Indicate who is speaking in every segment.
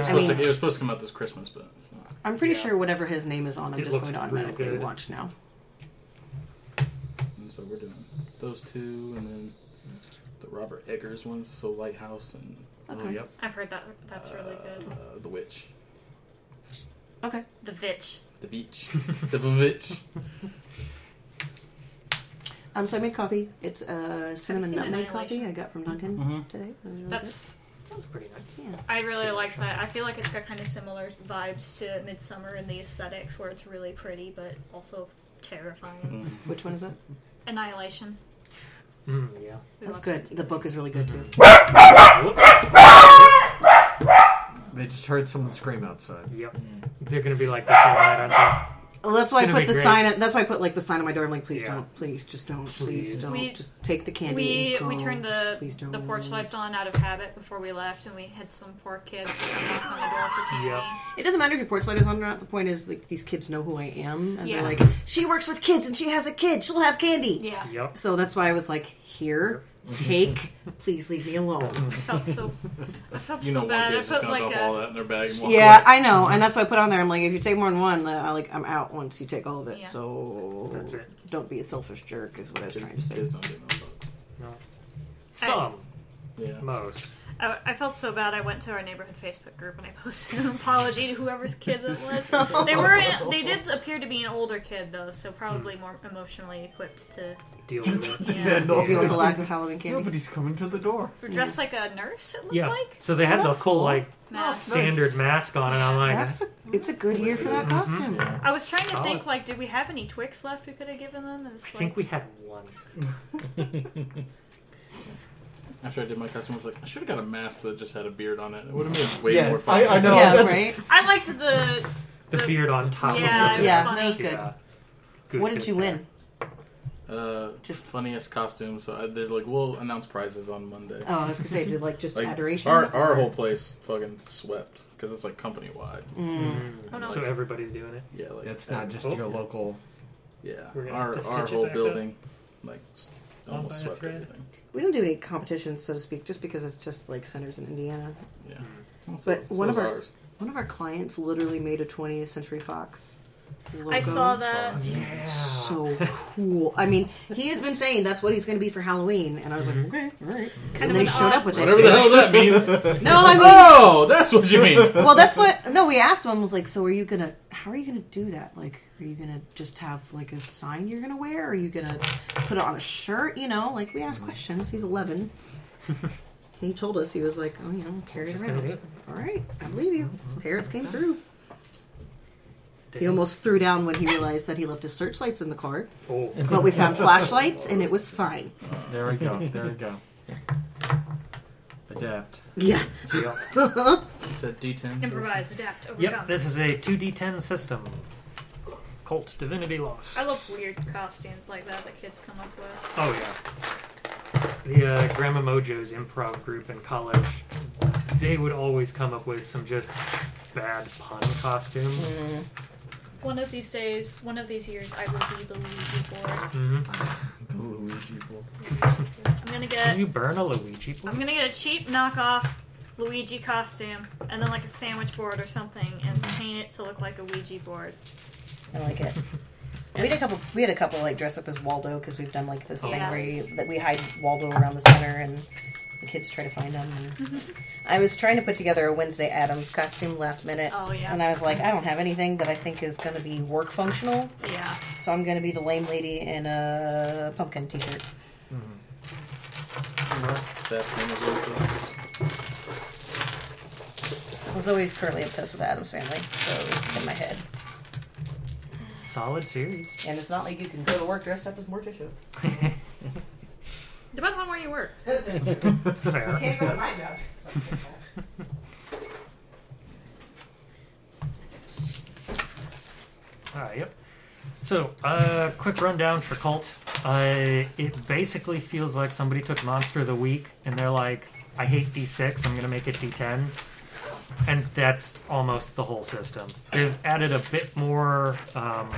Speaker 1: was
Speaker 2: I
Speaker 1: supposed
Speaker 2: mean-
Speaker 1: to, it was supposed to come out this Christmas, but it's not.
Speaker 2: I'm pretty
Speaker 3: Yeah.
Speaker 2: sure whatever his name is on, I'm
Speaker 3: It
Speaker 2: just
Speaker 3: looks
Speaker 2: going to
Speaker 3: real
Speaker 2: automatically
Speaker 3: good.
Speaker 2: watch now.
Speaker 1: And so we're doing those two, and then the Robert Eggers ones, so Lighthouse and
Speaker 2: Okay.
Speaker 3: Oh, yep.
Speaker 4: I've heard that. That's really good.
Speaker 1: uh, The Witch,
Speaker 2: Okay.
Speaker 4: The Vitch.
Speaker 1: The Beach, the Vavitch.
Speaker 2: Um, so I made coffee. It's uh, cinnamon
Speaker 4: seen
Speaker 2: nutmeg
Speaker 4: Annihilation?
Speaker 2: coffee I got from Duncan
Speaker 3: Mm-hmm.
Speaker 1: Mhm.
Speaker 2: today. That was really
Speaker 4: That's.
Speaker 3: Sounds pretty nice.
Speaker 2: good. yeah.
Speaker 4: I really like that. I feel like it's got kind of similar vibes to Midsummer in the aesthetics, where it's really pretty but also terrifying.
Speaker 1: Hmm.
Speaker 2: Which one is it?
Speaker 4: Annihilation.
Speaker 3: Mm, yeah.
Speaker 4: We
Speaker 2: That's
Speaker 4: watched
Speaker 2: good. The book is really good too.
Speaker 3: Mm-hmm.
Speaker 5: They just heard someone scream outside.
Speaker 3: Yep. They're gonna be like this all night, aren't they?
Speaker 2: Well, that's why I
Speaker 3: It's
Speaker 2: put
Speaker 3: gonna
Speaker 2: the
Speaker 3: be great.
Speaker 2: sign. That's why I put like the sign on my door. I'm like, please
Speaker 3: Yeah.
Speaker 2: don't, please just don't, please,
Speaker 3: Please.
Speaker 2: don't,
Speaker 4: We-
Speaker 2: just take the candy.
Speaker 4: We
Speaker 2: and
Speaker 4: we
Speaker 2: go.
Speaker 4: turned
Speaker 2: Just
Speaker 4: the
Speaker 2: please don't.
Speaker 4: the porch lights on out of habit before we left, and we had some poor kids knock on the door for candy.
Speaker 3: Yep.
Speaker 2: It doesn't matter if your porch light is on or not. The point is, like, these kids know who I am, and
Speaker 4: Yeah.
Speaker 2: they're like, she works with kids, and she has a kid. She'll have candy.
Speaker 4: Yeah,
Speaker 3: Yep.
Speaker 2: So that's why I was like, here, take, please leave me alone.
Speaker 4: I felt so I felt
Speaker 1: You know,
Speaker 4: so
Speaker 1: one
Speaker 4: bad. I
Speaker 1: kid's just
Speaker 4: put
Speaker 1: gonna
Speaker 4: like
Speaker 1: dump all
Speaker 4: a
Speaker 1: that in their bag and walk
Speaker 2: Yeah,
Speaker 1: away.
Speaker 2: I know, and that's why I put on there. I'm like, if you take more than one, uh, I like, I'm out once you take all of it.
Speaker 4: Yeah.
Speaker 2: So
Speaker 3: That's it.
Speaker 2: Don't be a selfish jerk, is what I was trying to
Speaker 1: Kids,
Speaker 2: say.
Speaker 1: kids don't get no bucks.
Speaker 3: Some,
Speaker 1: Yeah.
Speaker 3: most.
Speaker 4: I, I felt so bad. I went to our neighborhood Facebook group and I posted an apology to whoever's kid that was. They were in, they did appear to be an older kid though, so probably
Speaker 3: Hmm.
Speaker 4: more emotionally equipped to
Speaker 3: Deal with it.
Speaker 4: yeah.
Speaker 5: no.
Speaker 2: Deal with the lack of Halloween candy.
Speaker 5: Nobody's coming to the door.
Speaker 4: dress like a nurse. It looked
Speaker 3: Yeah.
Speaker 4: like
Speaker 3: So they had
Speaker 2: Hmm. Oh,
Speaker 3: the
Speaker 2: that's
Speaker 3: full
Speaker 2: cool.
Speaker 3: like
Speaker 4: mask.
Speaker 3: standard mask on, and I'm like,
Speaker 2: That's a, it's a good year for that costume.
Speaker 4: I was trying to think
Speaker 3: Solid.
Speaker 4: like, did we have any Twix left we could have given them? And it's
Speaker 3: I
Speaker 4: like,
Speaker 3: think we had one.
Speaker 1: After I did my costume, I was like, I should have got a mask that just had a beard on it. It would have been way
Speaker 5: Yeah,
Speaker 1: more fun.
Speaker 5: I know. No,
Speaker 2: yeah,
Speaker 5: that's-
Speaker 2: right.
Speaker 4: I liked the
Speaker 3: The
Speaker 4: The-
Speaker 3: beard on top. of
Speaker 4: Yeah, it
Speaker 3: the
Speaker 4: was
Speaker 2: Yeah,
Speaker 4: funny.
Speaker 2: that was good.
Speaker 3: Yeah. Good,
Speaker 2: what did
Speaker 3: good,
Speaker 2: you
Speaker 3: good.
Speaker 2: win?
Speaker 1: Uh,
Speaker 2: Just-
Speaker 1: just funniest costume. So I, they're like, we'll announce prizes on Monday.
Speaker 2: Oh, I was gonna say, did like just
Speaker 1: Like,
Speaker 2: adoration?
Speaker 1: Our our whole place fucking swept because it's like company wide.
Speaker 3: Mm.
Speaker 4: Oh, no.
Speaker 3: So everybody's doing it.
Speaker 1: Yeah, like uh,
Speaker 5: It's not just your local.
Speaker 1: Yeah,
Speaker 3: We're gonna have
Speaker 1: our
Speaker 3: to
Speaker 1: our
Speaker 3: stitch it
Speaker 1: whole
Speaker 3: back up.
Speaker 1: building, like s-
Speaker 3: All by a
Speaker 1: almost swept
Speaker 3: thread.
Speaker 1: everything.
Speaker 2: we don't do any competitions, so to speak, just because it's just like centers in Indiana.
Speaker 1: Yeah,
Speaker 3: Mm-hmm.
Speaker 2: But one
Speaker 1: is
Speaker 2: of our-
Speaker 1: ours.
Speaker 2: One of our clients literally made a 20th Century Fox. Logo.
Speaker 4: I saw that.
Speaker 3: Yeah.
Speaker 2: So cool. I mean, he has been saying that's what he's going to be for Halloween, and I was like, okay, all right.
Speaker 4: Kind
Speaker 2: and
Speaker 4: of
Speaker 2: they
Speaker 4: an
Speaker 2: showed
Speaker 4: odd-
Speaker 2: up with it.
Speaker 1: Mm-hmm. whatever the hell that means.
Speaker 2: No, I mean,
Speaker 1: oh, that's what you mean.
Speaker 2: well, that's what. No, we asked him. I Was like, so are you gonna? How are you gonna do that? Like, are you gonna just have like a sign you're gonna wear? Or are you gonna put it on a shirt? You know, like we asked questions. He's 11. he told us he was like, oh, you know, carry it
Speaker 3: Just gonna do
Speaker 2: around.
Speaker 3: it.
Speaker 2: All right, I believe you. His parents came through. He
Speaker 3: Damn.
Speaker 2: almost threw down when he realized that he left his searchlights in the car,
Speaker 3: Oh.
Speaker 2: but we found flashlights and it was fine.
Speaker 5: There we go. There we go. Adapt.
Speaker 2: Yeah.
Speaker 3: Yep.
Speaker 1: It's a D10.
Speaker 4: improvise, adapt, overcome.
Speaker 3: Yep, this is a 2d10 system. Cult Divinity Lost.
Speaker 4: I love weird costumes like that that kids come up with.
Speaker 3: Oh, yeah. The uh, Grandma Mojo's improv group in college, they would always come up with some just bad pun costumes.
Speaker 4: One of these days, one of these years, I will be the Luigi board.
Speaker 3: hmm
Speaker 5: The Luigi board.
Speaker 4: I'm gonna
Speaker 3: Did
Speaker 4: get,
Speaker 3: you burn a Luigi?
Speaker 4: I'm gonna get a cheap knockoff Luigi costume, and then like a sandwich board or something, and paint it to look like a Ouija board.
Speaker 2: I like it. We had a couple. We had a couple like dress up as Waldo because we've done like this thing
Speaker 4: Yeah.
Speaker 2: where you, that we hide Waldo around the center and the kids try to find him. And
Speaker 4: Mm-hmm.
Speaker 2: I was trying to put together a Wednesday Adams costume last minute,
Speaker 4: Oh, yeah.
Speaker 2: and I was like, I don't have anything that I think is going to be work functional,
Speaker 4: Yeah,
Speaker 2: so I'm going to be the lame lady in a pumpkin T-shirt.
Speaker 1: Staff
Speaker 2: I was always currently obsessed with Adams Family, so it's in my head.
Speaker 3: Solid series.
Speaker 2: And it's not like you can go to work dressed up as Morticia.
Speaker 4: depends on where you work.
Speaker 3: Fair.
Speaker 2: go to my job.
Speaker 3: Ah, yep. So, uh, quick rundown for Cult. Uh, it basically feels like somebody took Monster of the Week and they're like, I hate D6, I'm going to make it D10. And that's almost the whole system. They've added a bit more um,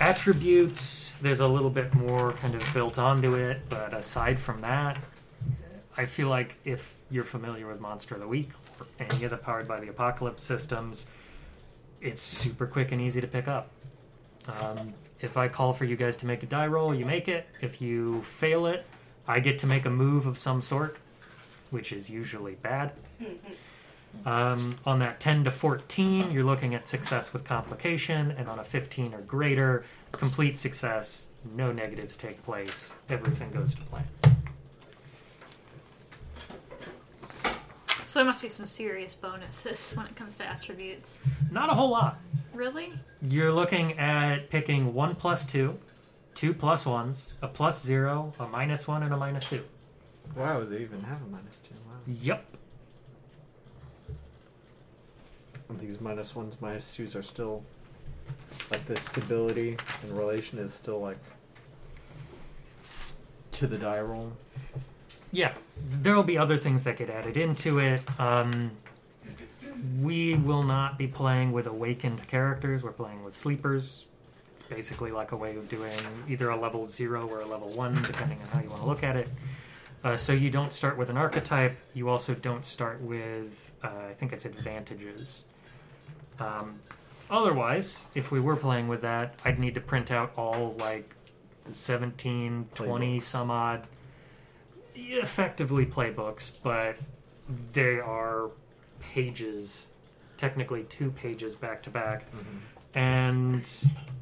Speaker 3: attributes, there's a little bit more kind of built onto it, but aside from that, I feel like if you're familiar with Monster of the Week for any of the powered by the apocalypse systems. It's super quick and easy to pick up. Um, if I call for you guys to make a die roll, you make it. If you fail it, I get to make a move of some sort, which is usually bad. Um, on that 10 to 14, you're looking at success with complication, and on a 15 or greater, complete success, no negatives take place, everything goes to plan.
Speaker 4: So there must be some serious bonuses when it comes to attributes.
Speaker 3: Not a whole lot.
Speaker 4: Really?
Speaker 3: You're looking at picking 1 plus 2, 2 plus 1s, a plus 0, a minus 1, and a minus 2.
Speaker 5: Wow, they even have a minus two. Wow.
Speaker 3: Yep.
Speaker 5: And these minus ones, minus twos are still like the stability and relation is still like to the die roll.
Speaker 3: yeah there will be other things that get added into it um, we will not be playing with awakened characters we're playing with sleepers it's basically like a way of doing either a level zero or a level one depending on how you want to look at it uh, so you don't start with an archetype you also don't start with uh, i think it's advantages um, otherwise if we were playing with that i'd need to print out all like 17 20
Speaker 5: Playbooks.
Speaker 3: some odd effectively playbooks, but they are pages, technically two pages back to back. And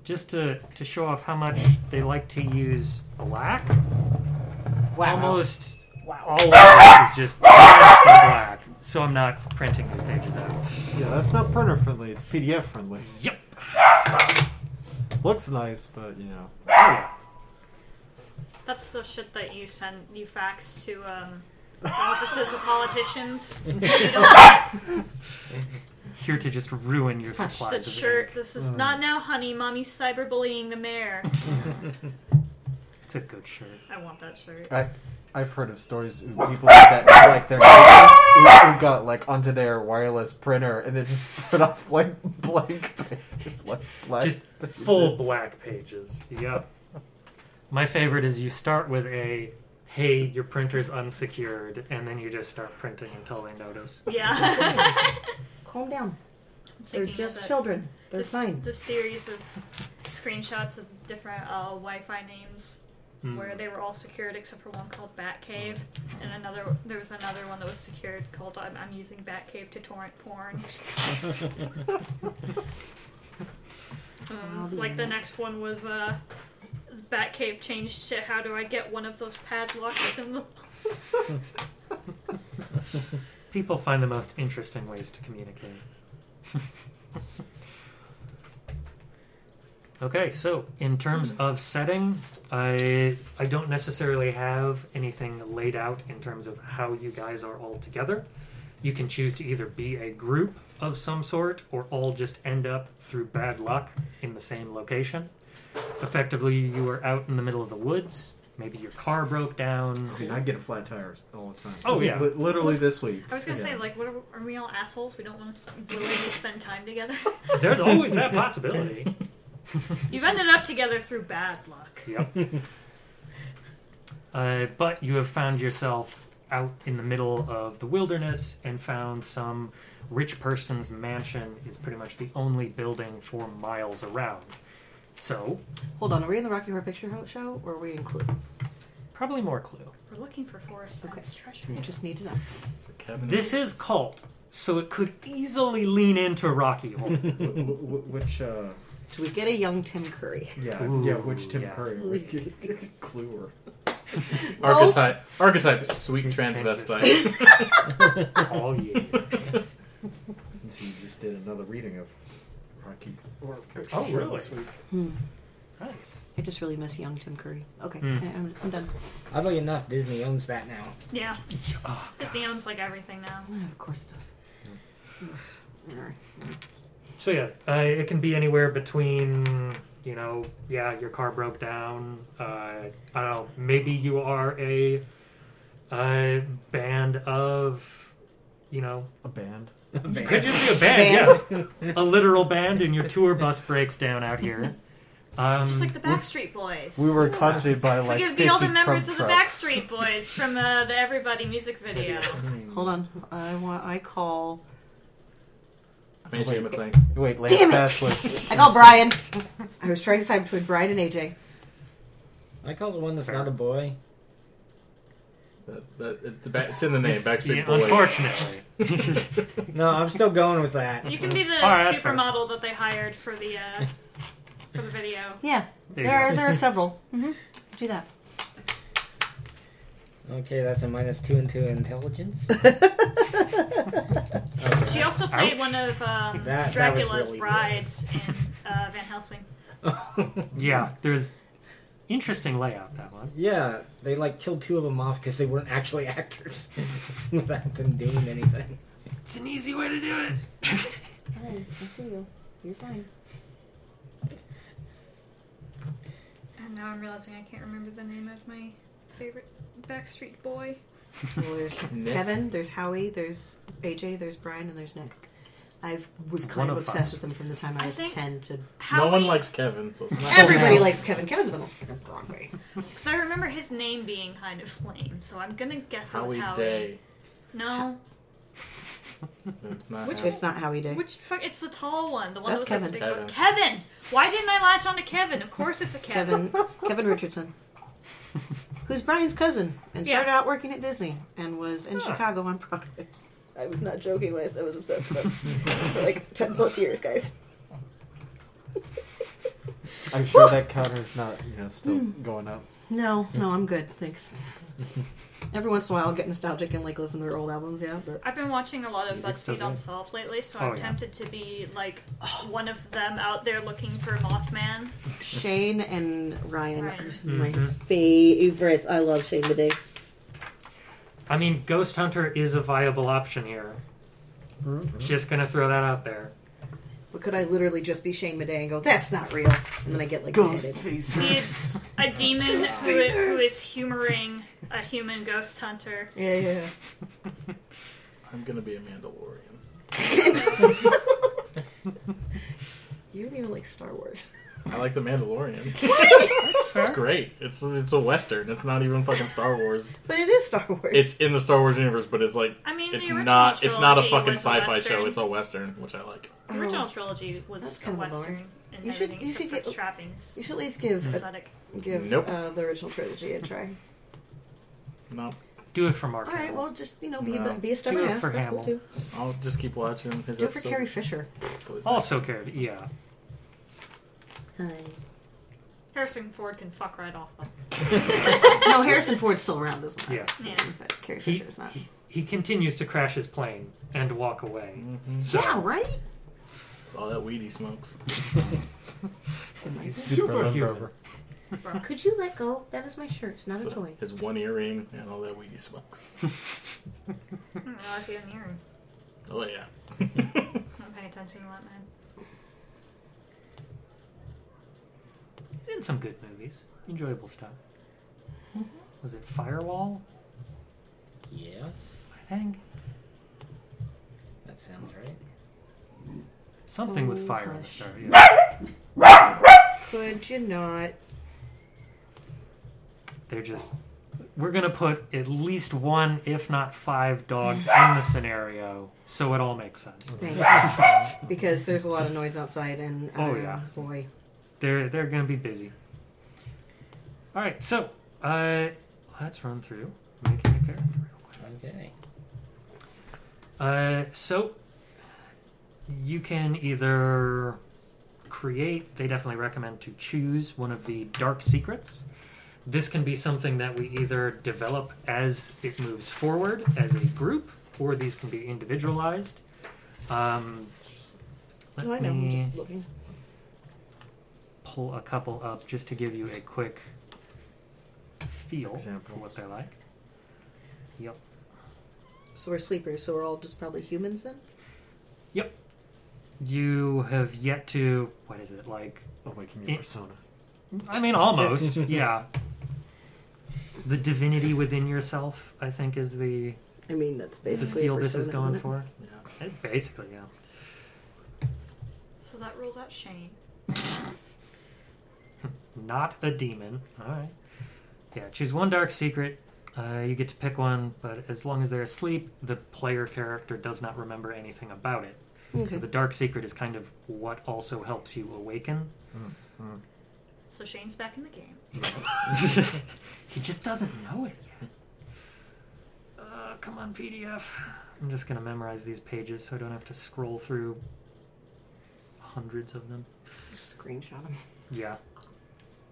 Speaker 3: just to, to show off how much they like to use black, almost all of this is just black and black. So I'm not printing these pages out.
Speaker 5: Yeah, that's not printer friendly. It's PDF friendly.
Speaker 3: Yep.
Speaker 5: Looks nice, but you know.
Speaker 3: Oh, yeah.
Speaker 4: That's the shit that you send, you fax to um, the offices of politicians. You don't
Speaker 3: Here to just ruin your
Speaker 4: the
Speaker 3: supplies. of
Speaker 4: shirt.
Speaker 3: ink.
Speaker 4: This is not now, honey. Mommy's cyberbullying the mayor.
Speaker 3: It's a good shirt.
Speaker 4: I want that shirt.
Speaker 5: I, I've heard of stories of people like that, like their neighbors who, who got like onto their wireless printer and they just put off like blank, like black,
Speaker 3: just full
Speaker 5: pages.
Speaker 3: black pages. Yep. My favorite is you start with a hey, your printer's unsecured, and then you just start printing until they notice.
Speaker 4: Yeah.
Speaker 2: Calm down. They're
Speaker 4: Thinking of
Speaker 2: just
Speaker 4: that-
Speaker 2: children. They're
Speaker 4: this,
Speaker 2: fine.
Speaker 4: this series of screenshots of different uh, Wi-Fi names
Speaker 3: Mm.
Speaker 4: where they were all secured except for one called Batcave, and another there was another one that was secured called I'm, I'm using Batcave to torrent porn.
Speaker 2: I'll
Speaker 4: um,
Speaker 2: be
Speaker 4: like the
Speaker 2: in.
Speaker 4: next one was uh, Batcave changed to How do I get one of those padlock symbols?
Speaker 3: People find the most interesting ways to communicate. okay, so in terms of setting, I I don't necessarily have anything laid out in terms of how you guys are all together. You can choose to either be a group of some sort or all just end up through bad luck in the same location. Effectively, you are out in the middle of the woods. Maybe your car broke down.
Speaker 5: I mean, I get a flat tire all the time.
Speaker 3: Oh, yeah.
Speaker 5: Li- literally this week.
Speaker 4: I was gonna say
Speaker 5: Yeah.
Speaker 4: like what are, are we all assholes? We don't want to willingly spend time together.
Speaker 3: There's always that possibility.
Speaker 4: You've ended up together through bad luck.
Speaker 3: Yep. uh, but you have found yourself out in the middle of the wilderness and found some rich person's mansion is pretty much the only building for miles around. So,
Speaker 2: Hold on. Are we in the Rocky Horror Picture Ho- Show or are we in Clue?
Speaker 3: probably more clue.
Speaker 4: We're looking for Forrest
Speaker 2: Okay.
Speaker 4: Gump's treasure.
Speaker 5: Hmm.
Speaker 2: Just need to know.
Speaker 1: It's a cabinet.
Speaker 3: This is cult, so it could easily lean into Rocky Horror.
Speaker 5: Wh- wh- which uh,
Speaker 2: Do we get a young Tim Curry?
Speaker 5: yeah,
Speaker 3: Ooh,
Speaker 5: yeah, which Tim
Speaker 3: yeah.
Speaker 5: Curry, which Cluer.
Speaker 1: archetype. Archetype is sweet transvestite.
Speaker 3: oh, yeah.
Speaker 5: And so you just did another reading of Rocky. Horror Picture
Speaker 3: Oh,
Speaker 5: Show
Speaker 3: really?
Speaker 5: this week.
Speaker 2: Hmm.
Speaker 3: Nice.
Speaker 2: I just really miss young Tim Curry. Okay,
Speaker 3: Hmm.
Speaker 2: okay, I'm, I'm done.
Speaker 6: Oddly enough, Disney owns that now.
Speaker 4: Yeah,
Speaker 3: Oh,
Speaker 4: Disney owns like everything now.
Speaker 5: Um,
Speaker 2: Of course it does. Hmm. Alright.
Speaker 3: So yeah, uh, it can be anywhere between you know, yeah, your car broke down. Uh, I don't know. Maybe you are a, uh band of, you know,
Speaker 5: A band.
Speaker 3: could just be a band, yeah, a literal band, and your tour bus breaks down out here. Um,
Speaker 4: Just like the Backstreet Boys.
Speaker 5: We were custodied by
Speaker 4: We
Speaker 5: like
Speaker 4: could
Speaker 5: 50
Speaker 4: be all the members
Speaker 5: Trump
Speaker 4: of the
Speaker 5: trucks.
Speaker 4: Backstreet Boys from uh, the Everybody music video.
Speaker 2: Hold on. I want. I call.
Speaker 1: AJ McLean.
Speaker 5: Wait, Lance
Speaker 2: Damn
Speaker 5: Bass
Speaker 2: it!
Speaker 5: was
Speaker 2: I call Brian. I was trying to decide between Brian and AJ.
Speaker 6: I call the one that's not a boy.
Speaker 1: That- that- it- the ba- it's in the name, Backstreet
Speaker 3: yeah,
Speaker 1: Boys.
Speaker 3: Unfortunately.
Speaker 6: No, I'm still going with that.
Speaker 4: You can be the
Speaker 3: All right, that's fair.
Speaker 4: supermodel that they hired for the uh, for the video.
Speaker 2: Yeah,
Speaker 3: There you
Speaker 2: there are
Speaker 3: go.
Speaker 2: there are several. hmm Do that.
Speaker 6: Okay, that's a minus two and two intelligence.
Speaker 4: She also played
Speaker 3: Ouch.
Speaker 4: one of um,
Speaker 6: That- that was
Speaker 4: Dracula's
Speaker 6: really
Speaker 4: brides in uh, Van Helsing.
Speaker 3: Yeah, there's interesting layout that one.
Speaker 6: yeah, they like killed two of them off because they weren't actually actors without them doing anything.
Speaker 3: It's an easy way to do it.
Speaker 2: Hey, I see you. You're fine.
Speaker 4: And now I'm realizing I can't remember the name of my favorite Backstreet Boy.
Speaker 2: Well, there's
Speaker 1: Nick.
Speaker 2: Kevin, there's Howie, there's AJ, there's Brian, and there's Nick. I was kind
Speaker 3: One
Speaker 2: of
Speaker 3: of
Speaker 2: obsessed
Speaker 3: five.
Speaker 2: with them from the time I
Speaker 4: I
Speaker 2: was
Speaker 4: think-
Speaker 2: ten to.
Speaker 4: Howie,
Speaker 1: No one likes Kevin, so it's not
Speaker 2: Everybody
Speaker 6: now.
Speaker 2: likes Kevin. Kevin's been on freaking Broadway.
Speaker 4: because I remember his name being kind of lame, so I'm gonna guess it was
Speaker 1: Howie
Speaker 4: Howie.
Speaker 1: Day.
Speaker 4: No,
Speaker 1: It's not
Speaker 4: Which
Speaker 1: Howie.
Speaker 2: It's not Howie Day.
Speaker 4: which fuck? It's the tall one, the one
Speaker 2: That's
Speaker 4: that looks
Speaker 2: Kevin.
Speaker 4: like a big Kevin. Kevin. Why didn't I latch onto Kevin? Of course, it's a Kevin.
Speaker 2: Kevin Kevin Richardson, who's Brian's cousin, and
Speaker 4: Yeah.
Speaker 2: started out working at Disney and was in
Speaker 3: Huh.
Speaker 2: Chicago on Broadway.
Speaker 7: I was not joking when I said I was obsessed with them for like 10 plus years, guys.
Speaker 5: I'm sure that counter's not, you know, still
Speaker 4: Hmm.
Speaker 5: going up.
Speaker 2: No, no, I'm good, thanks. Every once in a while, I'll get nostalgic and like listen to their old albums. Yeah, but
Speaker 4: I've been watching a lot of
Speaker 3: Music still
Speaker 4: BuzzFeed
Speaker 3: good.
Speaker 4: Unsolved lately, so
Speaker 3: Oh,
Speaker 4: I'm
Speaker 3: yeah.
Speaker 4: tempted to be like
Speaker 2: Oh.
Speaker 4: one of them out there looking for Mothman.
Speaker 2: Shane and Ryan are
Speaker 4: Ryan.
Speaker 2: just my
Speaker 3: Mhm.
Speaker 7: Favorites. I love Shane Midday.
Speaker 3: I mean, Ghost Hunter is a viable option here. Just gonna throw that out there.
Speaker 2: But could I literally just be Shane Madey and go, that's not real? And then I get like mad at-
Speaker 4: He's a demon who is, who is humoring a human ghost hunter.
Speaker 2: Yeah, yeah. yeah.
Speaker 1: I'm gonna be a Mandalorian.
Speaker 2: You don't even like Star Wars.
Speaker 1: I like the Mandalorian. It's great. It's it's a western. It's not even fucking Star Wars.
Speaker 2: But it is Star Wars.
Speaker 1: It's in the Star Wars universe, but it's like
Speaker 4: I mean,
Speaker 1: it's
Speaker 4: the original
Speaker 1: not it's not a
Speaker 4: trilogy
Speaker 1: fucking
Speaker 4: was
Speaker 1: sci-fi
Speaker 4: Western.
Speaker 1: show. It's a western, which I like.
Speaker 4: the original trilogy was
Speaker 2: That's
Speaker 4: a
Speaker 2: kinda
Speaker 4: western
Speaker 2: boring.
Speaker 4: and
Speaker 2: You should-
Speaker 4: everything
Speaker 2: you
Speaker 4: except
Speaker 2: should
Speaker 4: for
Speaker 2: get-
Speaker 4: trappings.
Speaker 2: you should at least give uh,
Speaker 4: Aesthetic.
Speaker 2: give
Speaker 1: Nope.
Speaker 2: uh, the original trilogy a try.
Speaker 1: No,
Speaker 3: Do it for Mark.
Speaker 2: All right, well, just you know, be
Speaker 1: No.
Speaker 2: a, be a stubborn
Speaker 3: Do it
Speaker 2: ass.
Speaker 3: for
Speaker 2: That's cool
Speaker 3: Hamill.
Speaker 2: too.
Speaker 1: I'll just keep watching his
Speaker 2: Do it for
Speaker 1: episode.
Speaker 2: Carrie Fisher.
Speaker 1: Please.
Speaker 3: also cared. Yeah.
Speaker 4: Harrison Ford can fuck right off though.
Speaker 2: no, Harrison Ford's still around as well.
Speaker 3: Yeah.
Speaker 4: Yeah.
Speaker 2: But Carrie
Speaker 3: He-
Speaker 2: Fisher's not.
Speaker 3: He continues to crash his plane and walk away. So
Speaker 2: Yeah, right?
Speaker 1: It's all that weed he smokes.
Speaker 3: he's
Speaker 5: Limber.
Speaker 3: superhuman.
Speaker 2: Oh Could you let go? That is my shirt, not a toy.
Speaker 1: His one earring and all that weed he smokes.
Speaker 4: I didn't realize he had an earring.
Speaker 1: Oh yeah.
Speaker 4: I'm not paying attention to that man.
Speaker 3: He's in some good movies. Enjoyable stuff.
Speaker 2: Mm-hmm.
Speaker 3: Was it Firewall?
Speaker 6: Yes,
Speaker 3: I think
Speaker 6: that sounds right.
Speaker 3: something
Speaker 2: Oh,
Speaker 3: with fire in the
Speaker 2: hush.
Speaker 3: star. Yeah.
Speaker 2: Could you not?
Speaker 3: They're just. We're gonna put at least one, if not five, dogs in the scenario, so it all makes sense.
Speaker 2: Thanks. because there's a lot of noise outside, and uh,
Speaker 3: Oh, yeah.
Speaker 2: boy,
Speaker 3: They're they're gonna be busy. All right, so uh, let's run through making a character real quick.
Speaker 6: Okay.
Speaker 3: Uh, so you can either create. They definitely recommend to choose one of the dark secrets. This can be something that we either develop as it moves forward as a group, or these can be individualized. Um, let
Speaker 2: no, I know. I'm
Speaker 3: me-
Speaker 2: just looking.
Speaker 3: pull a couple up just to give you a quick feel for what
Speaker 5: Examples.
Speaker 3: they're like. Yep.
Speaker 2: So we're sleepers. So we're all just probably humans then.
Speaker 3: You have yet to what is it like?
Speaker 5: Awaken
Speaker 3: It-
Speaker 5: your Oh, persona.
Speaker 3: I mean, almost. yeah. The divinity within yourself, I think, is the
Speaker 7: I mean, that's
Speaker 3: the
Speaker 7: basically.
Speaker 3: feel this is going
Speaker 7: going
Speaker 3: for.
Speaker 1: Yeah.
Speaker 3: It basically, yeah.
Speaker 4: So that rules out Shane.
Speaker 3: not a demon. All right. Yeah, choose one dark secret. Uh, you get to pick one, but as long as they're asleep, the player character does not remember anything about it. So the dark secret is kind of what also helps you awaken.
Speaker 4: So Shane's back in the game.
Speaker 3: he just doesn't know it yet. Uh, come on, PDF. I'm just going to memorize these pages so I don't have to scroll through hundreds of them.
Speaker 2: Screenshot him.
Speaker 3: Yeah.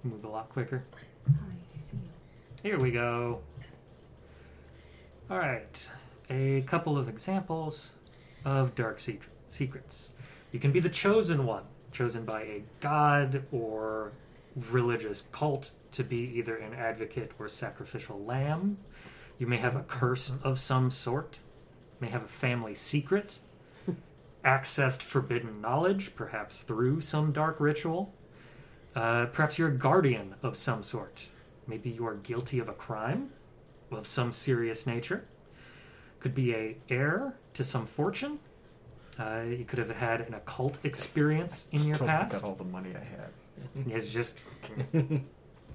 Speaker 3: Move a lot quicker.
Speaker 2: How do you feel?
Speaker 3: Here we go. All right. A couple of examples of dark secret- secrets. You can be the chosen one, chosen by a god or religious cult to be either an advocate or sacrificial lamb. You may have a curse of some sort, may have a family secret, accessed forbidden knowledge, perhaps through some dark ritual. Uh, perhaps you're a guardian of some sort. Maybe you are guilty of a crime of some serious nature. Could be a heir to some fortune. Uh, you could have had an occult experience in your
Speaker 5: Still
Speaker 3: past.
Speaker 5: Got all the money I had.
Speaker 3: It's just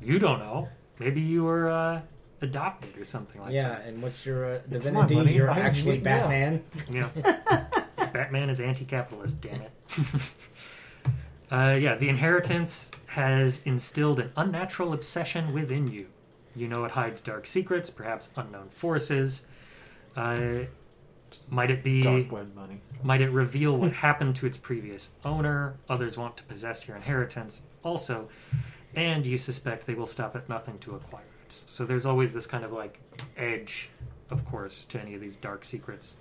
Speaker 3: you don't know. Maybe you were uh, adopted or something like
Speaker 6: Yeah, and what's your uh,
Speaker 5: It's my
Speaker 6: divinity?
Speaker 5: money.
Speaker 6: You're
Speaker 5: I don't
Speaker 6: actually
Speaker 5: need- yeah.
Speaker 6: Batman.
Speaker 3: that. Yeah. Batman is anti-capitalist. Damn it. uh, yeah, the inheritance has instilled an unnatural obsession within you. You know it hides dark secrets, perhaps unknown forces. Uh, might it be?
Speaker 5: Dark web money.
Speaker 3: Might it reveal what happened to its previous owner? Others want to possess your inheritance also, and you suspect they will stop at nothing to acquire it. So there's always this kind of like edge, of course, to any of these dark secrets.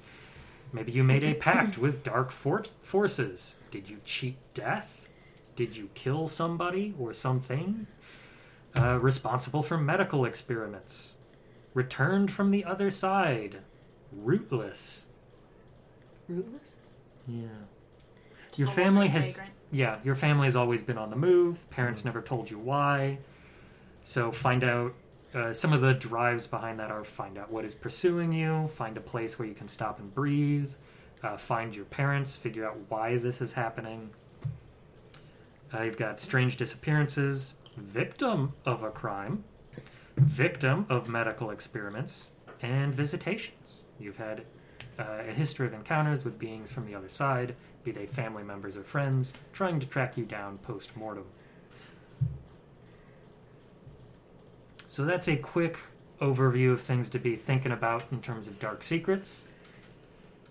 Speaker 3: Maybe you made a pact with dark for- forces. Did you cheat death? Did you kill somebody or something? Uh, responsible for medical experiments. Returned from the other side. Rootless.
Speaker 2: Rootless?
Speaker 3: Yeah.
Speaker 4: Just
Speaker 3: Your
Speaker 4: a
Speaker 3: family
Speaker 4: wandering
Speaker 3: has
Speaker 4: vagrant.
Speaker 3: yeah, your family has always been on the move. Parents never told you why. So find out uh, some of the drives behind that are find out what is pursuing you, find a place where you can stop and breathe, uh, find your parents, figure out why this is happening. Uh, you've got strange disappearances, victim of a crime, victim of medical experiments, and visitations. You've had uh, a history of encounters with beings from the other side, be they family members or friends, trying to track you down post mortem. So that's a quick overview of things to be thinking about in terms of dark secrets.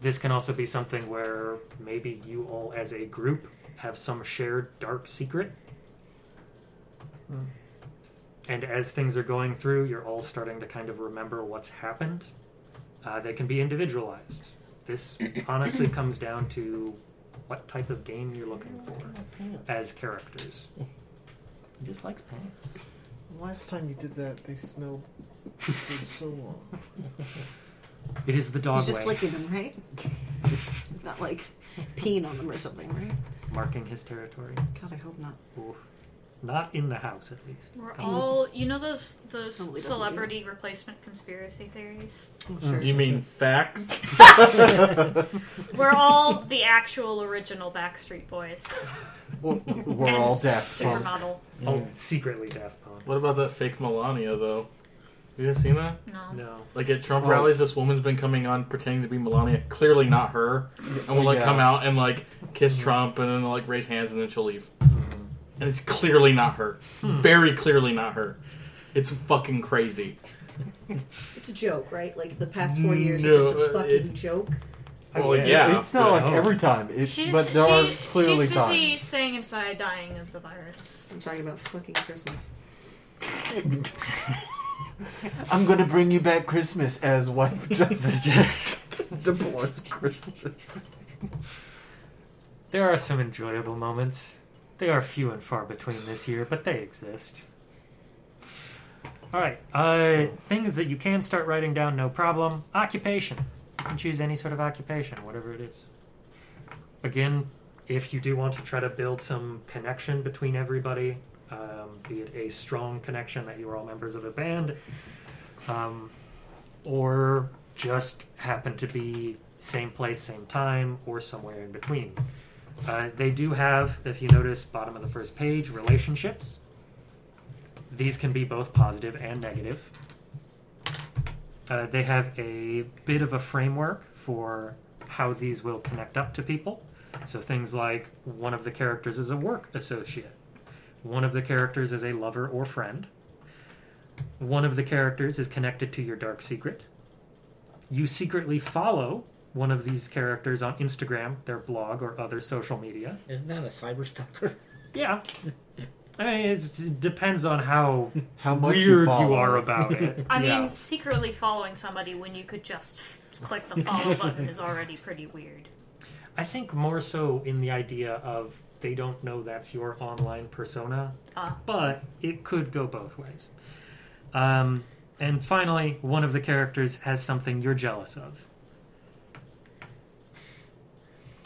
Speaker 3: This can also be something where maybe you all, as a group, have some shared dark secret. And as things are going through, you're all starting to kind of remember what's happened. Uh, they can be individualized. This honestly comes down to what type of game you're looking for as characters. He just likes pants.
Speaker 5: Last time you did that, they smelled for so long.
Speaker 3: It is the dog
Speaker 2: He's just
Speaker 3: way,
Speaker 2: licking them, right? It's not like peeing on them or something, right?
Speaker 3: marking his territory.
Speaker 2: God, I hope not.
Speaker 3: Oof. Not in the house, at least.
Speaker 4: We're
Speaker 3: Come on.
Speaker 4: all, you know, those those
Speaker 2: Totally doesn't do
Speaker 4: celebrity replacement conspiracy theories.
Speaker 3: Mm.
Speaker 2: I'm sure.
Speaker 1: You mean facts?
Speaker 4: We're all the actual original Backstreet Boys.
Speaker 5: We're
Speaker 4: And
Speaker 5: all deaf. Punk.
Speaker 4: Supermodel.
Speaker 3: Oh, secretly Daft Punk.
Speaker 1: What about that fake Melania though? You guys seen that?
Speaker 4: No.
Speaker 3: No.
Speaker 1: Like at Trump
Speaker 5: Oh.
Speaker 1: rallies, this woman's been coming on pretending to be Melania, clearly not her, and will like
Speaker 5: Yeah.
Speaker 1: come out and like kiss Trump and then like raise hands and then she'll leave. And it's clearly not her.
Speaker 3: Hmm.
Speaker 1: Very clearly not her. It's fucking crazy.
Speaker 2: It's a joke, right? Like the past four years
Speaker 1: No,
Speaker 2: are just a
Speaker 1: uh,
Speaker 2: fucking
Speaker 1: it's-
Speaker 2: joke.
Speaker 1: Well, yeah,
Speaker 5: It's not like
Speaker 3: but-
Speaker 5: every time, it,
Speaker 4: She's,
Speaker 5: but there
Speaker 4: she-
Speaker 5: are clearly
Speaker 4: she's busy
Speaker 5: times.
Speaker 4: staying inside, dying of the virus.
Speaker 2: I'm talking about fucking Christmas.
Speaker 5: I'm gonna bring you back Christmas as wife just deplores Christmas.
Speaker 3: There are some enjoyable moments. They are few and far between this year, but they exist. All right, uh, things that you can start writing down, no problem. Occupation. You can choose any sort of occupation, whatever it is. Again, if you do want to try to build some connection between everybody, um, be it a strong connection that you are all members of a band, um, or just happen to be same place, same time, or somewhere in between. Uh, they do have, if you notice, bottom of the first page, relationships. These can be both positive and negative. Uh, they have a bit of a framework for how these will connect up to people. So things like one of the characters is a work associate, one of the characters is a lover or friend, one of the characters is connected to your dark secret. You secretly follow one of these characters on Instagram, their blog, or other social media.
Speaker 6: Isn't that a cyber stalker?
Speaker 3: Yeah. I mean, it's, it depends on how
Speaker 5: How much you
Speaker 3: weird you,
Speaker 5: follow.
Speaker 3: are about it.
Speaker 4: I
Speaker 3: Yeah.
Speaker 4: mean, secretly following somebody when you could just click the follow button is already pretty weird.
Speaker 3: I think more so in the idea of they don't know that's your online persona,
Speaker 4: Ah.
Speaker 3: but it could go both ways. Um, and finally, one of the characters has something you're jealous of.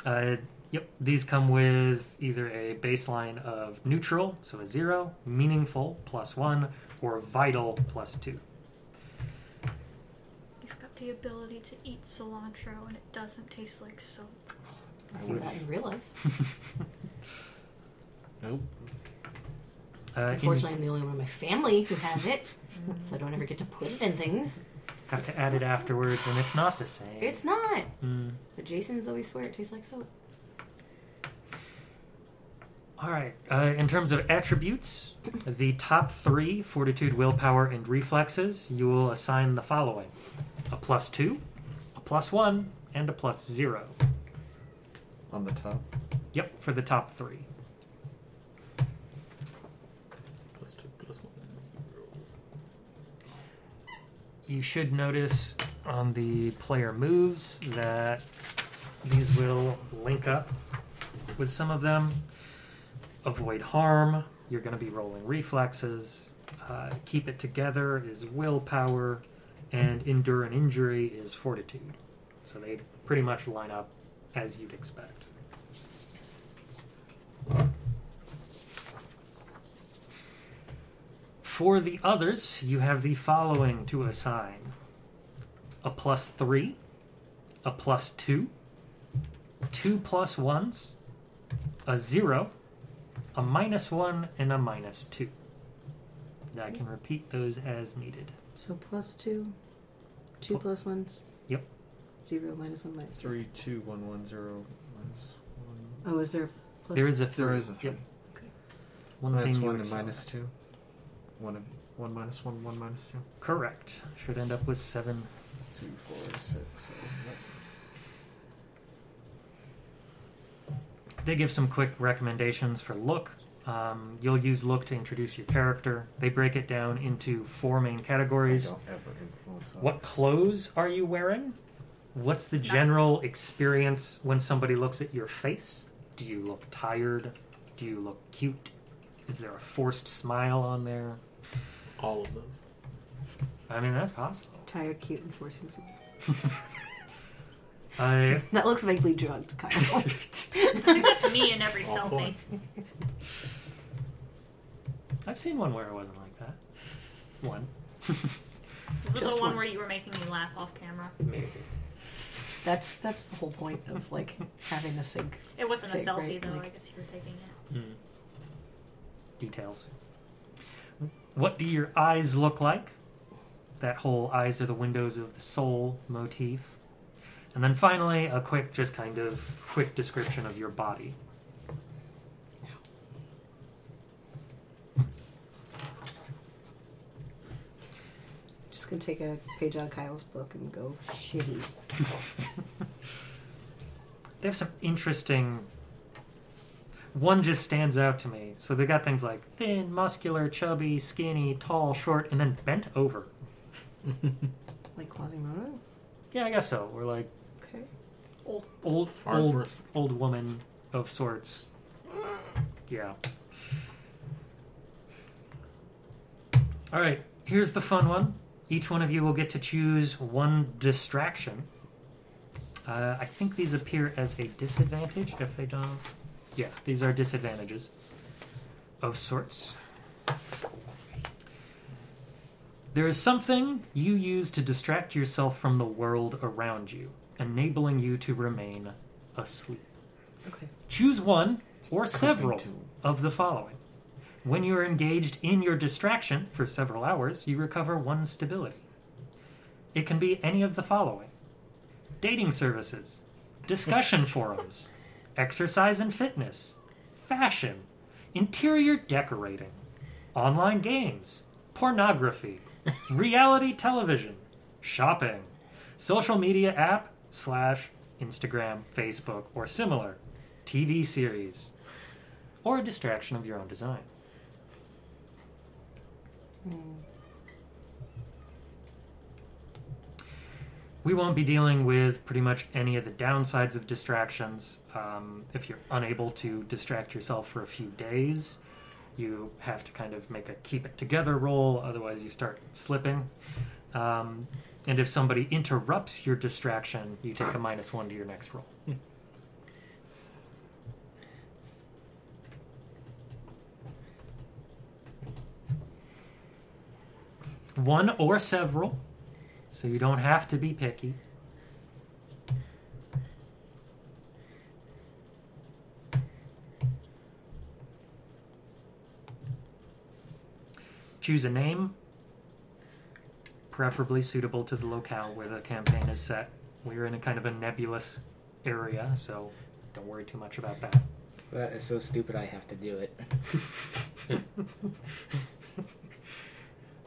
Speaker 3: Uh, yep, these come with either a baseline of neutral, so a zero, meaningful, plus one, or vital, plus two.
Speaker 4: You've got the ability to eat cilantro and it doesn't taste like soap.
Speaker 5: I
Speaker 2: Do
Speaker 5: wish.
Speaker 2: that in real life.
Speaker 5: Nope.
Speaker 3: Uh, in-
Speaker 2: Unfortunately, I'm the only one in my family who has it, so I don't ever get to put it in things.
Speaker 3: have to add it afterwards, and it's not the same.
Speaker 2: It's not.
Speaker 3: Mm.
Speaker 2: But Jason's always swear it tastes like soap.
Speaker 3: All right. Uh, in terms of attributes, the top three fortitude, willpower, and reflexes, you will assign the following a plus two, a plus one, and a plus zero.
Speaker 5: On the top.
Speaker 3: Yep, for the top three.
Speaker 1: Plus two, plus one, and zero.
Speaker 3: You should notice on the player moves that these will link up with some of them. Avoid harm, you're going to be rolling reflexes. Uh, keep it together is willpower, and endure an injury is fortitude. So they pretty much line up as you'd expect. For the others, you have the following to assign a plus three, a plus two, two plus ones, a zero, a minus one, and a minus two. And I can repeat those as needed.
Speaker 2: So plus two, two
Speaker 3: Pl-
Speaker 2: plus ones.
Speaker 3: Yep.
Speaker 2: Zero minus one minus three.
Speaker 5: Three, two, one, one, zero, minus one.
Speaker 2: Oh, is there plus?
Speaker 3: There is a three.
Speaker 5: There is a three.
Speaker 3: Yep.
Speaker 2: Okay.
Speaker 3: One
Speaker 5: Minus
Speaker 3: thing you
Speaker 5: one and
Speaker 3: accept.
Speaker 5: minus two. One of one minus one, one minus two.
Speaker 3: Correct. Should end up with seven.
Speaker 5: Two, four, six, seven. eight.
Speaker 3: They give some quick recommendations for look. Um, you'll use look to introduce your character. They break it down into four main categories.
Speaker 5: Don't ever influence us.
Speaker 3: What clothes are you wearing? What's the general experience when somebody looks at your face? Do you look tired? Do you look cute? Is there a forced smile on there?
Speaker 1: All of those.
Speaker 3: I mean, that's possible.
Speaker 2: Tired, cute, and forcing someone.
Speaker 3: I
Speaker 2: That looks vaguely drugged, Kyle.
Speaker 4: I think that's me in every
Speaker 1: All
Speaker 4: selfie.
Speaker 3: I've seen one where it wasn't like that. One.
Speaker 4: Was it the
Speaker 2: Just
Speaker 4: one
Speaker 2: one.
Speaker 4: where you were making me laugh off camera?
Speaker 3: Maybe.
Speaker 2: that's that's the whole point of like having a sink.
Speaker 4: It wasn't a
Speaker 2: Fake,
Speaker 4: selfie
Speaker 2: right,
Speaker 4: though.
Speaker 2: like-
Speaker 4: I guess you were taking it.
Speaker 3: Hmm. Details. What do your eyes look like? That whole eyes are the windows of the soul motif. And then finally, a quick, just kind of quick description of your body.
Speaker 2: Just gonna take a page out of Kyle's book and go shitty.
Speaker 3: they have some interesting one just stands out to me so they got things like thin muscular chubby skinny tall short and then bent over
Speaker 2: Like Quasimodo.
Speaker 3: yeah i guess so we're like
Speaker 2: Okay.
Speaker 3: old old,
Speaker 1: Farnsworth.
Speaker 3: old woman of sorts yeah all right here's the fun one each one of you will get to choose one distraction uh, i think these appear as a disadvantage if they don't yeah these are disadvantages of sorts There is something you use to distract yourself from the world around you, enabling you to remain asleep.
Speaker 2: Okay.
Speaker 3: Choose one or several
Speaker 5: Two.
Speaker 3: of the following When you are engaged in your distraction for several hours, you recover one stability. It can be any of the following dating services, discussion forums, exercise and fitness, fashion, interior decorating, online games, pornography, reality television, shopping, social media app slash Instagram, Facebook, or similar, TV series, or a distraction of your own design. We won't be dealing with pretty much any of the downsides of distractions. Um, if you're unable to distract yourself for a few days, you have to kind of make a keep it together roll, otherwise, you start slipping. Um, and if somebody interrupts your distraction, you take a minus one to your next roll. One or several, so you don't have to be picky. Choose a name, preferably suitable to the locale where the campaign is set. We're in a kind of a nebulous area, so don't worry too much about that.
Speaker 6: That is so stupid. I have to do it.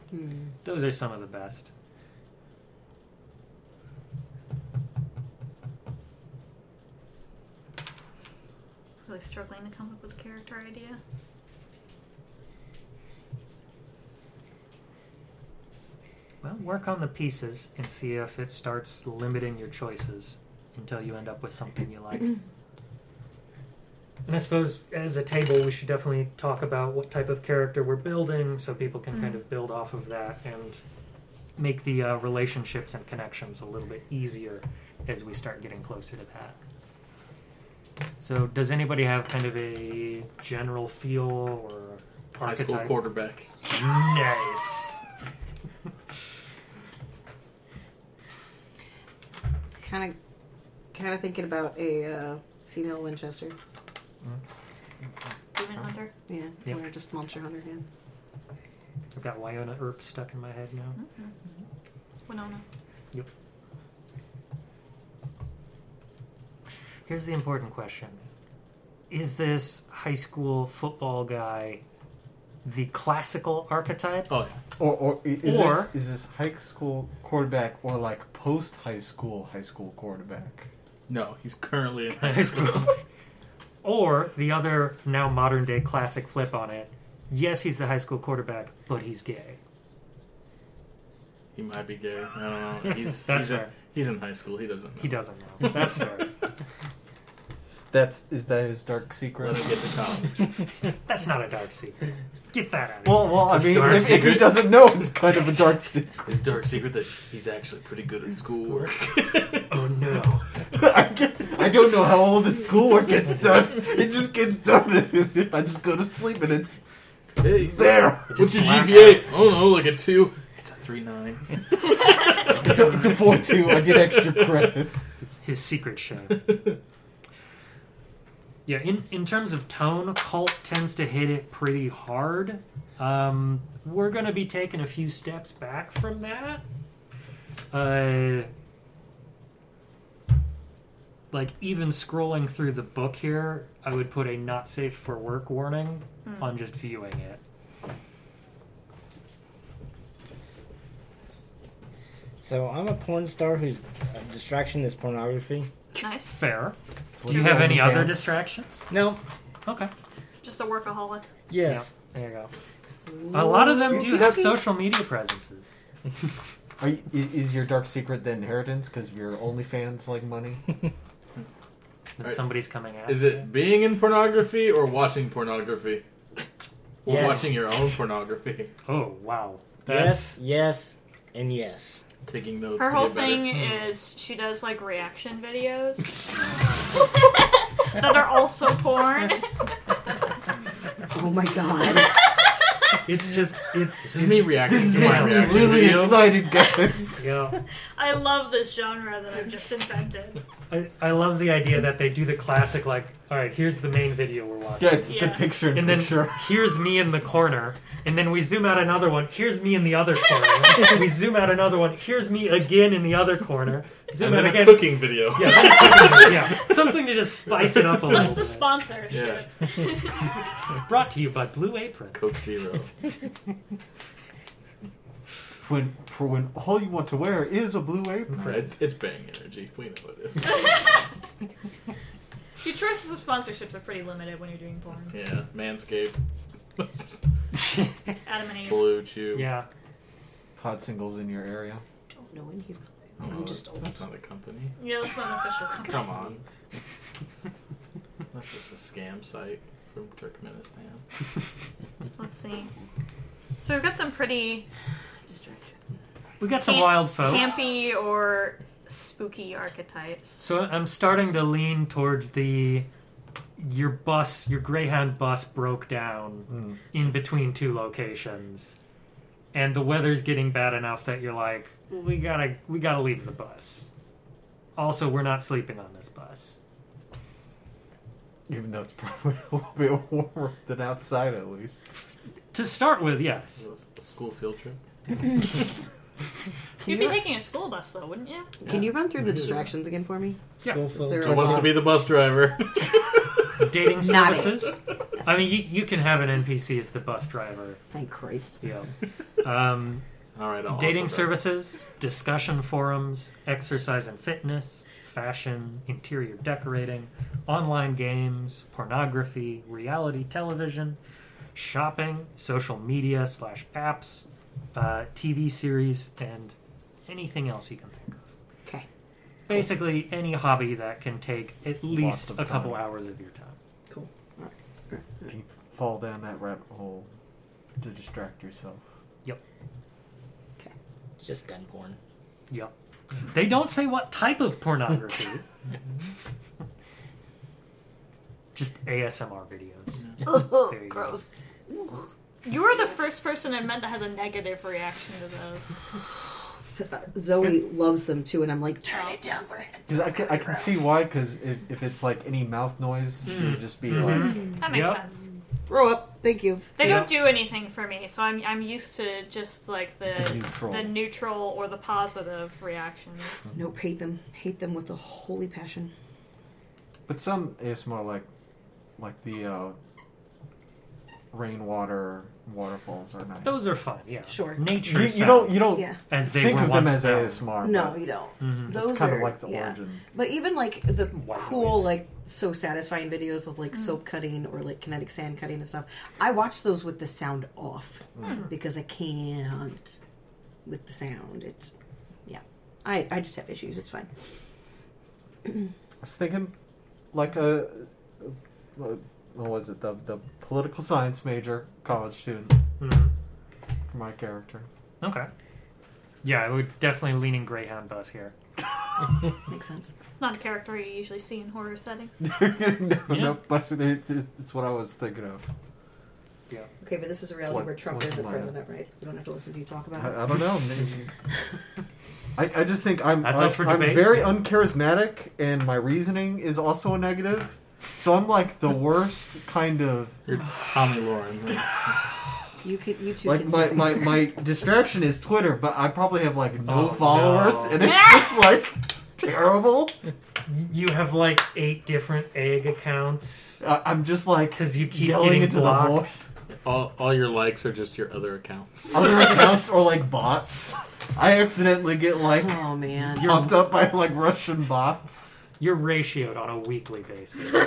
Speaker 2: Hmm.
Speaker 3: Those are some of the best.
Speaker 4: Really struggling to come up with a character idea.
Speaker 3: Well, work on the pieces and see if it starts limiting your choices until you end up with something you like. and I suppose as a table, we should definitely talk about what type of character we're building so people can kind of build off of that and make the uh, relationships and connections a little bit easier as we start getting closer to that. So, does anybody have kind of a general feel or
Speaker 1: High school
Speaker 3: archetype?
Speaker 1: quarterback.
Speaker 3: Nice.
Speaker 2: It's kind of kind of thinking about a uh, female Winchester.
Speaker 4: Demon Hunter.
Speaker 2: Yeah,
Speaker 3: Yeah.
Speaker 2: or just monster hunter again.
Speaker 3: I've got Wyona Earp stuck in my head now.
Speaker 4: Mm-hmm. Winona.
Speaker 3: Here's the important question Is this high school football guy the classical archetype?
Speaker 1: Oh yeah.
Speaker 5: Or, or, i- is,
Speaker 3: Or-
Speaker 5: this, is this high school quarterback or like post high school high school quarterback?
Speaker 1: No, he's currently in
Speaker 3: High school. or the other now modern day classic flip on it. Yes, he's the high school quarterback, but he's gay.
Speaker 1: He might be gay. I don't know. He's
Speaker 3: That's
Speaker 1: he's, in-
Speaker 3: fair.
Speaker 1: he's in high school. He doesn't. Know.
Speaker 3: He doesn't know. That's fair.
Speaker 5: That's is that his dark
Speaker 1: Let
Speaker 5: secret?
Speaker 1: him get to college.
Speaker 3: That's not a dark secret. Get that out of here.
Speaker 5: Well, well, I
Speaker 1: His
Speaker 5: mean,
Speaker 1: dark
Speaker 5: if, if he
Speaker 1: secret.
Speaker 5: doesn't know, it's kind of a dark secret.
Speaker 1: His dark secret that he's actually pretty good at schoolwork.
Speaker 3: Oh no.
Speaker 5: I don't know how all this schoolwork gets done. It just gets done. I just go to sleep and it's
Speaker 1: Hey,
Speaker 5: it's there.
Speaker 1: what's your
Speaker 3: black
Speaker 1: GPA? I don't know, like a two. It's a three nine.
Speaker 5: It's a, it's a four two. I did extra credit.
Speaker 3: his secret show. yeah, in, in terms of tone, Cult tends to hit it pretty hard. Um, we're going to be taking a few steps back from that. Uh, like, even scrolling through the book here, I would put a not safe for work warning on just viewing it.
Speaker 6: So I'm a porn star whose uh, distraction is pornography.
Speaker 4: Nice.
Speaker 3: Fair. Do you have any other distractions?
Speaker 6: No.
Speaker 3: Okay.
Speaker 4: Just a workaholic.
Speaker 6: Yes.
Speaker 3: Yeah, there you go. A lot of them do have social media presences.
Speaker 5: Are you, is, is your dark secret the inheritance because of your OnlyFans like money?
Speaker 3: that
Speaker 1: Right.
Speaker 3: somebody's coming out.
Speaker 1: Is it being in pornography or watching pornography? Or
Speaker 6: Yes.
Speaker 1: watching your own pornography.
Speaker 3: Oh wow!
Speaker 6: Yes. Yes. And yes.
Speaker 1: Taking notes.
Speaker 4: Her
Speaker 1: to
Speaker 4: whole
Speaker 1: get better.
Speaker 4: thing is she does like reaction videos that are also porn.
Speaker 2: Oh my god!
Speaker 3: It's just it's
Speaker 1: This is me reacting to my
Speaker 3: making me
Speaker 1: reaction
Speaker 5: really
Speaker 1: video.
Speaker 5: excited, guys.
Speaker 3: yeah.
Speaker 4: I love this genre that I've just invented.
Speaker 3: I, I love the idea that they do the classic, like, all right, here's the main video we're watching.
Speaker 5: Yeah, it's
Speaker 4: Yeah.
Speaker 5: the picture in
Speaker 3: And then
Speaker 5: picture.
Speaker 3: here's me in the corner. And then we zoom out another one. Here's me in the other corner. we zoom out another one. Here's me again in the other corner. Zoom
Speaker 1: and then
Speaker 3: out
Speaker 1: a
Speaker 3: again.
Speaker 1: cooking video.
Speaker 3: Yeah, something, yeah, something to just spice it up a
Speaker 4: What's
Speaker 3: little.
Speaker 4: the
Speaker 3: bit.
Speaker 4: sponsorship?
Speaker 3: Brought to you by Blue Apron.
Speaker 1: Coke Zero.
Speaker 5: When, for when all you want to wear is a blue apron.
Speaker 1: Right, it's, it's Bang Energy. We know it is.
Speaker 4: Your choices of sponsorships are pretty limited when you're doing porn.
Speaker 1: Yeah, Manscaped,
Speaker 4: Adam and Eve.
Speaker 1: Blue Chew.
Speaker 3: yeah.
Speaker 5: Hot singles in your area.
Speaker 2: don't know any of them.
Speaker 1: Oh,
Speaker 2: I'm just old.
Speaker 1: That's not a company.
Speaker 4: Yeah, that's not an official company.
Speaker 1: Come on. That's just a scam site from Turkmenistan.
Speaker 4: Let's see. So we've got some pretty
Speaker 2: Distraction.
Speaker 3: We got some
Speaker 4: Camp-
Speaker 3: wild folks.
Speaker 4: campy or spooky archetypes.
Speaker 3: So I'm starting to lean towards the your bus, your Greyhound bus broke
Speaker 5: Mm.
Speaker 3: down in between two locations, and the weather's getting bad enough that you're like, we gotta we gotta leave the bus. Also, we're not sleeping on this bus.
Speaker 5: Even though it's probably a little bit warmer than outside, at least.
Speaker 3: To start with, yes.
Speaker 1: A school field trip.
Speaker 2: Can
Speaker 4: You'd
Speaker 2: you,
Speaker 4: be taking a school bus though, wouldn't you?
Speaker 2: can you run through the distractions again for me?
Speaker 3: Yeah.
Speaker 6: School full.
Speaker 2: there
Speaker 1: Who wants to be the bus driver?
Speaker 3: Dating
Speaker 2: Not it.
Speaker 3: services. I mean, you, you can have an NPC as the bus driver.
Speaker 2: Thank Christ.
Speaker 3: Yeah. Um,
Speaker 1: All right, I'll
Speaker 3: Dating
Speaker 1: also drive.
Speaker 3: services, discussion forums, exercise and fitness, fashion, interior decorating, online games, pornography, reality television, shopping, social media slash apps, uh, TV series, and anything else you can think of.
Speaker 2: Okay.
Speaker 3: Basically, any hobby that can take at least
Speaker 5: of
Speaker 3: a couple
Speaker 5: time.
Speaker 3: hours of your time.
Speaker 5: If you fall down that rabbit hole to distract yourself.
Speaker 6: It's just gun porn.
Speaker 3: Yep. They don't say what type of pornography. Just ASMR videos.
Speaker 7: Ugh,
Speaker 3: There you go.
Speaker 7: gross.
Speaker 4: You're the first person I met that has a negative reaction to those.
Speaker 2: Uh, Zoe loves them too, and I'm like, turn it down. We're
Speaker 5: Because I can, I can see why, because if, if it's like any mouth noise, she
Speaker 3: Hmm.
Speaker 5: would just be
Speaker 3: Mm-hmm.
Speaker 5: like,
Speaker 4: That makes
Speaker 3: Yep.
Speaker 4: sense.
Speaker 2: grow up. Thank you.
Speaker 4: They
Speaker 3: Yeah.
Speaker 4: don't do anything for me, so I'm I'm used to just like the
Speaker 5: The neutral.
Speaker 4: the neutral or the positive reactions.
Speaker 2: Nope. Hate them. Hate them with a holy passion.
Speaker 5: but some ASMR like, like the uh, rainwater waterfalls are nice.
Speaker 3: Those are fun, yeah.
Speaker 2: Sure.
Speaker 3: Nature.
Speaker 5: you, you
Speaker 3: sounds,
Speaker 5: don't you don't
Speaker 2: Yeah.
Speaker 3: as they
Speaker 5: think
Speaker 3: were
Speaker 5: of them
Speaker 3: once
Speaker 5: as
Speaker 3: known.
Speaker 5: ASMR.
Speaker 2: No,
Speaker 5: but
Speaker 2: you don't.
Speaker 3: Mhm.
Speaker 2: Those
Speaker 5: it's kind
Speaker 2: are
Speaker 5: of like the
Speaker 2: yeah.
Speaker 5: origin.
Speaker 2: But even like the
Speaker 3: White
Speaker 2: cool,
Speaker 3: noise.
Speaker 2: like so satisfying videos of like soap cutting or like kinetic sand cutting and stuff, I watch those with the sound off
Speaker 3: Hmm.
Speaker 2: because I can't with the sound. It's yeah. I, I just have issues. It's fine.
Speaker 5: I was thinking, like a, a what was it? The the political science major, college student,
Speaker 3: Mhm.
Speaker 5: for my character.
Speaker 3: Okay. Yeah, I would definitely leaning Greyhound bus here.
Speaker 2: Makes sense.
Speaker 4: Not a character you usually see in horror settings.
Speaker 5: no,
Speaker 3: Yeah.
Speaker 5: no, but it, it, it's what I was thinking of.
Speaker 2: Okay, but this is a reality
Speaker 5: What-
Speaker 2: where Trump
Speaker 5: what's
Speaker 2: is the
Speaker 5: my-
Speaker 2: president, right? So we don't have to listen to you talk about it.
Speaker 5: I, uh, I don't know. maybe- I, I just think I'm
Speaker 3: That's
Speaker 5: I,
Speaker 3: up for
Speaker 5: I'm
Speaker 3: debate.
Speaker 5: very uncharismatic, and my reasoning is also a negative. So I'm like the worst kind of
Speaker 1: You're Tommy Lauren. right?
Speaker 2: You could you two
Speaker 5: like
Speaker 2: can
Speaker 5: my,
Speaker 2: sit
Speaker 5: my,
Speaker 2: together.
Speaker 5: my distraction is Twitter, but I probably have like
Speaker 3: Oh,
Speaker 5: no
Speaker 3: no.
Speaker 5: followers, and it's just like terrible.
Speaker 3: You have like eight different egg accounts
Speaker 5: I, I'm just like
Speaker 3: because you keep
Speaker 5: yelling
Speaker 3: getting
Speaker 5: into
Speaker 3: blocked.
Speaker 1: all, all your likes are just your other accounts.
Speaker 5: the void. Other accounts or like bots. I accidentally get like
Speaker 2: Oh man.
Speaker 5: pumped up by like Russian bots.
Speaker 3: You're ratioed on a weekly basis.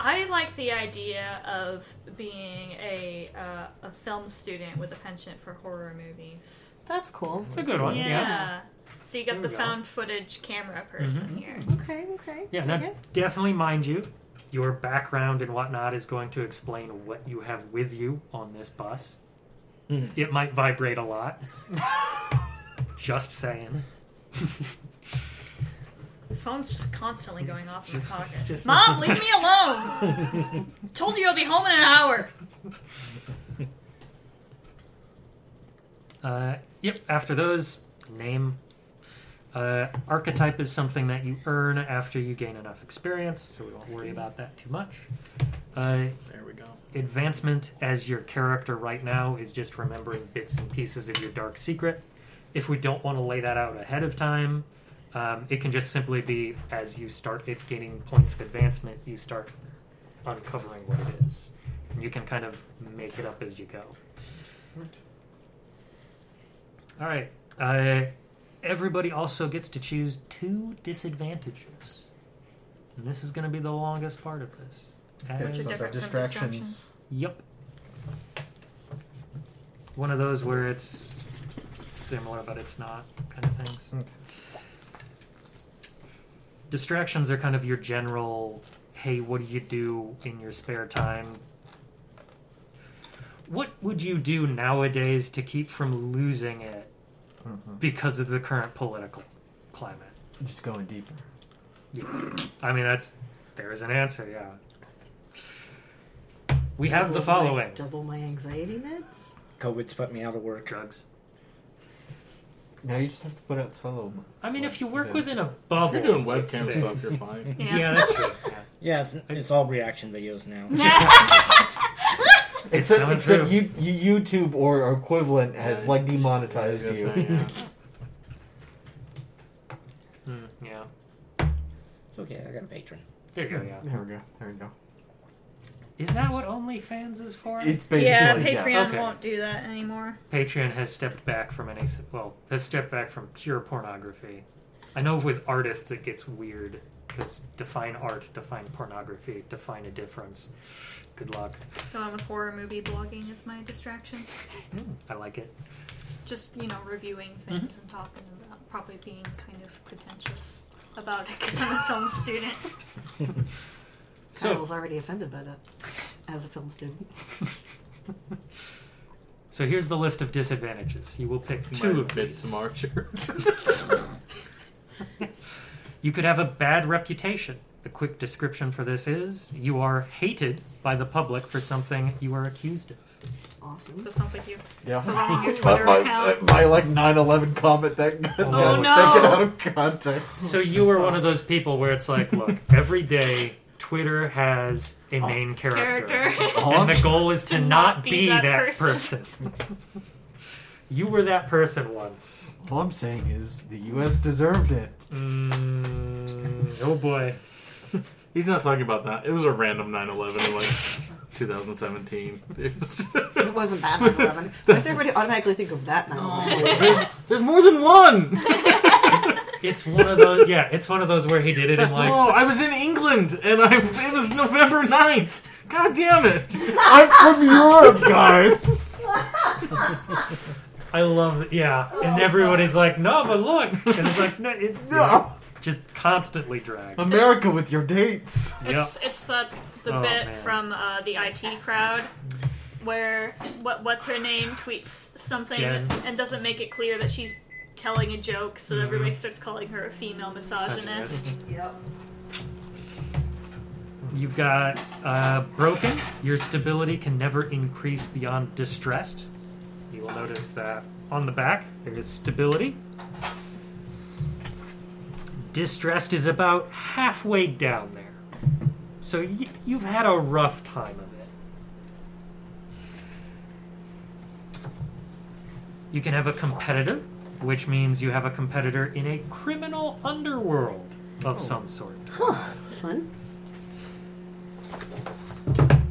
Speaker 4: I like the idea of being a uh, a film student with a penchant for horror movies.
Speaker 2: That's cool.
Speaker 3: It's a good one.
Speaker 4: Yeah.
Speaker 3: Oh, Yeah.
Speaker 4: So you got
Speaker 3: There
Speaker 4: the
Speaker 3: we go. Mm-hmm.
Speaker 4: found footage camera person here.
Speaker 2: Okay, okay.
Speaker 3: Yeah, now
Speaker 2: Okay.
Speaker 3: definitely mind you, your background and whatnot is going to explain what you have with you on this bus. It might vibrate a lot. Just saying.
Speaker 4: The phone's just constantly going off in my pocket.
Speaker 3: just-
Speaker 4: Mom, leave me alone! Told you I'll be home in an hour.
Speaker 3: Uh, yep. After those, name, Uh, archetype is something that you earn after you gain enough experience, so we won't worry about that too much. Uh,
Speaker 1: There we go.
Speaker 3: advancement as your character right now is just remembering bits and pieces of your dark secret. If we don't want to lay that out ahead of time, um, it can just simply be as you start it gaining points of advancement, you start uncovering what it is. And you can kind of make it up as you go. All right. Uh, everybody also gets to choose two disadvantages. And this is going to be the longest part of this.
Speaker 4: That's
Speaker 3: As-
Speaker 4: a
Speaker 5: so
Speaker 4: different
Speaker 5: distractions.
Speaker 4: distractions.
Speaker 3: Yep. One of those where it's similar but it's not kind of things.
Speaker 5: Okay.
Speaker 3: Distractions are kind of your general hey, what do you do in your spare time? What would you do nowadays to keep from losing it because of the current political climate?
Speaker 5: Just going deeper.
Speaker 3: I mean, that's there's an answer, yeah. We have the following
Speaker 2: Double my anxiety meds.
Speaker 6: COVID's put me out of work.
Speaker 3: drugs.
Speaker 5: Now you just have to put out solo.
Speaker 3: I mean, if you work
Speaker 5: Yes.
Speaker 3: within a bubble,
Speaker 1: If you're doing
Speaker 3: let's
Speaker 1: webcam
Speaker 3: say.
Speaker 1: stuff, you're fine.
Speaker 3: Yeah,
Speaker 4: Yeah.
Speaker 3: that's true. Yeah.
Speaker 6: Yeah, it's, it's all reaction videos now.
Speaker 5: Except,
Speaker 3: coming through.
Speaker 5: except you, you, YouTube or equivalent has
Speaker 1: Yeah.
Speaker 5: like
Speaker 1: I was
Speaker 5: demonetized
Speaker 1: gonna
Speaker 5: you.
Speaker 1: say, yeah.
Speaker 3: Mm, yeah.
Speaker 6: It's okay, I got a patron.
Speaker 3: There you go. Yeah.
Speaker 5: There we go. There we go.
Speaker 3: Is that what OnlyFans is for?
Speaker 5: It's basically
Speaker 4: Yeah,
Speaker 5: yes.
Speaker 4: Patreon
Speaker 3: Okay.
Speaker 4: won't do that anymore.
Speaker 3: Patreon has stepped back from anything. Well, has stepped back from pure pornography. I know with artists it gets weird because define art, define pornography, define a difference. Good luck.
Speaker 4: Going with horror movie blogging is my distraction.
Speaker 3: I like it.
Speaker 4: Just you know, reviewing things
Speaker 3: Mm-hmm.
Speaker 4: and talking about probably being kind of pretentious about it because I'm a film student.
Speaker 3: So
Speaker 2: Kyle's already offended by that as a film student.
Speaker 3: so here's the list of disadvantages. You will pick two
Speaker 1: Two
Speaker 3: of
Speaker 1: bits
Speaker 3: these.
Speaker 1: of Archer.
Speaker 3: You could have a bad reputation. The quick description for this is you are hated by the public for something you are accused of.
Speaker 2: Awesome.
Speaker 4: That sounds like you.
Speaker 5: Yeah.
Speaker 4: Running your
Speaker 5: But
Speaker 4: Twitter
Speaker 5: my,
Speaker 4: account.
Speaker 5: my like 9/11 comment that got
Speaker 3: Oh,
Speaker 4: no.
Speaker 5: taken out of context.
Speaker 3: So you were one of those people where it's like, look, every day Twitter has a main Oh. character,
Speaker 4: Character.
Speaker 3: and the goal is to, not be that, person.
Speaker 4: person.
Speaker 3: you were that person once.
Speaker 5: All I'm saying is the U.S. deserved it.
Speaker 3: Mm, oh boy.
Speaker 1: He's not talking about that. It was a random 9/11 in like 2017. It was-
Speaker 2: It wasn't that 9/11. Why does everybody automatically think of that 9/11?
Speaker 1: There's more than one.
Speaker 3: It's one of those. Yeah, it's one of those where he did it in
Speaker 1: oh,
Speaker 3: like.
Speaker 1: I was in England and I it was November 9th. God damn it.
Speaker 5: I'm from Europe, guys.
Speaker 3: I love. it, Yeah, and everybody's like, no, but look, and it's like, no, it,
Speaker 5: No.
Speaker 3: just constantly drag.
Speaker 5: America with your dates.
Speaker 4: It's it's the the
Speaker 3: Oh,
Speaker 4: bit
Speaker 3: man.
Speaker 4: from uh, the IT crowd where what what's her name tweets something
Speaker 3: Jen. Mm-hmm.
Speaker 4: and doesn't make it clear that she's telling a joke, so everybody starts calling her a
Speaker 2: Mm-hmm.
Speaker 4: female misogynist.
Speaker 3: You've got uh, broken. Your stability can never increase beyond distressed. You will notice that on the back there is stability. Distressed is about halfway down there, so y- you've had a rough time of it. You can have a competitor, which means you have a competitor in a criminal underworld of some sort.
Speaker 2: Fun.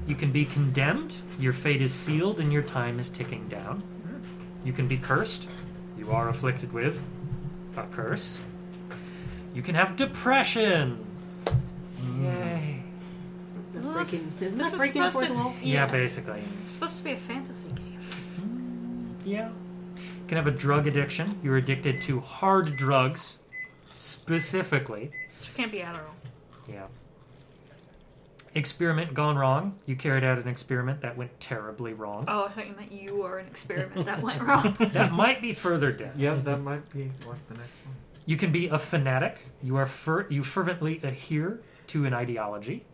Speaker 3: You can be condemned, your fate is sealed, and your time is ticking down. You can be cursed, you are afflicted with a curse. You can have depression. Mm. Yay.
Speaker 2: That's
Speaker 4: Well, that's-
Speaker 2: breaking. Isn't
Speaker 4: This
Speaker 2: that
Speaker 4: is
Speaker 2: breaking
Speaker 4: supposed
Speaker 2: fourth
Speaker 4: to,
Speaker 2: wall?
Speaker 3: Yeah, basically.
Speaker 4: it's supposed to be a fantasy game.
Speaker 3: Yeah. You can have a drug addiction. You're addicted to hard drugs, specifically.
Speaker 4: She can't be Adderall.
Speaker 3: Yeah. Experiment gone wrong. You carried out an experiment that went terribly wrong.
Speaker 4: Oh, I thought you meant you were an experiment that went wrong.
Speaker 3: That might be further down.
Speaker 5: Yeah, that might be like the next one.
Speaker 3: You can be a fanatic. You are fer- you fervently adhere to an ideology.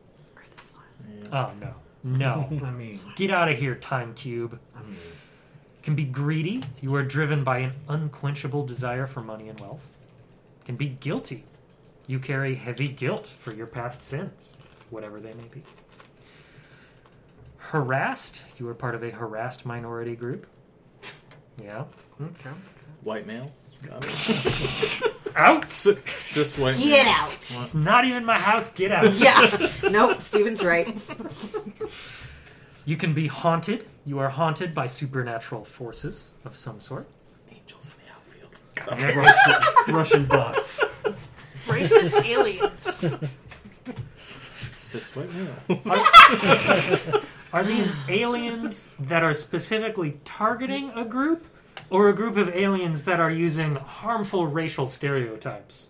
Speaker 3: Oh no, no!
Speaker 5: I mean,
Speaker 3: Get out of here, time cube.
Speaker 5: I mean,
Speaker 3: Can be greedy. You are driven by an unquenchable desire for money and wealth. can be guilty. You carry heavy guilt for your past sins, whatever they may be. Harassed, you are part of a harassed minority group. Yeah.
Speaker 5: Okay.
Speaker 1: White males. Got it.
Speaker 3: Out!
Speaker 1: Cis white
Speaker 2: Get
Speaker 1: males.
Speaker 2: out.
Speaker 3: It's not even my house, get out.
Speaker 2: Yeah. nope. Steven's right.
Speaker 3: You can be haunted. You are haunted by supernatural forces of some sort.
Speaker 1: Angels in the outfield.
Speaker 5: Russian, Russian bots.
Speaker 4: Racist aliens.
Speaker 1: Cis white males.
Speaker 3: Are these aliens that are specifically targeting a group, or a group of aliens that are using harmful racial stereotypes,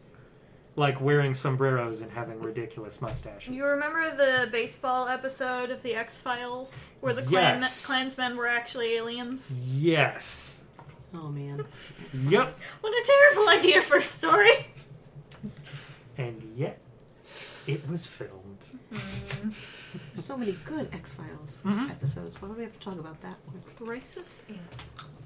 Speaker 3: like wearing sombreros and having ridiculous mustaches?
Speaker 4: You remember the baseball episode of the X Files where the Klan-
Speaker 3: Yes.
Speaker 4: Klansmen were actually aliens?
Speaker 3: Yes.
Speaker 2: Oh man.
Speaker 3: Yep.
Speaker 4: What a terrible idea for a story!
Speaker 3: And yet, it was filmed.
Speaker 2: There's so many good X Files
Speaker 4: Mm-hmm.
Speaker 3: Mhm.
Speaker 2: episodes. Why would we have to talk about that one?
Speaker 4: Racist aliens.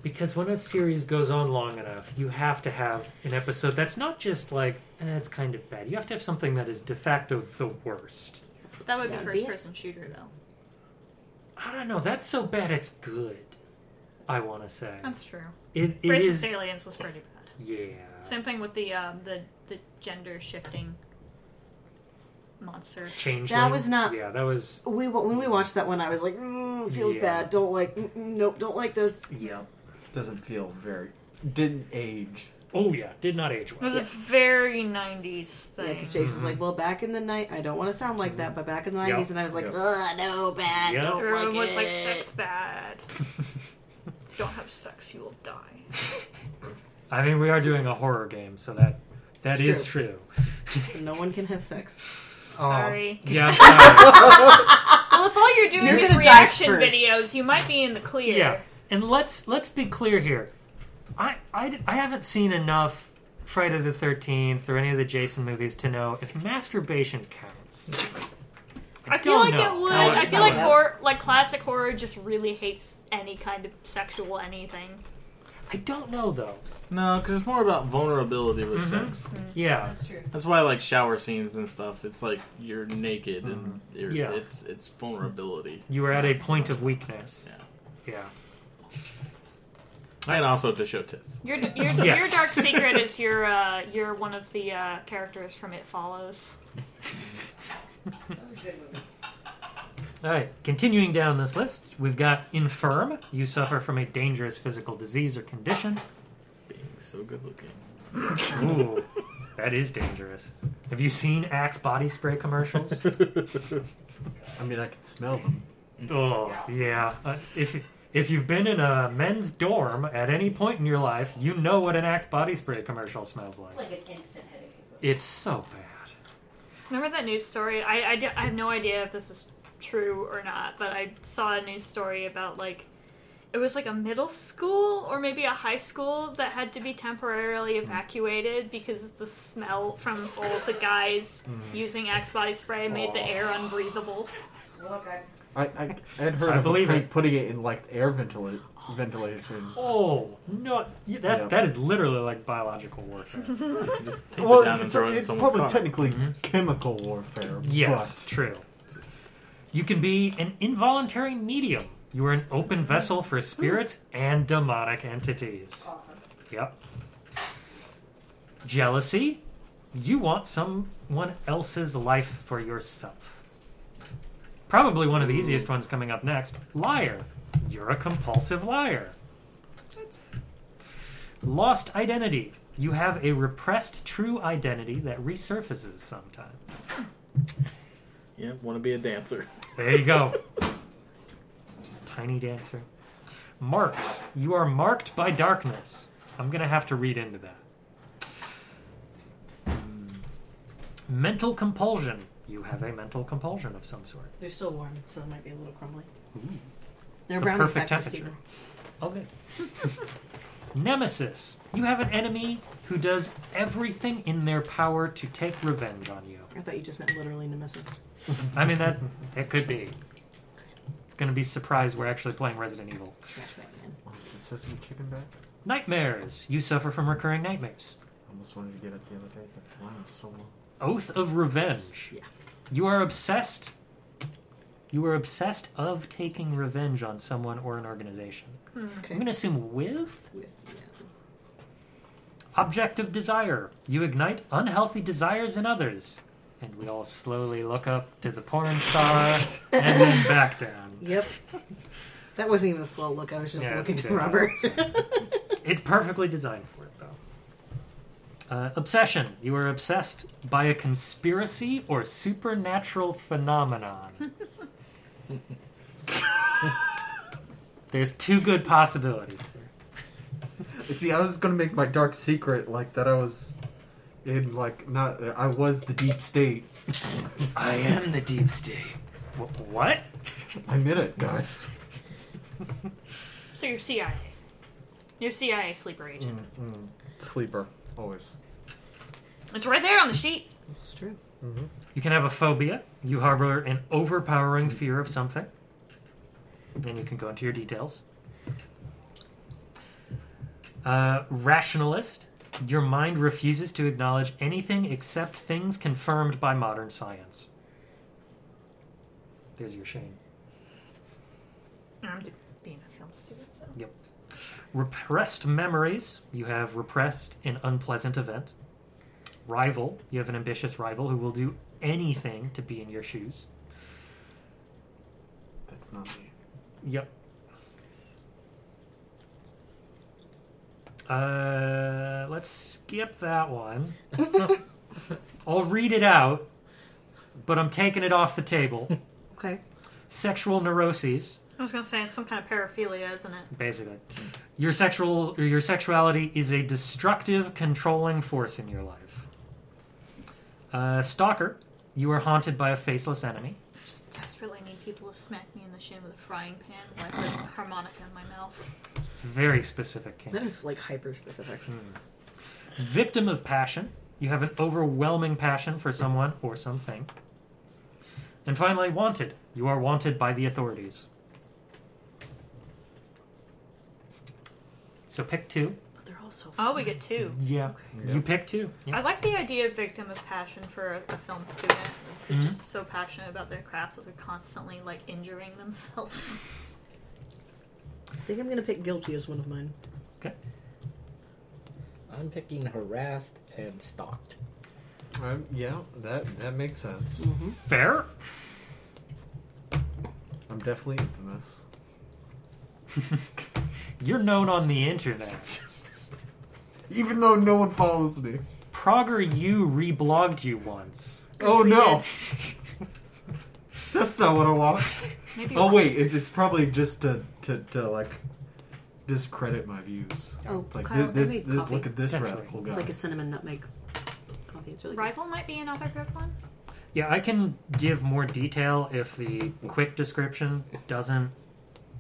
Speaker 3: Because when a series goes on long enough, you have to have an episode that's not just like, eh, it's kind of bad. You have to have something that is de facto the worst.
Speaker 4: That would be
Speaker 2: That'd be it.
Speaker 4: first person shooter though.
Speaker 3: I don't know, that's so bad it's good. I want to say.
Speaker 4: That's true.
Speaker 3: It, it
Speaker 4: Racist
Speaker 3: is.
Speaker 4: aliens was pretty bad.
Speaker 3: Yeah.
Speaker 4: Same thing with the um, the the gender shifting monster.
Speaker 3: Changeling.
Speaker 2: That was not-
Speaker 3: Yeah, that was.
Speaker 2: We wa- when we watched that one, I was like, mm, feels
Speaker 3: Yeah.
Speaker 2: bad. Don't like. mm, mm, Nope. Don't like this.
Speaker 3: Yeah.
Speaker 5: Doesn't feel very. Didn't age.
Speaker 3: Oh, yeah. Did not age
Speaker 4: It
Speaker 3: well.
Speaker 4: was a very '90s
Speaker 2: Yeah,
Speaker 4: thing.
Speaker 2: because Jason was like, well, back in the night, I don't want to sound like that, but back in the
Speaker 3: Mm-hmm. Yep.
Speaker 2: 90s, and I was like,
Speaker 5: Yep.
Speaker 2: ugh, no, bad,
Speaker 3: Yep.
Speaker 2: don't
Speaker 4: Everyone
Speaker 2: like
Speaker 4: was
Speaker 2: it.
Speaker 4: like, "Sex bad. Don't have sex, you will die."
Speaker 3: I mean, we are doing a horror game, so that that
Speaker 2: It's
Speaker 3: is true. Um,
Speaker 2: So no one can have sex.
Speaker 3: Oh.
Speaker 4: Sorry.
Speaker 3: Yeah, I'm sorry.
Speaker 4: Well, if all you're doing
Speaker 2: You're
Speaker 4: is
Speaker 2: gonna die
Speaker 4: reaction
Speaker 2: first.
Speaker 4: videos, you might be in the clear.
Speaker 3: yeah. And let's let's be clear here. I, I, I haven't seen enough Friday the 13th or any of the Jason movies to know if masturbation counts.
Speaker 4: I feel
Speaker 3: don't
Speaker 4: like
Speaker 3: know.
Speaker 4: it would.
Speaker 3: I
Speaker 4: I,
Speaker 3: would-
Speaker 4: feel
Speaker 2: I
Speaker 4: like
Speaker 2: would.
Speaker 4: horror, like classic horror, just really hates any kind of sexual anything.
Speaker 3: I don't know though.
Speaker 1: No, because it's more about vulnerability with sex.
Speaker 3: Yeah.
Speaker 2: true.
Speaker 1: That's why I like shower scenes and stuff. It's like you're naked and you're,
Speaker 3: Yeah.
Speaker 1: it's it's vulnerability.
Speaker 3: You were at a point of weakness. Yeah.
Speaker 1: and also to show tits.
Speaker 4: Your your, your
Speaker 3: Yes.
Speaker 4: dark secret is your uh, you're one of the uh, characters from It Follows.
Speaker 3: All right. Continuing down this list, we've got infirm. You suffer from a dangerous physical disease or condition.
Speaker 1: Being so good looking.
Speaker 3: Ooh, that is dangerous. Have you seen Axe body spray commercials?
Speaker 5: I mean, I can smell them.
Speaker 3: oh, yeah. Uh, if if you've been in a men's dorm at any point in your life, you know what an Axe body spray commercial smells like. It's like an instant headache. It's so bad.
Speaker 4: Remember that news story? I, I, di- I have no idea if this is true or not, but I saw a news story about like it was like a middle school or maybe a high school that had to be temporarily evacuated because the smell from all the guys using Axe body spray made the air unbreathable.
Speaker 5: I, I, I had heard
Speaker 3: I
Speaker 5: of
Speaker 3: believe
Speaker 5: putting-
Speaker 3: it.
Speaker 5: putting it in like air ventila- ventilation.
Speaker 3: Oh no! y- That
Speaker 5: Yeah.
Speaker 3: that is literally like biological warfare.
Speaker 1: Just take
Speaker 5: Well,
Speaker 1: it down and
Speaker 5: it's,
Speaker 1: throw it in
Speaker 5: it's
Speaker 1: someone's
Speaker 5: probably
Speaker 1: car. Mm-hmm.
Speaker 5: technically chemical warfare.
Speaker 3: yes, true. You can be an involuntary medium. You are an open vessel for spirits and demonic entities. Yep. Jealousy. You want someone else's life for yourself. Probably one of the easiest ones coming up next. Liar. You're a compulsive liar. That's- Lost identity. You have a repressed true identity that resurfaces sometimes.
Speaker 1: Yeah, want to be a dancer.
Speaker 3: There you go. Tiny dancer. Marked. You are marked by darkness. I'm going to have to read into that. Mm. Mental compulsion. You have a mental compulsion of some sort.
Speaker 2: They're still warm, so it might be a little crumbly. They're
Speaker 3: The
Speaker 2: brown
Speaker 3: perfect temperature. Okay. Oh, Nemesis. You have an enemy who does everything in their power to take revenge on you.
Speaker 2: I thought you just meant literally nemesis.
Speaker 3: I mean, that, that could be. It's going to be surprised we're actually playing Resident Evil.
Speaker 2: Trash Batman.
Speaker 5: Was the sesame chicken back?
Speaker 3: Nightmares. You suffer from recurring nightmares.
Speaker 5: Oh almost wanted to get it the other day, but wow, so long.
Speaker 3: Oath of Revenge.
Speaker 6: Yeah.
Speaker 3: You are obsessed. You are obsessed of taking revenge on someone or an organization. I'm going to assume with
Speaker 6: With, yeah.
Speaker 3: object of desire. You ignite unhealthy desires in others, and we all slowly look up to the porn star and then back down.
Speaker 2: Yep. That wasn't even a slow look. I was just
Speaker 3: Yeah,
Speaker 2: looking
Speaker 3: it's
Speaker 2: at
Speaker 3: good.
Speaker 2: Robert.
Speaker 3: It's perfectly designed for it, though. Uh, obsession. You are obsessed by a conspiracy or supernatural phenomenon. There's two good possibilities. there.
Speaker 5: See, I was gonna make my dark secret like that. I was in like not. I was the deep state.
Speaker 3: I am the deep state. what?
Speaker 5: I'm in it, guys.
Speaker 4: So you're CIA. You're CIA sleeper agent.
Speaker 5: Sleeper, always.
Speaker 4: It's right there on the sheet.
Speaker 2: it's true.
Speaker 3: You can have a phobia. You harbor an overpowering fear of something. Then you can go into your details. Uh, rationalist. Your mind refuses to acknowledge anything except things confirmed by modern science. There's your shame.
Speaker 4: I'm d- being a film student. though.
Speaker 3: Repressed memories. You have repressed an unpleasant event. Rival. You have an ambitious rival who will do anything to be in your shoes.
Speaker 5: That's not me.
Speaker 3: Yep. Uh, let's skip that one. I'll read it out, but I'm taking it off the table.
Speaker 2: Okay.
Speaker 3: Sexual neuroses,
Speaker 4: I was gonna say it's some kind of paraphilia, isn't it?
Speaker 3: basically. Your sexual, or your sexuality is a destructive, controlling force in your life. Uh, stalker, you are haunted by a faceless enemy.
Speaker 4: Just desperately need people to smack me in the shin with a frying pan, like a harmonica in my mouth.
Speaker 3: Very specific. Kink.
Speaker 2: That is like hyper specific.
Speaker 3: Hmm. Victim of passion. You have an overwhelming passion for someone or something. And finally, wanted. You are wanted by the authorities. So pick two.
Speaker 2: But they're also
Speaker 4: Oh, we get two.
Speaker 3: Yeah. You pick two.
Speaker 4: I
Speaker 3: Yeah.
Speaker 4: like the idea of victim of passion for a film student. They're
Speaker 5: Mm-hmm.
Speaker 3: Mhm.
Speaker 4: just so passionate about their craft that they're constantly like injuring themselves.
Speaker 2: I think I'm gonna pick guilty as one of mine.
Speaker 6: I'm picking harassed and stalked.
Speaker 5: Um, yeah, that that makes sense.
Speaker 3: Fair.
Speaker 5: I'm definitely infamous.
Speaker 3: You're known on the internet.
Speaker 5: Even though no one follows me.
Speaker 3: Progger you reblogged you once.
Speaker 5: Oh no, that's not what I want.
Speaker 4: Maybe
Speaker 5: Oh
Speaker 4: one-
Speaker 5: wait, it, it's probably just to, to to like discredit my views.
Speaker 2: Oh,
Speaker 5: It's like
Speaker 2: Kyle,
Speaker 5: this,
Speaker 2: give me
Speaker 5: this,
Speaker 2: coffee.
Speaker 5: look at this
Speaker 3: Potentially.
Speaker 5: radical
Speaker 2: It's
Speaker 5: guy.
Speaker 2: like a cinnamon nutmeg coffee. It's really
Speaker 4: Rival might be another good one.
Speaker 3: Yeah, I can give more detail if the quick description doesn't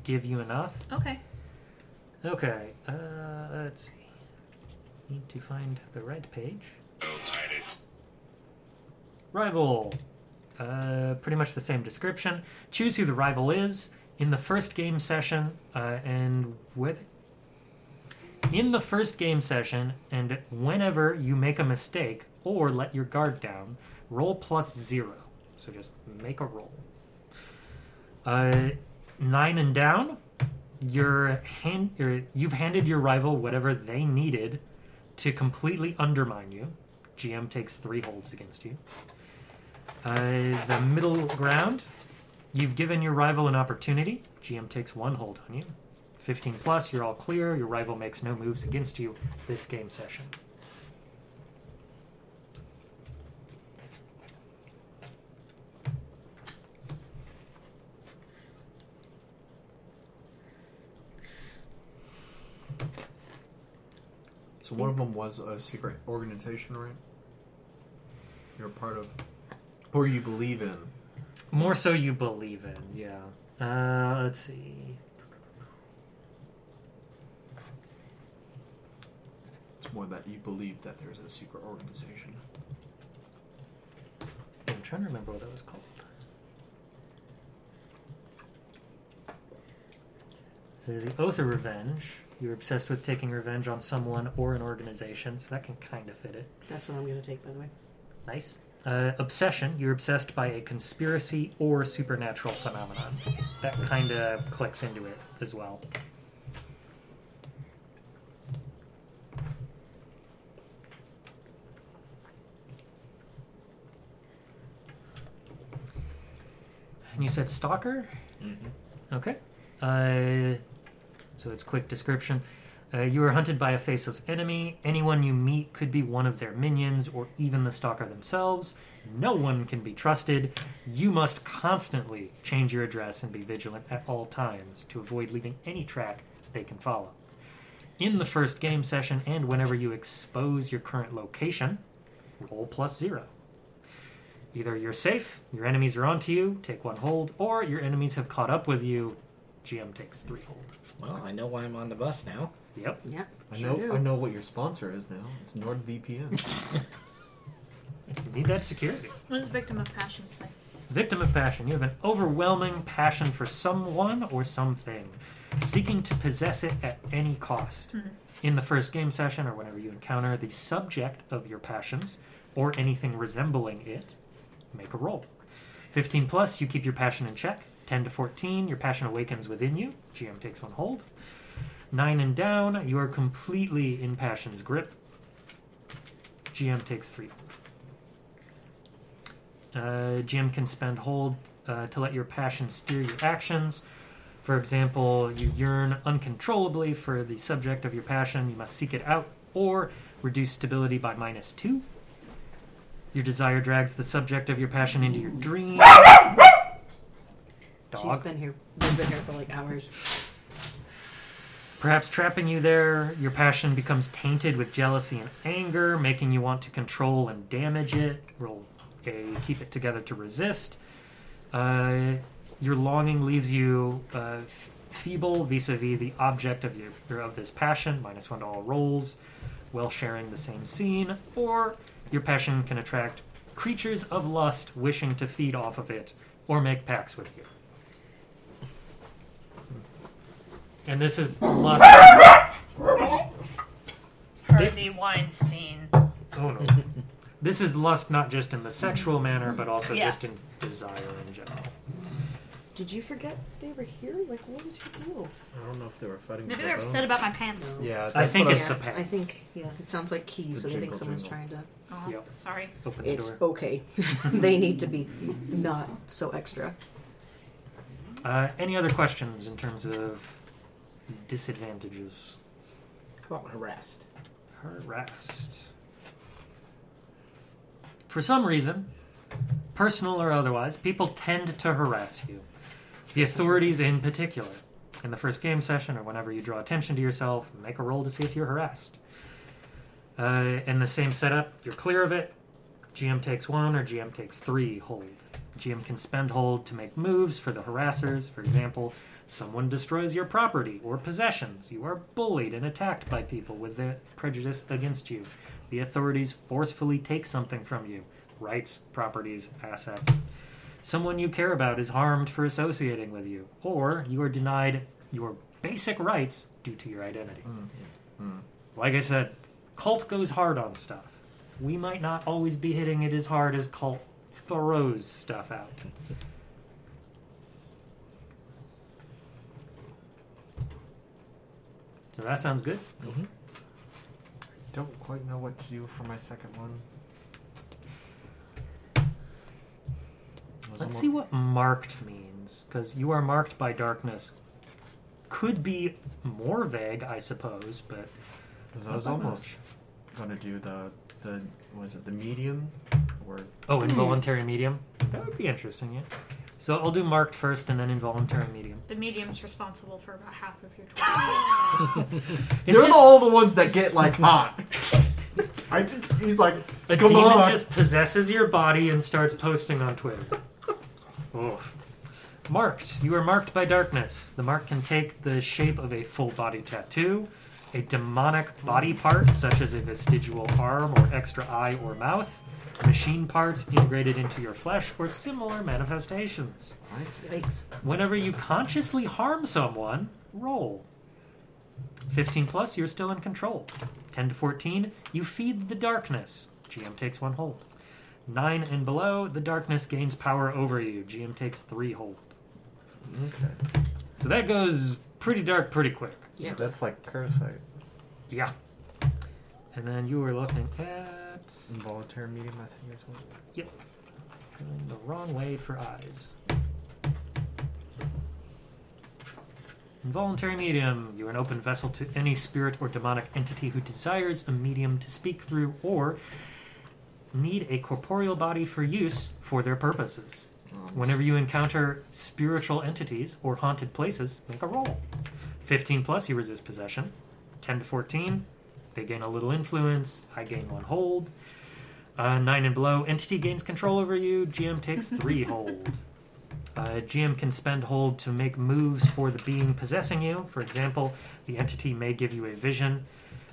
Speaker 3: give you enough.
Speaker 4: Okay.
Speaker 3: Okay, uh, let's see. Need to find the right page. Rival. Uh, pretty much the same description. Choose who the rival is in the first game session, uh, and with in the first game session, and whenever you make a mistake or let your guard down, roll plus zero. So just make a roll. Uh, nine and down your hand your, you've handed your rival whatever they needed to completely undermine you gm takes three holds against you uh, the middle ground you've given your rival an opportunity gm takes one hold on you 15 plus you're all clear your rival makes no moves against you this game session
Speaker 5: So one of them was a secret organization, right? You're a part of, or you believe in.
Speaker 3: More so you believe in, yeah. Uh, let's see.
Speaker 5: It's more that you believe that there's a secret organization.
Speaker 3: I'm trying to remember what that was called. So the Oath of Revenge. You're obsessed with taking revenge on someone or an organization, so that can kind of fit it.
Speaker 2: That's what I'm gonna take, by the way.
Speaker 3: Nice. Uh, obsession. You're obsessed by a conspiracy or supernatural phenomenon. That kind of clicks into it as well. And you said stalker? Okay. Uh, so it's quick description. Uh, you are hunted by a faceless enemy. Anyone you meet could be one of their minions or even the stalker themselves. No one can be trusted. You must constantly change your address and be vigilant at all times to avoid leaving any track they can follow. In the first game session and whenever you expose your current location, roll plus zero. Either you're safe, your enemies are onto you, take one hold, or your enemies have caught up with you, GM takes three hold.
Speaker 6: Well, I know why I'm on the bus now.
Speaker 3: Yep.
Speaker 2: Yeah.
Speaker 5: I
Speaker 2: sure
Speaker 5: know.
Speaker 2: do.
Speaker 5: I know what your sponsor is now. It's NordVPN.
Speaker 3: You need that security.
Speaker 4: What does victim of passion say?
Speaker 3: Victim of passion. You have an overwhelming passion for someone or something, seeking to possess it at any cost. In the first game session or whenever you encounter the subject of your passions or anything resembling it, make a roll. 15 plus, you keep your passion in check. 10 to 14, your passion awakens within you. GM takes one hold. 9 and down, you are completely in passion's grip. GM takes 3 uh, GM can spend hold uh, to let your passion steer your actions. For example, you yearn uncontrollably for the subject of your passion, you must seek it out, or reduce stability by minus two. Your desire drags the subject of your passion into your dream.
Speaker 2: She's
Speaker 3: Dog.
Speaker 2: been here. We've been here for like hours.
Speaker 3: Perhaps trapping you there, your passion becomes tainted with jealousy and anger, making you want to control and damage it. Roll a keep it together to resist. Uh, your longing leaves you uh, f- feeble vis-a-vis the object of your or of this passion, minus one to all rolls, while sharing the same scene. Or your passion can attract creatures of lust wishing to feed off of it, or make pacts with you. And this is lust.
Speaker 4: Harvey Weinstein.
Speaker 3: Oh no. this is lust not just in the sexual manner, but also
Speaker 4: Yeah.
Speaker 3: just in desire in general.
Speaker 2: Did you forget they were here? Like, what was your deal?
Speaker 5: I don't know if they were fighting.
Speaker 4: Maybe
Speaker 5: for
Speaker 4: they're
Speaker 5: the
Speaker 4: upset about my pants.
Speaker 5: bone. Yeah,
Speaker 3: I
Speaker 5: that's
Speaker 3: think
Speaker 5: what
Speaker 3: it's
Speaker 5: I-
Speaker 3: the
Speaker 2: I
Speaker 3: pants.
Speaker 2: think. Yeah, it sounds like keys,
Speaker 5: The
Speaker 2: and I think
Speaker 5: jingle,
Speaker 2: someone's
Speaker 5: jingle.
Speaker 2: trying to.
Speaker 4: Oh,
Speaker 3: Yep.
Speaker 4: sorry.
Speaker 3: Open the
Speaker 2: It's
Speaker 3: door.
Speaker 2: okay. they need to be not so extra.
Speaker 3: Uh, any other questions in terms of disadvantages?
Speaker 6: Come on, harassed.
Speaker 3: Harassed. For some reason, personal or otherwise, people tend to harass you. The authorities in particular. In the first game session or whenever you draw attention to yourself, make a roll to see if you're harassed. Uh, in the same setup, you're clear of it. GM takes one or GM takes three hold. GM can spend hold to make moves for the harassers. For example, someone destroys your property or possessions. You are bullied and attacked by people with the prejudice against you. The authorities forcefully take something from you rights, properties, assets. Someone you care about is harmed for associating with you, or you are denied your basic rights due to your identity. Like I said, cult goes hard on stuff. We might not always be hitting it as hard as cult throws stuff out. So that sounds good.
Speaker 5: Don't quite know what to do for my second one. Was
Speaker 3: Let's
Speaker 5: almo-
Speaker 3: see what marked means, because you are marked by darkness. Could be more vague, I suppose, but
Speaker 5: 'cause I was
Speaker 3: Not that
Speaker 5: almost gonna do the the was it the medium or
Speaker 3: Oh, involuntary medium? That would be interesting, yeah. So I'll do marked first and then involuntary medium.
Speaker 4: The medium's responsible for about half of your torture.
Speaker 3: It's
Speaker 5: they're
Speaker 3: just-
Speaker 5: all the ones that get like hot. I just, he's like,
Speaker 3: a
Speaker 5: come
Speaker 3: demon
Speaker 5: on.
Speaker 3: just possesses your body and starts posting on Twitter. oh. Marked. You are marked by darkness. The mark can take the shape of a full body tattoo, a demonic body part, such as a vestigial arm or extra eye or mouth, machine parts integrated into your flesh, or similar manifestations.
Speaker 5: I see.
Speaker 2: Yikes.
Speaker 3: Whenever you consciously harm someone, roll. 15 plus, you're still in control. 10 to 14, you feed the darkness. GM takes one hold. 9 and below, the darkness gains power over you. GM takes 3 hold.
Speaker 5: Okay.
Speaker 3: So that goes pretty dark pretty quick.
Speaker 2: Yeah.
Speaker 5: That's like parasite.
Speaker 3: Yeah. And then you were looking at.
Speaker 5: Involuntary medium, I think is what.
Speaker 3: Yep. Going the wrong way for eyes. Involuntary medium. You're an open vessel to any spirit or demonic entity who desires a medium to speak through or need a corporeal body for use for their purposes. Whenever you encounter spiritual entities or haunted places, make a roll. 15 plus, you resist possession. 10 to 14, they gain a little influence. I gain one hold. Uh, nine and below, entity gains control over you. GM takes three hold. Uh, GM can spend hold to make moves for the being possessing you. For example, the entity may give you a vision,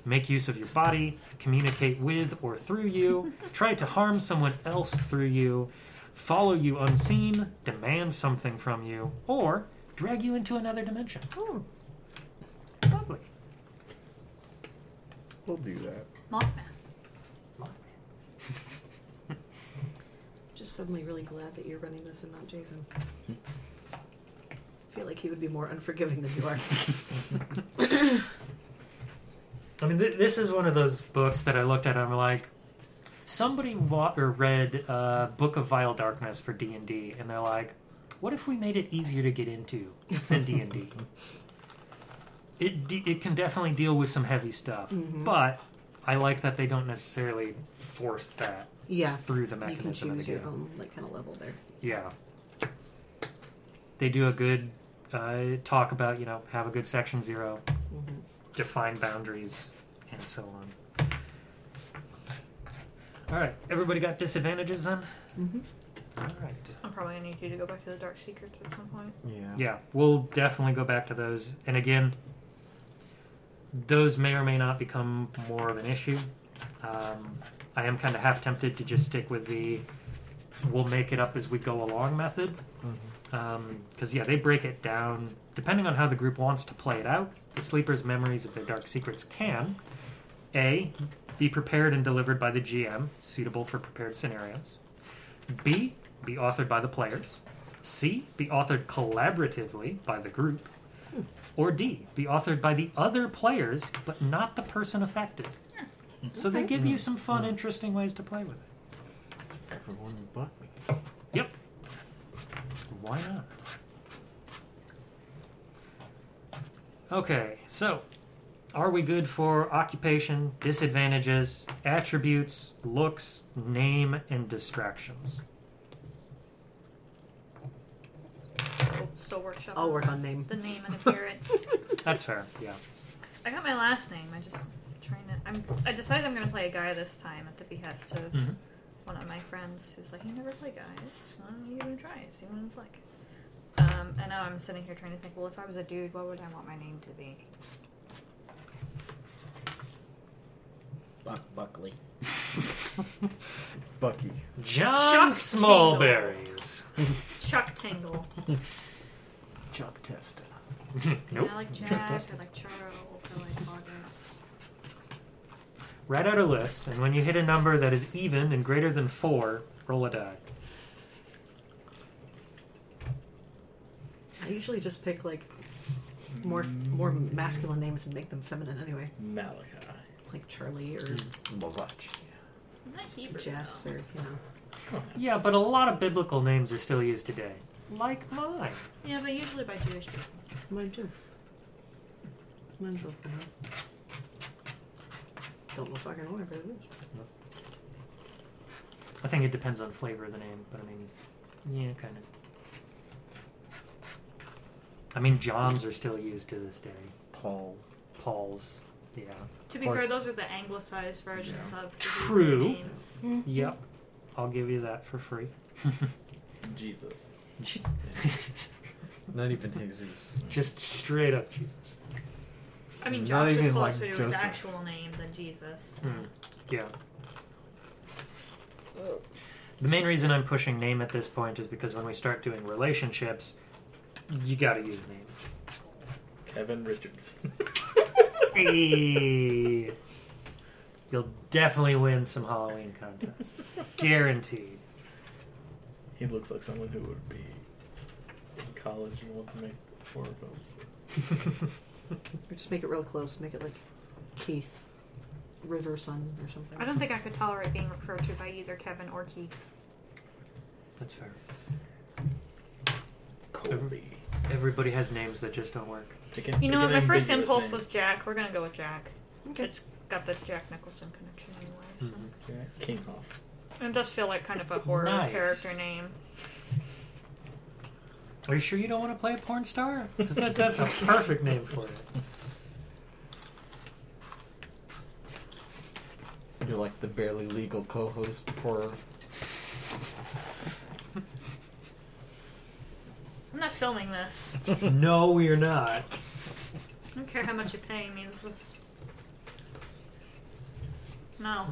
Speaker 3: make use of your body, communicate with or through you, try to harm someone else through you, follow you unseen, demand something from you, or drag you into another dimension. Lovely.
Speaker 5: We'll do that.
Speaker 4: Mothman.
Speaker 2: Just suddenly really glad that you're running this and not Jason. I feel like he would be more unforgiving than you are.
Speaker 3: I mean, th- this is one of those books that I looked at and I'm like, somebody wa- or read uh, Book of Vile Darkness for D and D, and they're like, what if we made it easier to get into than D and D? It de- it can definitely deal with some heavy stuff,
Speaker 2: Mm-hmm.
Speaker 3: but I like that they don't necessarily force that
Speaker 2: yeah.
Speaker 3: through the
Speaker 2: You can
Speaker 3: mechanism of the
Speaker 2: choose
Speaker 3: game.
Speaker 2: your own like kind of level there.
Speaker 3: Yeah. They do a good uh, talk about, you know, have a good section 0 define boundaries, and so on. All right, everybody got disadvantages then?
Speaker 2: Mhm.
Speaker 3: All right.
Speaker 4: I'm probably gonna need you to go back to the Dark Secrets at some point.
Speaker 5: Yeah.
Speaker 3: Yeah, we'll definitely go back to those. And again, those may or may not become more of an issue. Um, I am kind of half tempted to just stick with the we'll make it up as we go along method. Because, yeah, they break it down depending on how the group wants to play it out. The sleeper's memories of their dark secrets can A, be prepared and delivered by the GM, suitable for prepared scenarios, B, be authored by the players. C, be authored collaboratively by the group. Or D, be authored by the other players, but not the person affected. So they give you some fun, interesting ways to play with it.
Speaker 5: Everyone but me.
Speaker 3: Yep. Why not? Okay, so are we good for occupation, disadvantages, attributes, looks, name, and distractions?
Speaker 4: Still, still workshop.
Speaker 2: I'll work on name.
Speaker 4: the name and appearance.
Speaker 3: That's fair, yeah.
Speaker 4: I got my last name. I just trying to. I'm. I decided I'm gonna play a guy this time at the behest of
Speaker 3: Mhm.
Speaker 4: one of my friends who's like, "You never play guys. Why don't you even try? See what it's like." Um, and now I'm sitting here trying to think. Well, if I was a dude, what would I want my name to be?
Speaker 6: Buck Buckley.
Speaker 5: Bucky.
Speaker 3: John
Speaker 4: Chuck
Speaker 3: Smallberries.
Speaker 4: Chuck Tingle.
Speaker 5: Chuck Testa.
Speaker 3: Nope.
Speaker 4: I like Jack.
Speaker 3: Chuck
Speaker 4: I
Speaker 3: Testa.
Speaker 4: like Charles. I like August.
Speaker 3: Write out a list, and when you hit a number that is even and greater than four, roll a die.
Speaker 2: I usually just pick like more more masculine names and make them feminine anyway,
Speaker 6: Malachi.
Speaker 2: like Charlie or
Speaker 5: Malach.
Speaker 4: I'm not Hebrew.
Speaker 2: Jess
Speaker 4: though.
Speaker 2: or you know.
Speaker 3: Yeah, but a lot of biblical names are still used today. Like mine.
Speaker 4: Yeah, but usually by Jewish people.
Speaker 2: Mine too. Mine's both you know. Don't know fucking where, but it is.
Speaker 3: I think it depends on flavor of the name, but I mean, yeah, kind of. I mean, Johns are still used to this day.
Speaker 5: Paul's.
Speaker 3: Paul's, yeah.
Speaker 4: To be
Speaker 5: Or-
Speaker 4: fair, those are the anglicized versions of the
Speaker 3: True.
Speaker 4: Hebrew names.
Speaker 3: Yep. I'll give you that for free.
Speaker 1: Jesus.
Speaker 5: Not even Jesus.
Speaker 3: Just straight up Jesus.
Speaker 4: I mean,
Speaker 5: Mm. Not
Speaker 4: Josh is
Speaker 5: even,
Speaker 4: closer
Speaker 5: like,
Speaker 4: to his
Speaker 5: Joseph. Hmm.
Speaker 4: actual name than Jesus.
Speaker 3: Mm. Yeah.
Speaker 7: Oh.
Speaker 3: The main reason I'm pushing name at this point is because when we start doing relationships, you gotta use name.
Speaker 1: Kevin Richards.
Speaker 3: Hey. You'll definitely win some Halloween contests. Guaranteed.
Speaker 1: He looks like someone who would be in college and want to make horror films.
Speaker 2: Or just make it real close. Make it like Keith, River Sun, or something.
Speaker 4: I don't think I could tolerate being referred to by either Kevin or Keith.
Speaker 3: That's fair.
Speaker 1: Colby.
Speaker 3: Everybody has names that just don't work.
Speaker 1: Pick an-
Speaker 4: You know
Speaker 1: pick
Speaker 4: what?
Speaker 1: an
Speaker 4: My first
Speaker 1: ambiguous
Speaker 4: impulse
Speaker 1: name.
Speaker 4: was Jack. We're gonna go with Jack.
Speaker 2: Okay.
Speaker 4: It's got the Jack Nicholson connection anyway. So.
Speaker 5: Mm-hmm.
Speaker 1: Jack Kinghoff.
Speaker 4: It does feel like kind of a horror
Speaker 3: Nice.
Speaker 4: character name.
Speaker 3: Are you sure you don't want to play a porn star? Because that, that's a perfect name for it.
Speaker 5: You're like the barely legal co-host for.
Speaker 4: I'm not filming this.
Speaker 3: No, we are not.
Speaker 4: I don't care how much you're paying me. This is no.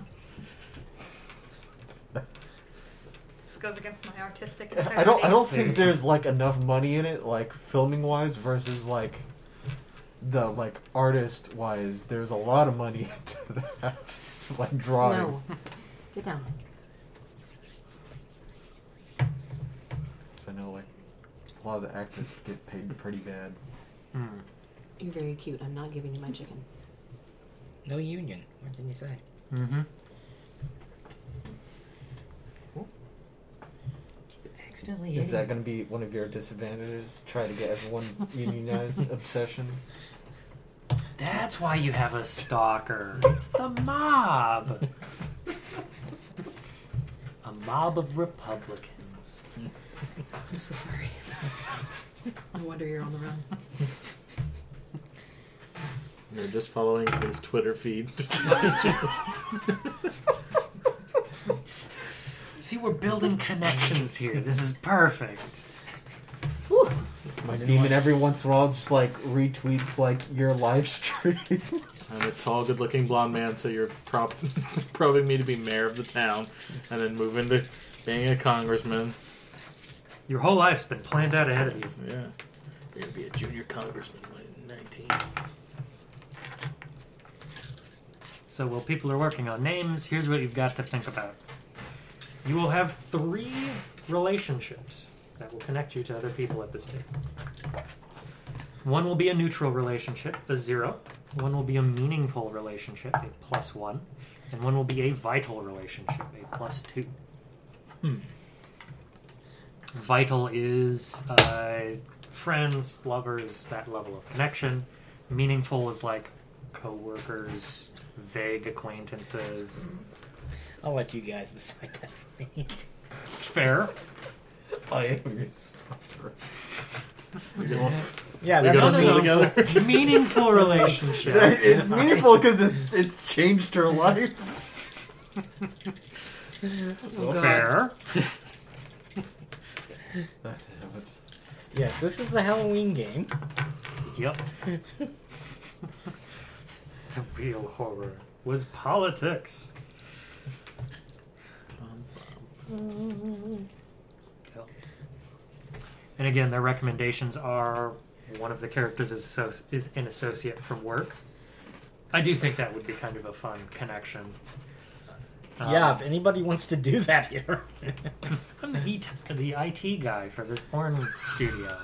Speaker 4: This goes against my artistic. Integrity.
Speaker 5: I don't. I don't
Speaker 3: There you
Speaker 5: think
Speaker 3: go.
Speaker 5: there's like enough money in it, like filming wise versus like the like artist wise. There's a lot of money into that, like drawing.
Speaker 2: No. Get down.
Speaker 5: So I know like a lot of the actors get paid pretty bad.
Speaker 3: Hmm.
Speaker 2: You're very cute. I'm not giving you my chicken.
Speaker 6: No union. What can you say?
Speaker 3: Mm-hmm.
Speaker 6: Accidentally
Speaker 5: Is
Speaker 6: hitting-
Speaker 5: that going to be one of your disadvantages? Try to get everyone unionized obsession.
Speaker 3: That's why you have a stalker. It's the mob. a mob of Republicans.
Speaker 2: I'm so sorry. no wonder you're on the run.
Speaker 1: You're just following his Twitter feed.
Speaker 3: See, we're building connections here. This is perfect.
Speaker 5: My demon every once in a while just like retweets like your live stream.
Speaker 1: I'm a tall, good-looking blonde man, so you're prob- probing me to be mayor of the town, and then move into being a congressman.
Speaker 3: Your whole life's been planned out ahead of you.
Speaker 1: Yeah, you're gonna be a junior congressman by 19.
Speaker 3: So while people are working on names, here's what you've got to think about. You will have three relationships that will connect you to other people at this table. One will be a neutral relationship, a zero. One will be a meaningful relationship, a plus one. And one will be a vital relationship, a plus two. Vital is uh, friends, lovers, that level of connection. Meaningful is like coworkers, vague acquaintances.
Speaker 6: I'll let you guys decide that.
Speaker 3: Fair.
Speaker 5: I am your stalker.
Speaker 6: yeah,
Speaker 1: They got to
Speaker 6: that's what I
Speaker 1: school
Speaker 6: mean.
Speaker 1: together.
Speaker 3: Meaningful relationship.
Speaker 5: it's meaningful because it's it's changed her life.
Speaker 3: Fair.
Speaker 6: Yes, this is the Halloween game.
Speaker 3: Yep. the real horror was politics. Yep. And again, their recommendations are one of the characters is, associ- is an associate from work. I do think that would be kind of a fun connection. Um,
Speaker 6: yeah, if anybody wants to do that here.
Speaker 3: I'm the IT, the IT guy for this porn studio.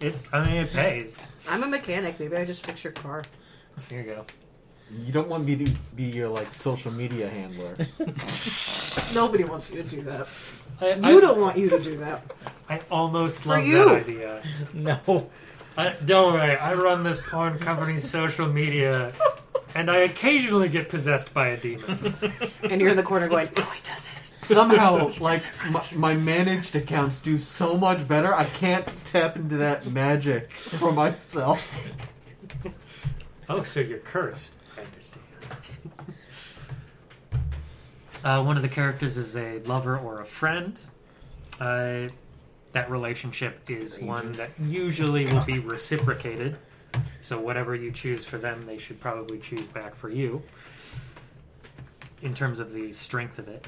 Speaker 3: It's I mean it pays.
Speaker 2: I'm a mechanic. Maybe I just fix your car.
Speaker 3: Here you go.
Speaker 5: You don't want me to be your like social media handler.
Speaker 2: Nobody wants you to do that.
Speaker 3: I,
Speaker 2: Uh, You don't want you to do that.
Speaker 3: I almost
Speaker 2: For
Speaker 3: love
Speaker 2: you.
Speaker 3: that idea.
Speaker 6: no.
Speaker 3: I, don't worry, I run this porn company's social media, and I occasionally get possessed by a demon.
Speaker 2: And you're in the corner going, "No, he doesn't."
Speaker 5: Somehow, like my, my managed accounts do so much better. I can't tap into that magic for myself.
Speaker 3: Oh, so you're cursed. I understand. Uh, one of the characters is a lover or a friend. Uh, that relationship is one that usually will be reciprocated. So whatever you choose for them, they should probably choose back for you. In terms of the strength of it,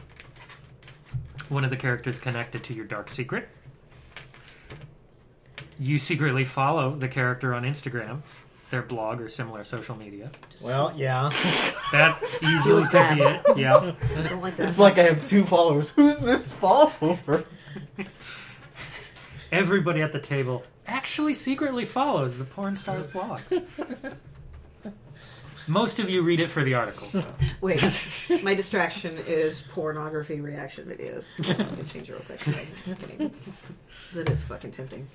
Speaker 3: one of the characters connected to your dark secret. You secretly follow the character on Instagram their blog or similar social media.
Speaker 6: Well, yeah.
Speaker 3: That easily could be it. Yeah.
Speaker 2: I don't like that.
Speaker 5: It's like I have two followers. Who's this follower?
Speaker 3: Everybody at the table actually secretly follows the porn star's blog. Most of you read it for the articles, though.
Speaker 2: Wait, my distraction is pornography reaction videos. I'm gonna change it real quick. I'm kidding. That is fucking tempting.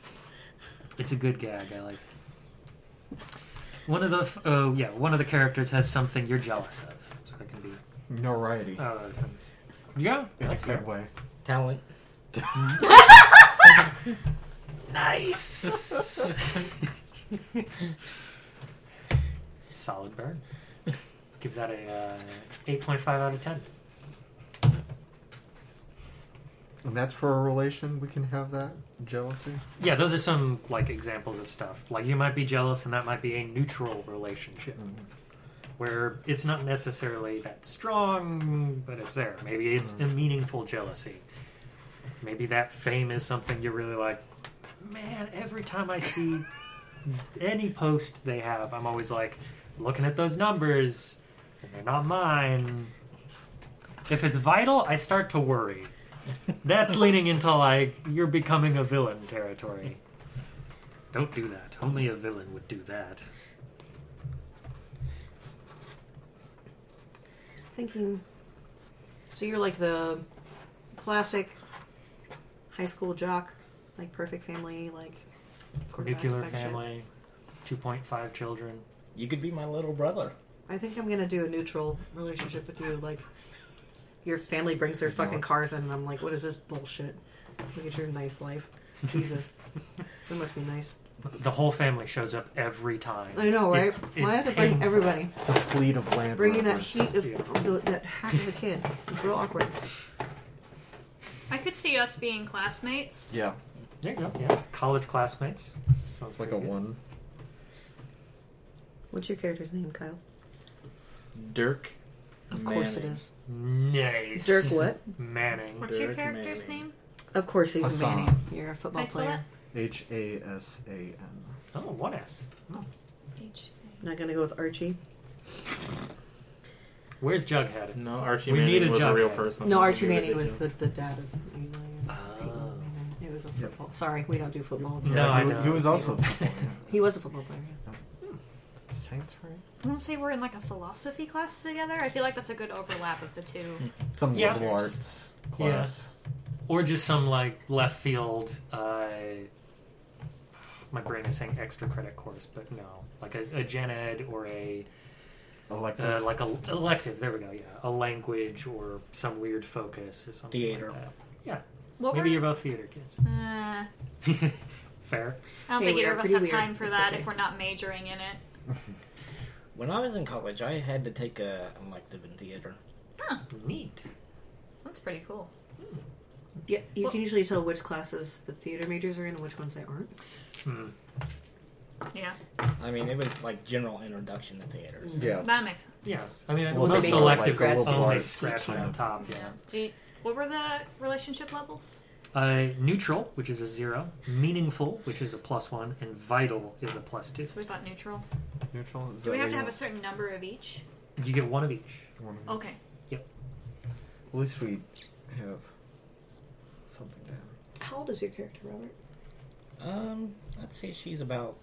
Speaker 3: It's a good gag. I like. it. One of the f- oh yeah, one of the characters has something you're jealous of, so that can be
Speaker 5: Notoriety.
Speaker 2: Uh,
Speaker 3: oh, other things. Yeah,
Speaker 5: In a
Speaker 3: that's fair.
Speaker 5: good way.
Speaker 6: Talent.
Speaker 3: Nice. Solid burn. Give that a uh, eight point five out of ten.
Speaker 5: And that's for a relation. We can have that jealousy.
Speaker 3: Yeah, those are some like examples of stuff. Like you might be jealous, and that might be a neutral relationship where it's not necessarily that strong, but it's there. Maybe it's a meaningful jealousy. Maybe that fame is something you're really like. Man, every time I see any post they have, I'm always like looking at those numbers, and they're not mine. If it's vital, I start to worry. That's leaning into like you're becoming a villain territory. Don't do that. Only a villain would do that.
Speaker 2: Thinking. So you're like the classic high school jock, like perfect family, like quarterback
Speaker 3: Nuclear
Speaker 2: type shit.
Speaker 3: family, 2.5 children.
Speaker 6: You could be my little brother.
Speaker 2: I think I'm gonna do a neutral relationship with you. Like your family brings their fucking cars in, and I'm like, what is this bullshit? Look at your nice life. Jesus, that must be nice.
Speaker 3: The whole family shows up every time.
Speaker 2: I know, right?
Speaker 3: It's-
Speaker 2: Why
Speaker 3: it's
Speaker 2: I have to bring
Speaker 3: painful.
Speaker 2: everybody?
Speaker 5: It's a fleet of land.
Speaker 2: Bringing that
Speaker 5: rovers.
Speaker 2: heat of
Speaker 3: Yeah.
Speaker 2: the, that hack of a kid. It's real awkward.
Speaker 4: I could see us being classmates.
Speaker 5: Yeah,
Speaker 3: There you go. Yeah, college classmates. Sounds
Speaker 5: like a
Speaker 3: pretty good.
Speaker 5: one.
Speaker 2: What's your character's name, Kyle?
Speaker 1: Dirk.
Speaker 2: Of course it
Speaker 1: Manning.
Speaker 2: is.
Speaker 3: Nice.
Speaker 2: Dirk what?
Speaker 3: Manning.
Speaker 4: What's your
Speaker 1: Derek
Speaker 4: character's
Speaker 1: Manning.
Speaker 4: name?
Speaker 2: Of course he's
Speaker 5: Hassan.
Speaker 2: Manning. You're a football
Speaker 4: I saw
Speaker 2: player.
Speaker 5: H A S A N.
Speaker 3: Oh, one S. Oh.
Speaker 2: I'm not gonna go with Archie.
Speaker 3: Where's Jughead?
Speaker 1: No, Archie
Speaker 3: We need
Speaker 1: Manning
Speaker 3: a
Speaker 1: was a
Speaker 3: job
Speaker 1: real
Speaker 3: ad.
Speaker 1: person.
Speaker 2: No,
Speaker 1: That'd
Speaker 2: Archie
Speaker 1: be
Speaker 2: Manning was the,
Speaker 1: ridiculous.
Speaker 2: the dad of Eli. and Peyton
Speaker 3: Oh.
Speaker 2: Manning. It was a football. Sorry, we don't do football.
Speaker 3: No, I
Speaker 5: he,
Speaker 3: know.
Speaker 5: he was also.
Speaker 2: He was a football player.
Speaker 5: Science, right?
Speaker 4: I want to say we're in like a philosophy class together. I feel like that's a good overlap of the two.
Speaker 3: Mm.
Speaker 5: Some
Speaker 3: Yeah.
Speaker 5: liberal arts class.
Speaker 3: Or just some like left field. Uh, my brain is saying extra credit course, but no, like a, a gen ed or a
Speaker 5: Elective.
Speaker 3: uh, like a elective. There we go. Yeah, a language or some weird focus or something.
Speaker 6: Theater.
Speaker 3: Like that. Yeah,
Speaker 4: What
Speaker 3: maybe
Speaker 4: were,
Speaker 3: you're both theater
Speaker 4: Uh, I
Speaker 3: kids. Fair.
Speaker 4: don't
Speaker 2: Hey,
Speaker 4: think
Speaker 2: we
Speaker 4: either
Speaker 2: are
Speaker 4: of us
Speaker 2: pretty
Speaker 4: have
Speaker 2: weird.
Speaker 4: time for
Speaker 2: It's
Speaker 4: that
Speaker 2: okay.
Speaker 4: if we're not majoring in it.
Speaker 6: When I was in college, I had to take a an elective in theater.
Speaker 3: Neat.
Speaker 4: That's pretty cool.
Speaker 2: Yeah, you
Speaker 4: Well-
Speaker 2: can usually tell which classes the theater majors are in and which ones they aren't.
Speaker 3: Hmm.
Speaker 4: Yeah,
Speaker 6: I mean, it was like general introduction to theaters.
Speaker 5: yeah.
Speaker 4: that makes sense.
Speaker 3: Yeah, I mean,
Speaker 5: Well,
Speaker 3: most
Speaker 2: they make it like
Speaker 3: electives
Speaker 2: grad
Speaker 3: only
Speaker 5: students.
Speaker 3: scratch on top. Yeah.
Speaker 4: Do you- what were the relationship levels?
Speaker 3: Uh, neutral, which is a zero. Meaningful, which is a plus one, and vital is a plus two.
Speaker 4: So we got neutral.
Speaker 5: Neutral. Is
Speaker 4: Do we
Speaker 5: that
Speaker 4: have
Speaker 5: what
Speaker 4: to
Speaker 5: you
Speaker 4: have a
Speaker 5: want?
Speaker 4: certain number of each?
Speaker 3: You get one of each.
Speaker 5: One of
Speaker 4: Okay.
Speaker 5: them. At least we have something down.
Speaker 2: How old is your character, Robert?
Speaker 6: Um, I'd say she's about.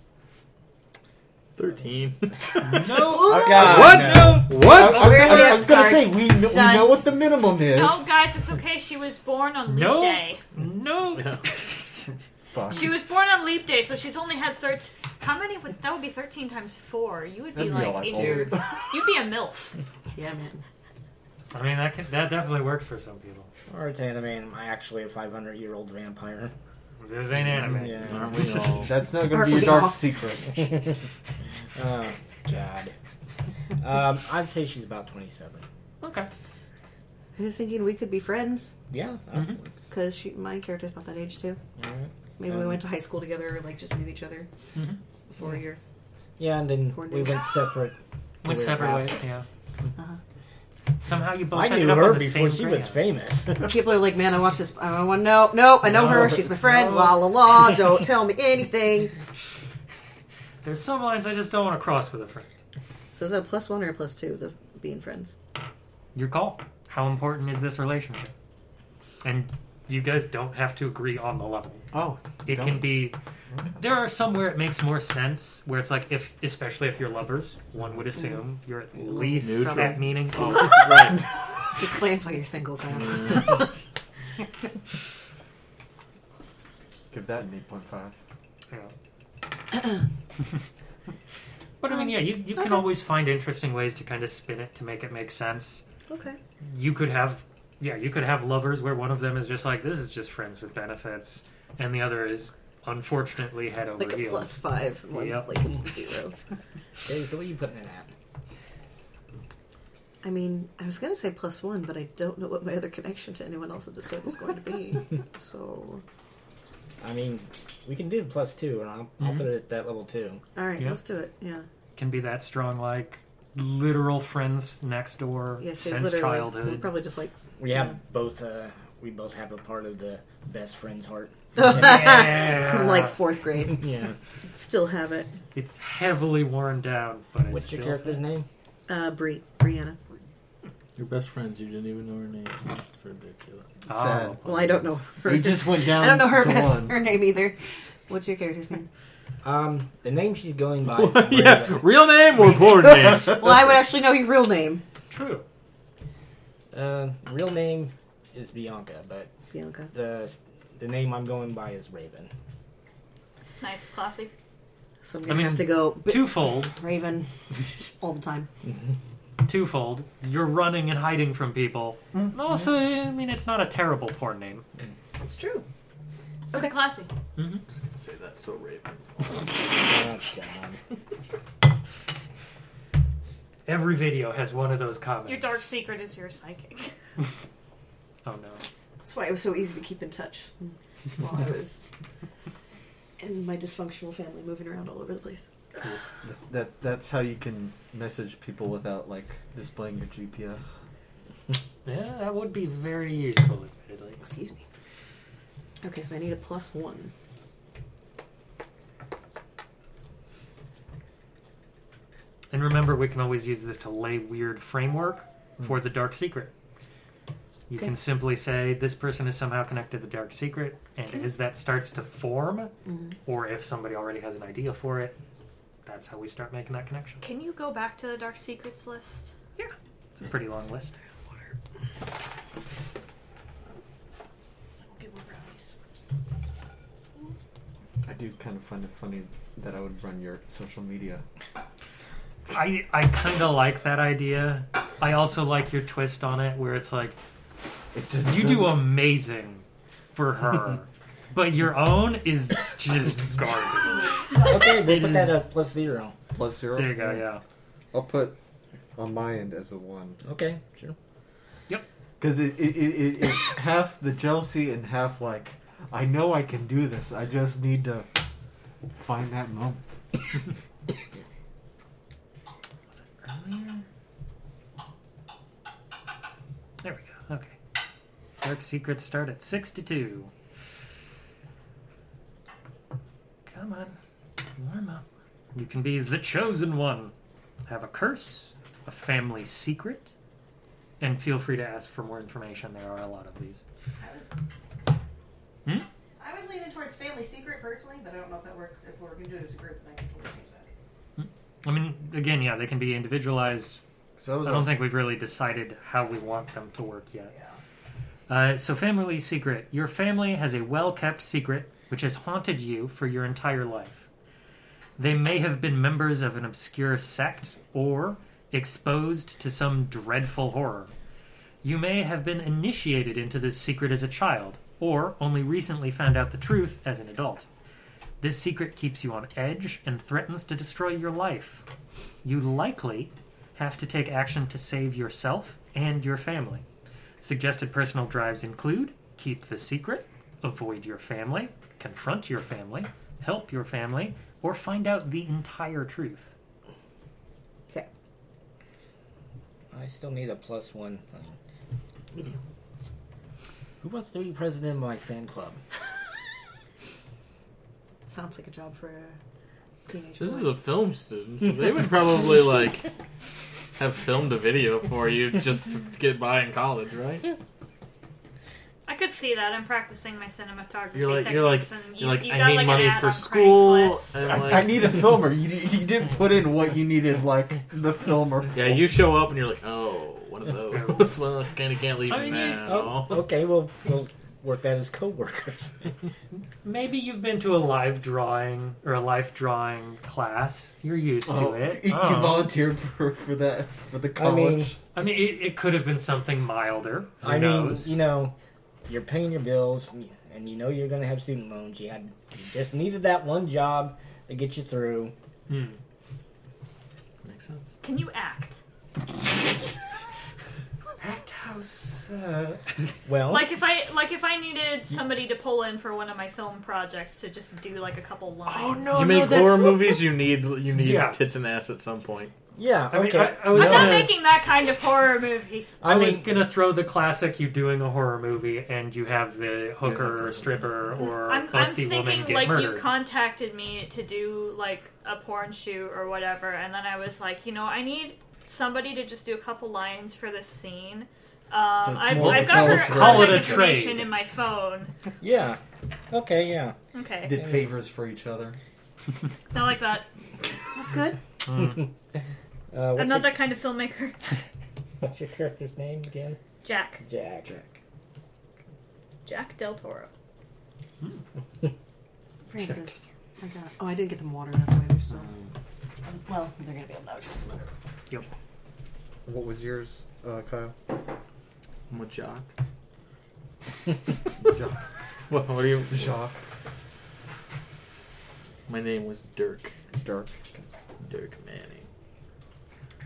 Speaker 1: 13.
Speaker 6: Oh,
Speaker 3: No.
Speaker 5: God,
Speaker 1: What? What?
Speaker 5: I, was- I was- I
Speaker 2: Where's
Speaker 5: was gonna
Speaker 2: that
Speaker 5: say we, kn- we
Speaker 2: Done.
Speaker 5: know what the minimum is.
Speaker 4: No, Oh, guys, it's okay. She was born on leap
Speaker 3: No.
Speaker 4: day.
Speaker 3: No.
Speaker 1: Yeah.
Speaker 5: Fuck.
Speaker 4: She was born on leap day, so she's only had thirteen. How many would that would be thirteen times four? You would be
Speaker 5: That'd be a
Speaker 4: like
Speaker 5: lot
Speaker 4: into
Speaker 5: older.
Speaker 4: your, you'd be a milf.
Speaker 2: Yeah, man.
Speaker 3: I mean, that can, that definitely works for some people.
Speaker 6: Or it's anime. and I'm actually a 500 year old vampire.
Speaker 3: This ain't anime.
Speaker 6: Yeah.
Speaker 1: Aren't we all?
Speaker 5: That's not
Speaker 2: Are
Speaker 5: gonna be your
Speaker 2: we
Speaker 5: dark
Speaker 2: all-
Speaker 5: secret.
Speaker 6: Oh God. Um, I'd say she's about 27.
Speaker 3: Okay.
Speaker 2: I was thinking we could be friends
Speaker 6: Yeah.
Speaker 3: Mhm.
Speaker 2: because she, my character's about that age too.
Speaker 6: Alright.
Speaker 2: Maybe we
Speaker 6: Um,
Speaker 2: went to high school together, like just knew each other before your
Speaker 6: Yeah, and then
Speaker 2: Poor
Speaker 6: we
Speaker 2: dude.
Speaker 6: went separate.
Speaker 3: Went
Speaker 6: Career
Speaker 3: separate
Speaker 6: path.
Speaker 3: ways. Yeah.
Speaker 2: Uh-huh.
Speaker 3: Somehow you both
Speaker 6: I
Speaker 3: ended
Speaker 6: knew
Speaker 3: up
Speaker 6: her
Speaker 3: on the
Speaker 6: before
Speaker 3: same
Speaker 6: she was
Speaker 3: grade.
Speaker 6: famous.
Speaker 2: People are like, man, I watched this. I want no, no. I know her.
Speaker 3: No.
Speaker 2: She's my friend.
Speaker 3: No.
Speaker 2: La la la. Don't tell me anything.
Speaker 3: There's some lines I just don't want to cross with a friend.
Speaker 2: So is that a plus one or a plus two? The being friends.
Speaker 3: Your call. How important is this relationship? And you guys don't have to agree on the level.
Speaker 5: Oh,
Speaker 3: It
Speaker 5: Don't-
Speaker 3: can be. There are some where it makes more sense, where it's like if, especially if you're lovers, one would assume you're at least
Speaker 1: Neutral.
Speaker 3: at meaning. Oh.
Speaker 1: right.
Speaker 2: This explains why you're single, Kyle.
Speaker 5: give that an eight point five.
Speaker 3: Yeah. but I mean, yeah, you, you can always find interesting ways to kind of spin it to make it make sense.
Speaker 2: okay.
Speaker 3: You could have, yeah, you could have lovers where one of them is just like, this is just friends with benefits, and the other is unfortunately head over
Speaker 2: Like a
Speaker 3: heels.
Speaker 2: plus five. and One's
Speaker 3: Yep.
Speaker 2: like a zero.
Speaker 6: Okay, so what are you putting it at?
Speaker 2: I mean, I was gonna say plus one, but I don't know what my other connection to anyone else at this table is going to be. so,
Speaker 6: I mean, we can do the plus two, and I'll, I'll
Speaker 3: Mhm.
Speaker 6: put it at that level two.
Speaker 2: all right,
Speaker 3: Yeah.
Speaker 2: let's do it. Yeah.
Speaker 3: Can be that strong, like literal friends next door
Speaker 2: Yeah. So
Speaker 3: since
Speaker 2: literally, We're
Speaker 3: childhood.
Speaker 2: probably just like
Speaker 6: We have both. Uh, we both have a part of the best friend's heart.
Speaker 3: Yeah.
Speaker 2: from like fourth grade.
Speaker 6: yeah.
Speaker 2: Still have it.
Speaker 3: it's heavily worn down, but it's
Speaker 6: What's your
Speaker 3: still-
Speaker 6: character's name?
Speaker 2: Uh, Brie, Brianna.
Speaker 1: Your best friends, you didn't even know her name. It's ridiculous.
Speaker 3: Oh,
Speaker 5: Sad.
Speaker 2: Well, I don't know her.
Speaker 5: We just went down.
Speaker 2: I don't know her
Speaker 5: to
Speaker 2: best,
Speaker 5: one.
Speaker 2: her name either. What's your character's name?
Speaker 6: Um, the name she's going by. is
Speaker 1: yeah,
Speaker 6: Miranda.
Speaker 1: real name or porn name?
Speaker 2: well, I would actually know your real name,
Speaker 3: True.
Speaker 6: Uh, real name is Bianca, but
Speaker 2: Bianca.
Speaker 6: the the name I'm going by is Raven.
Speaker 4: Nice, classy.
Speaker 2: So I'm
Speaker 3: I
Speaker 2: gonna
Speaker 3: mean,
Speaker 2: have to go B-
Speaker 3: Twofold.
Speaker 2: Raven all the time.
Speaker 3: twofold. You're running and hiding from people.
Speaker 6: Mm-hmm.
Speaker 3: And also, I mean, it's not a terrible porn name.
Speaker 2: It's true.
Speaker 4: Super classy.
Speaker 1: Say that so raven.
Speaker 6: Oh, God.
Speaker 3: Every video has one of those comments.
Speaker 4: Your dark secret is your psychic.
Speaker 3: Oh no.
Speaker 2: That's why it was so easy to keep in touch while I was in my dysfunctional family moving around all over the place.
Speaker 5: That that's how you can message people without like displaying your GPS.
Speaker 3: Yeah, that would be very useful, admittedly.
Speaker 2: Excuse me. Okay, so I need a plus one.
Speaker 3: And remember, we can always use this to lay weird framework for the dark secret. You
Speaker 2: Okay.
Speaker 3: can simply say this person is somehow connected to the dark secret, and as that starts to form, or if somebody already has an idea for it, that's how we start making that connection.
Speaker 4: Can you go back to the dark secrets list?
Speaker 3: It's a pretty long list.
Speaker 5: I do kind of find it funny that I would run your social media.
Speaker 3: I I kind of like that idea. I also like your twist on it, where it's like
Speaker 5: It just
Speaker 3: you do
Speaker 5: doesn't-
Speaker 3: amazing for her, but your own is just garbage.
Speaker 6: Okay, we'll
Speaker 3: It
Speaker 6: put
Speaker 3: is-
Speaker 6: that at plus zero.
Speaker 5: plus zero.
Speaker 3: There you go. Yeah.
Speaker 5: I'll put on my end as a one
Speaker 6: Okay, sure.
Speaker 5: because it, it, it, it it's half the jealousy and half like I know I can do this. I just need to find that moment.
Speaker 3: There we go. Okay. Dark secrets start at sixty-two. Come on, warm up. You can be the chosen one. Have a curse, a family secret, and feel free to ask for more information. There are a lot of these. Hmm?
Speaker 2: I was leaning towards family secret personally, but I don't know if that works. If we're gonna do it as a group, then I can totally change that.
Speaker 3: I mean, again, yeah, they can be individualized.
Speaker 5: So I was
Speaker 3: I don't think we've really decided how we want them to work yet. Uh, so, family secret. Your family has a well kept secret which has haunted you for your entire life. They may have been members of an obscure sect or exposed to some dreadful horror. You may have been initiated into this secret as a child, or only recently found out the truth as an adult. This secret keeps you on edge and threatens to destroy your life. You likely have to take action to save yourself and your family. Suggested personal drives include keep the secret, avoid your family, confront your family, help your family, or find out the entire truth.
Speaker 2: Okay.
Speaker 6: I still need a plus one thing.
Speaker 2: Me too.
Speaker 6: Who wants to be president of my fan club?
Speaker 2: Sounds like a job for teenage
Speaker 1: This
Speaker 2: boy.
Speaker 1: is a film student, so they would probably like have filmed a video for you just to get by in college, right?
Speaker 4: I could see that. I'm practicing my cinematography
Speaker 1: You're like-
Speaker 4: techniques.
Speaker 1: you're like-
Speaker 4: and
Speaker 1: You're like,
Speaker 4: you
Speaker 1: I
Speaker 4: got,
Speaker 1: need
Speaker 4: like, an
Speaker 1: money
Speaker 4: ad
Speaker 1: for
Speaker 4: on
Speaker 1: school.
Speaker 4: Craigslist.
Speaker 1: and,
Speaker 5: I, I
Speaker 1: like-
Speaker 5: need a filmer. You, you didn't put in what you needed, like the filmer. For.
Speaker 1: Yeah, you show up and you're like, oh, one of those. well, I kind of can't leave
Speaker 3: I mean, you-
Speaker 1: now.
Speaker 6: Oh, okay. Well, we'll work that as co-workers.
Speaker 3: Maybe you've been to a live drawing or a life drawing class. You're used to
Speaker 5: Oh,
Speaker 3: it.
Speaker 5: You
Speaker 3: Oh.
Speaker 5: volunteered for, for that for the
Speaker 6: I mean,
Speaker 5: college.
Speaker 3: I mean, it, it could have been something milder. Who
Speaker 6: I mean,
Speaker 3: knows?
Speaker 6: you know, you're paying your bills, and you- and you know you're going to have student loans. You had you just needed that one job to get you through.
Speaker 3: Hmm.
Speaker 1: Makes sense.
Speaker 4: Can you act?
Speaker 3: Act house. Uh,
Speaker 6: Well,
Speaker 4: Like if I like if I needed somebody to pull in for one of my film projects to just do like a couple lines.
Speaker 3: oh no!
Speaker 1: you
Speaker 3: no,
Speaker 1: make
Speaker 3: that's-
Speaker 1: horror movies. You need you need
Speaker 3: Yeah.
Speaker 1: tits and ass at some point.
Speaker 6: yeah,
Speaker 3: I mean,
Speaker 6: okay.
Speaker 3: I- I was
Speaker 4: I'm
Speaker 3: gonna-
Speaker 4: not making that kind of horror movie.
Speaker 3: I
Speaker 6: I
Speaker 3: was
Speaker 6: was
Speaker 3: gonna throw the classic: you doing a horror movie and you have the hooker or stripper or
Speaker 4: I'm, I'm
Speaker 3: busty woman
Speaker 4: thinking
Speaker 3: get
Speaker 4: like
Speaker 3: murdered.
Speaker 4: you contacted me to do like a porn shoot or whatever, and then I was like, you know, I need somebody to just do a couple lines for this scene. Um,
Speaker 5: So it's
Speaker 4: I've,
Speaker 5: more
Speaker 4: I've
Speaker 5: of
Speaker 4: got her
Speaker 5: a trade.
Speaker 3: Call it
Speaker 4: contact
Speaker 3: a
Speaker 4: information
Speaker 3: trade.
Speaker 4: in my phone.
Speaker 6: yeah. Okay, yeah. Uh,
Speaker 4: Okay,
Speaker 5: Did favors for each other.
Speaker 4: not like that.
Speaker 2: That's good.
Speaker 3: Mm.
Speaker 6: Uh, what's,
Speaker 4: I'm not
Speaker 6: your,
Speaker 4: that kind of filmmaker.
Speaker 6: what's your character's name again?
Speaker 4: Jack,
Speaker 6: Jack.
Speaker 4: Jack Del Toro.
Speaker 2: Francis. I got Oh, I didn't get them water. That's why they're still. Well, they're going to be obnoxious.
Speaker 5: What was yours, uh, Kyle?
Speaker 1: I'm a jock.
Speaker 5: Jock.
Speaker 1: What, what are you?
Speaker 5: Jacques
Speaker 1: My name was Dirk.
Speaker 5: Dirk.
Speaker 1: Dirk Manning.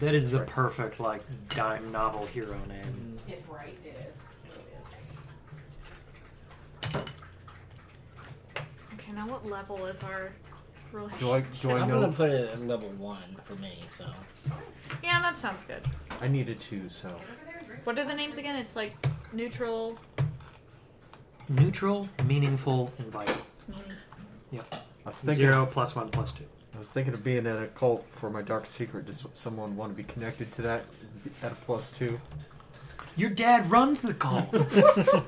Speaker 3: that is the perfect like dime novel hero name.
Speaker 2: If right, it is.
Speaker 4: Okay, now what level is our
Speaker 5: Do I
Speaker 4: relationship?
Speaker 5: do I
Speaker 6: I'm
Speaker 5: know?
Speaker 6: going to put it at level one for me, so.
Speaker 4: Yeah, that sounds good.
Speaker 5: I needed two, so
Speaker 4: What are the names again? It's like neutral.
Speaker 3: Mm. Neutral, meaningful, and vital.
Speaker 5: I was thinking.
Speaker 3: Zero plus one plus two.
Speaker 5: I was thinking of being in a cult for my dark secret. Does someone want to be connected to that at a plus two?
Speaker 3: Your dad runs the cult.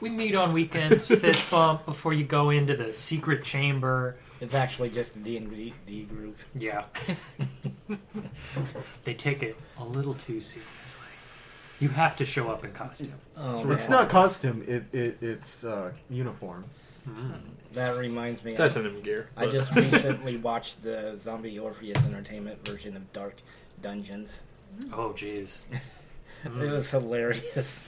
Speaker 3: we meet on weekends, fist bump before you go into the secret chamber.
Speaker 6: It's actually just the D&D D group.
Speaker 3: Yeah. they take it a little too seriously. You have to show up in costume.
Speaker 6: Oh,
Speaker 5: it's
Speaker 6: man.
Speaker 5: not costume. It, it it's uh, uniform.
Speaker 3: Mm.
Speaker 6: That reminds me.
Speaker 1: It's S&M gear.
Speaker 6: I
Speaker 1: but-
Speaker 6: just recently watched the Zombie Orpheus Entertainment version of Dark Dungeons.
Speaker 3: Oh, jeez.
Speaker 6: It was hilarious.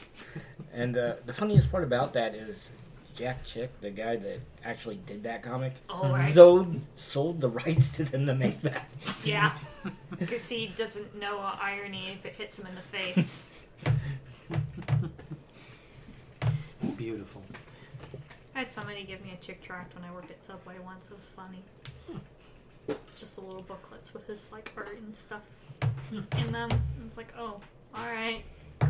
Speaker 6: And uh, the funniest part about that is Jack Chick, the guy that actually did that comic,
Speaker 4: All right.
Speaker 6: sold, sold the rights to them to make that.
Speaker 4: Yeah. Because he doesn't know irony if it hits him in the face.
Speaker 3: Mm, Beautiful.
Speaker 4: I had somebody give me a chick tract when I worked at Subway once. It was funny.
Speaker 5: Hmm.
Speaker 4: Just the little booklets with his like art and stuff
Speaker 3: Hmm.
Speaker 4: in them. It's like, oh, all right,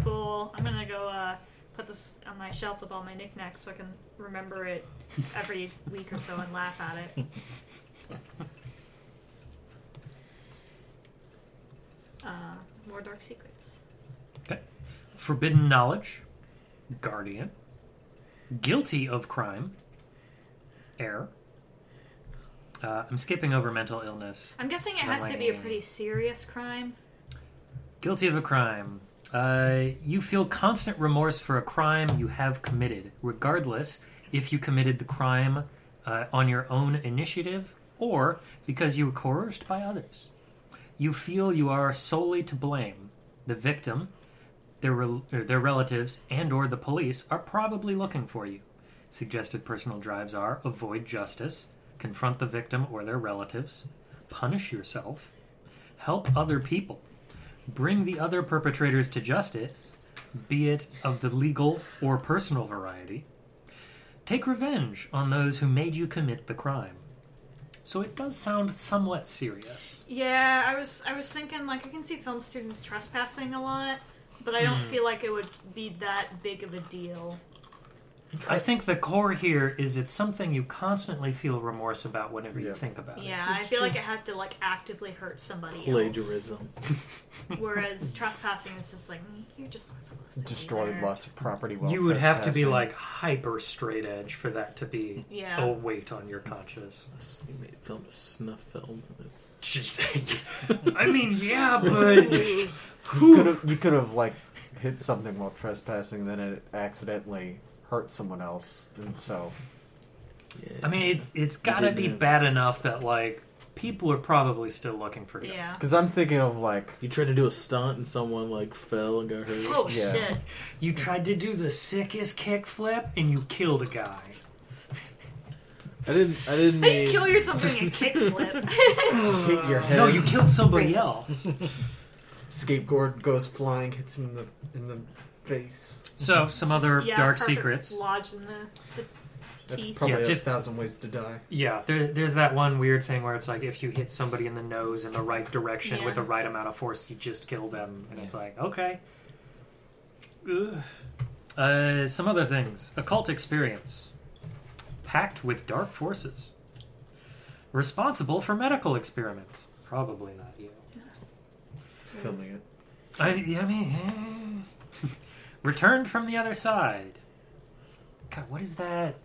Speaker 4: cool. I'm gonna go uh, put this on my shelf with all my knickknacks so I can remember it every week or so and laugh at it. Uh, more dark secrets.
Speaker 3: Forbidden knowledge. Guardian. Guilty of crime. Error. Uh, I'm skipping over mental illness.
Speaker 4: I'm guessing it
Speaker 3: Is that
Speaker 4: has to be a
Speaker 3: like-
Speaker 4: pretty serious crime.
Speaker 3: Guilty of a crime. Uh, you feel constant remorse for a crime you have committed, regardless if you committed the crime uh, on your own initiative or because you were coerced by others. You feel you are solely to blame. The victim, their, rel or their relatives, and/or the police are probably looking for you. Suggested personal drives are avoid justice, confront the victim or their relatives, punish yourself, help other people bring the other perpetrators to justice, be it of the legal or personal variety. Take revenge on those who made you commit the crime. So it does sound somewhat serious.
Speaker 4: Yeah, I was I was thinking like I can see film students trespassing a lot, but I don't feel like it would be that big of a deal.
Speaker 3: I think the core here is it's something you constantly feel remorse about whenever you
Speaker 5: Yeah.
Speaker 3: think about it.
Speaker 4: Yeah, I feel like it had to like actively hurt somebody
Speaker 1: Plagiarism.
Speaker 4: else. Whereas trespassing is just like mm, you're just not supposed to. be
Speaker 5: Destroyed
Speaker 4: there.
Speaker 5: lots of property. While
Speaker 3: You would have to be
Speaker 5: trespassing.
Speaker 3: like hyper straight edge for that to be
Speaker 4: Yeah.
Speaker 3: a weight on your conscience.
Speaker 1: You made film a snuff film. It's
Speaker 3: Jeez. I mean, yeah, but
Speaker 5: you could have you could have like hit something while trespassing, then it accidentally hurt someone else, and so
Speaker 3: I mean, it's it's got to be
Speaker 1: didn't.
Speaker 3: bad enough that like people are probably still looking for guys.
Speaker 4: Yeah.
Speaker 5: because I'm thinking of like
Speaker 1: you tried to do a stunt and someone like fell and got hurt.
Speaker 4: Oh
Speaker 5: Yeah.
Speaker 4: shit!
Speaker 3: You tried to do the sickest kickflip and you killed a guy.
Speaker 1: I didn't. I didn't
Speaker 4: I didn't
Speaker 1: mean.
Speaker 4: kill yourself doing a kickflip.
Speaker 5: hit your head.
Speaker 3: No, you killed somebody
Speaker 2: Racist.
Speaker 3: else.
Speaker 5: skateboard goes flying, hits him in the in the face.
Speaker 3: So some other
Speaker 4: Yeah,
Speaker 3: dark
Speaker 4: perfect
Speaker 3: secrets.
Speaker 4: Lodged in the, the
Speaker 5: That's
Speaker 4: teeth.
Speaker 5: probably
Speaker 3: Yeah,
Speaker 5: a
Speaker 3: just-
Speaker 5: thousand ways to die.
Speaker 3: Yeah, there, there's that one weird thing where it's like if you hit somebody in the nose in the right direction with the
Speaker 4: Yeah.
Speaker 3: right amount of force, you just kill them, and it's like okay. Ugh. Uh, some other things: occult experience, packed with dark forces, responsible for medical experiments. Probably not you.
Speaker 5: Filming it.
Speaker 3: I, I mean, eh. returned from the other side. God, what is that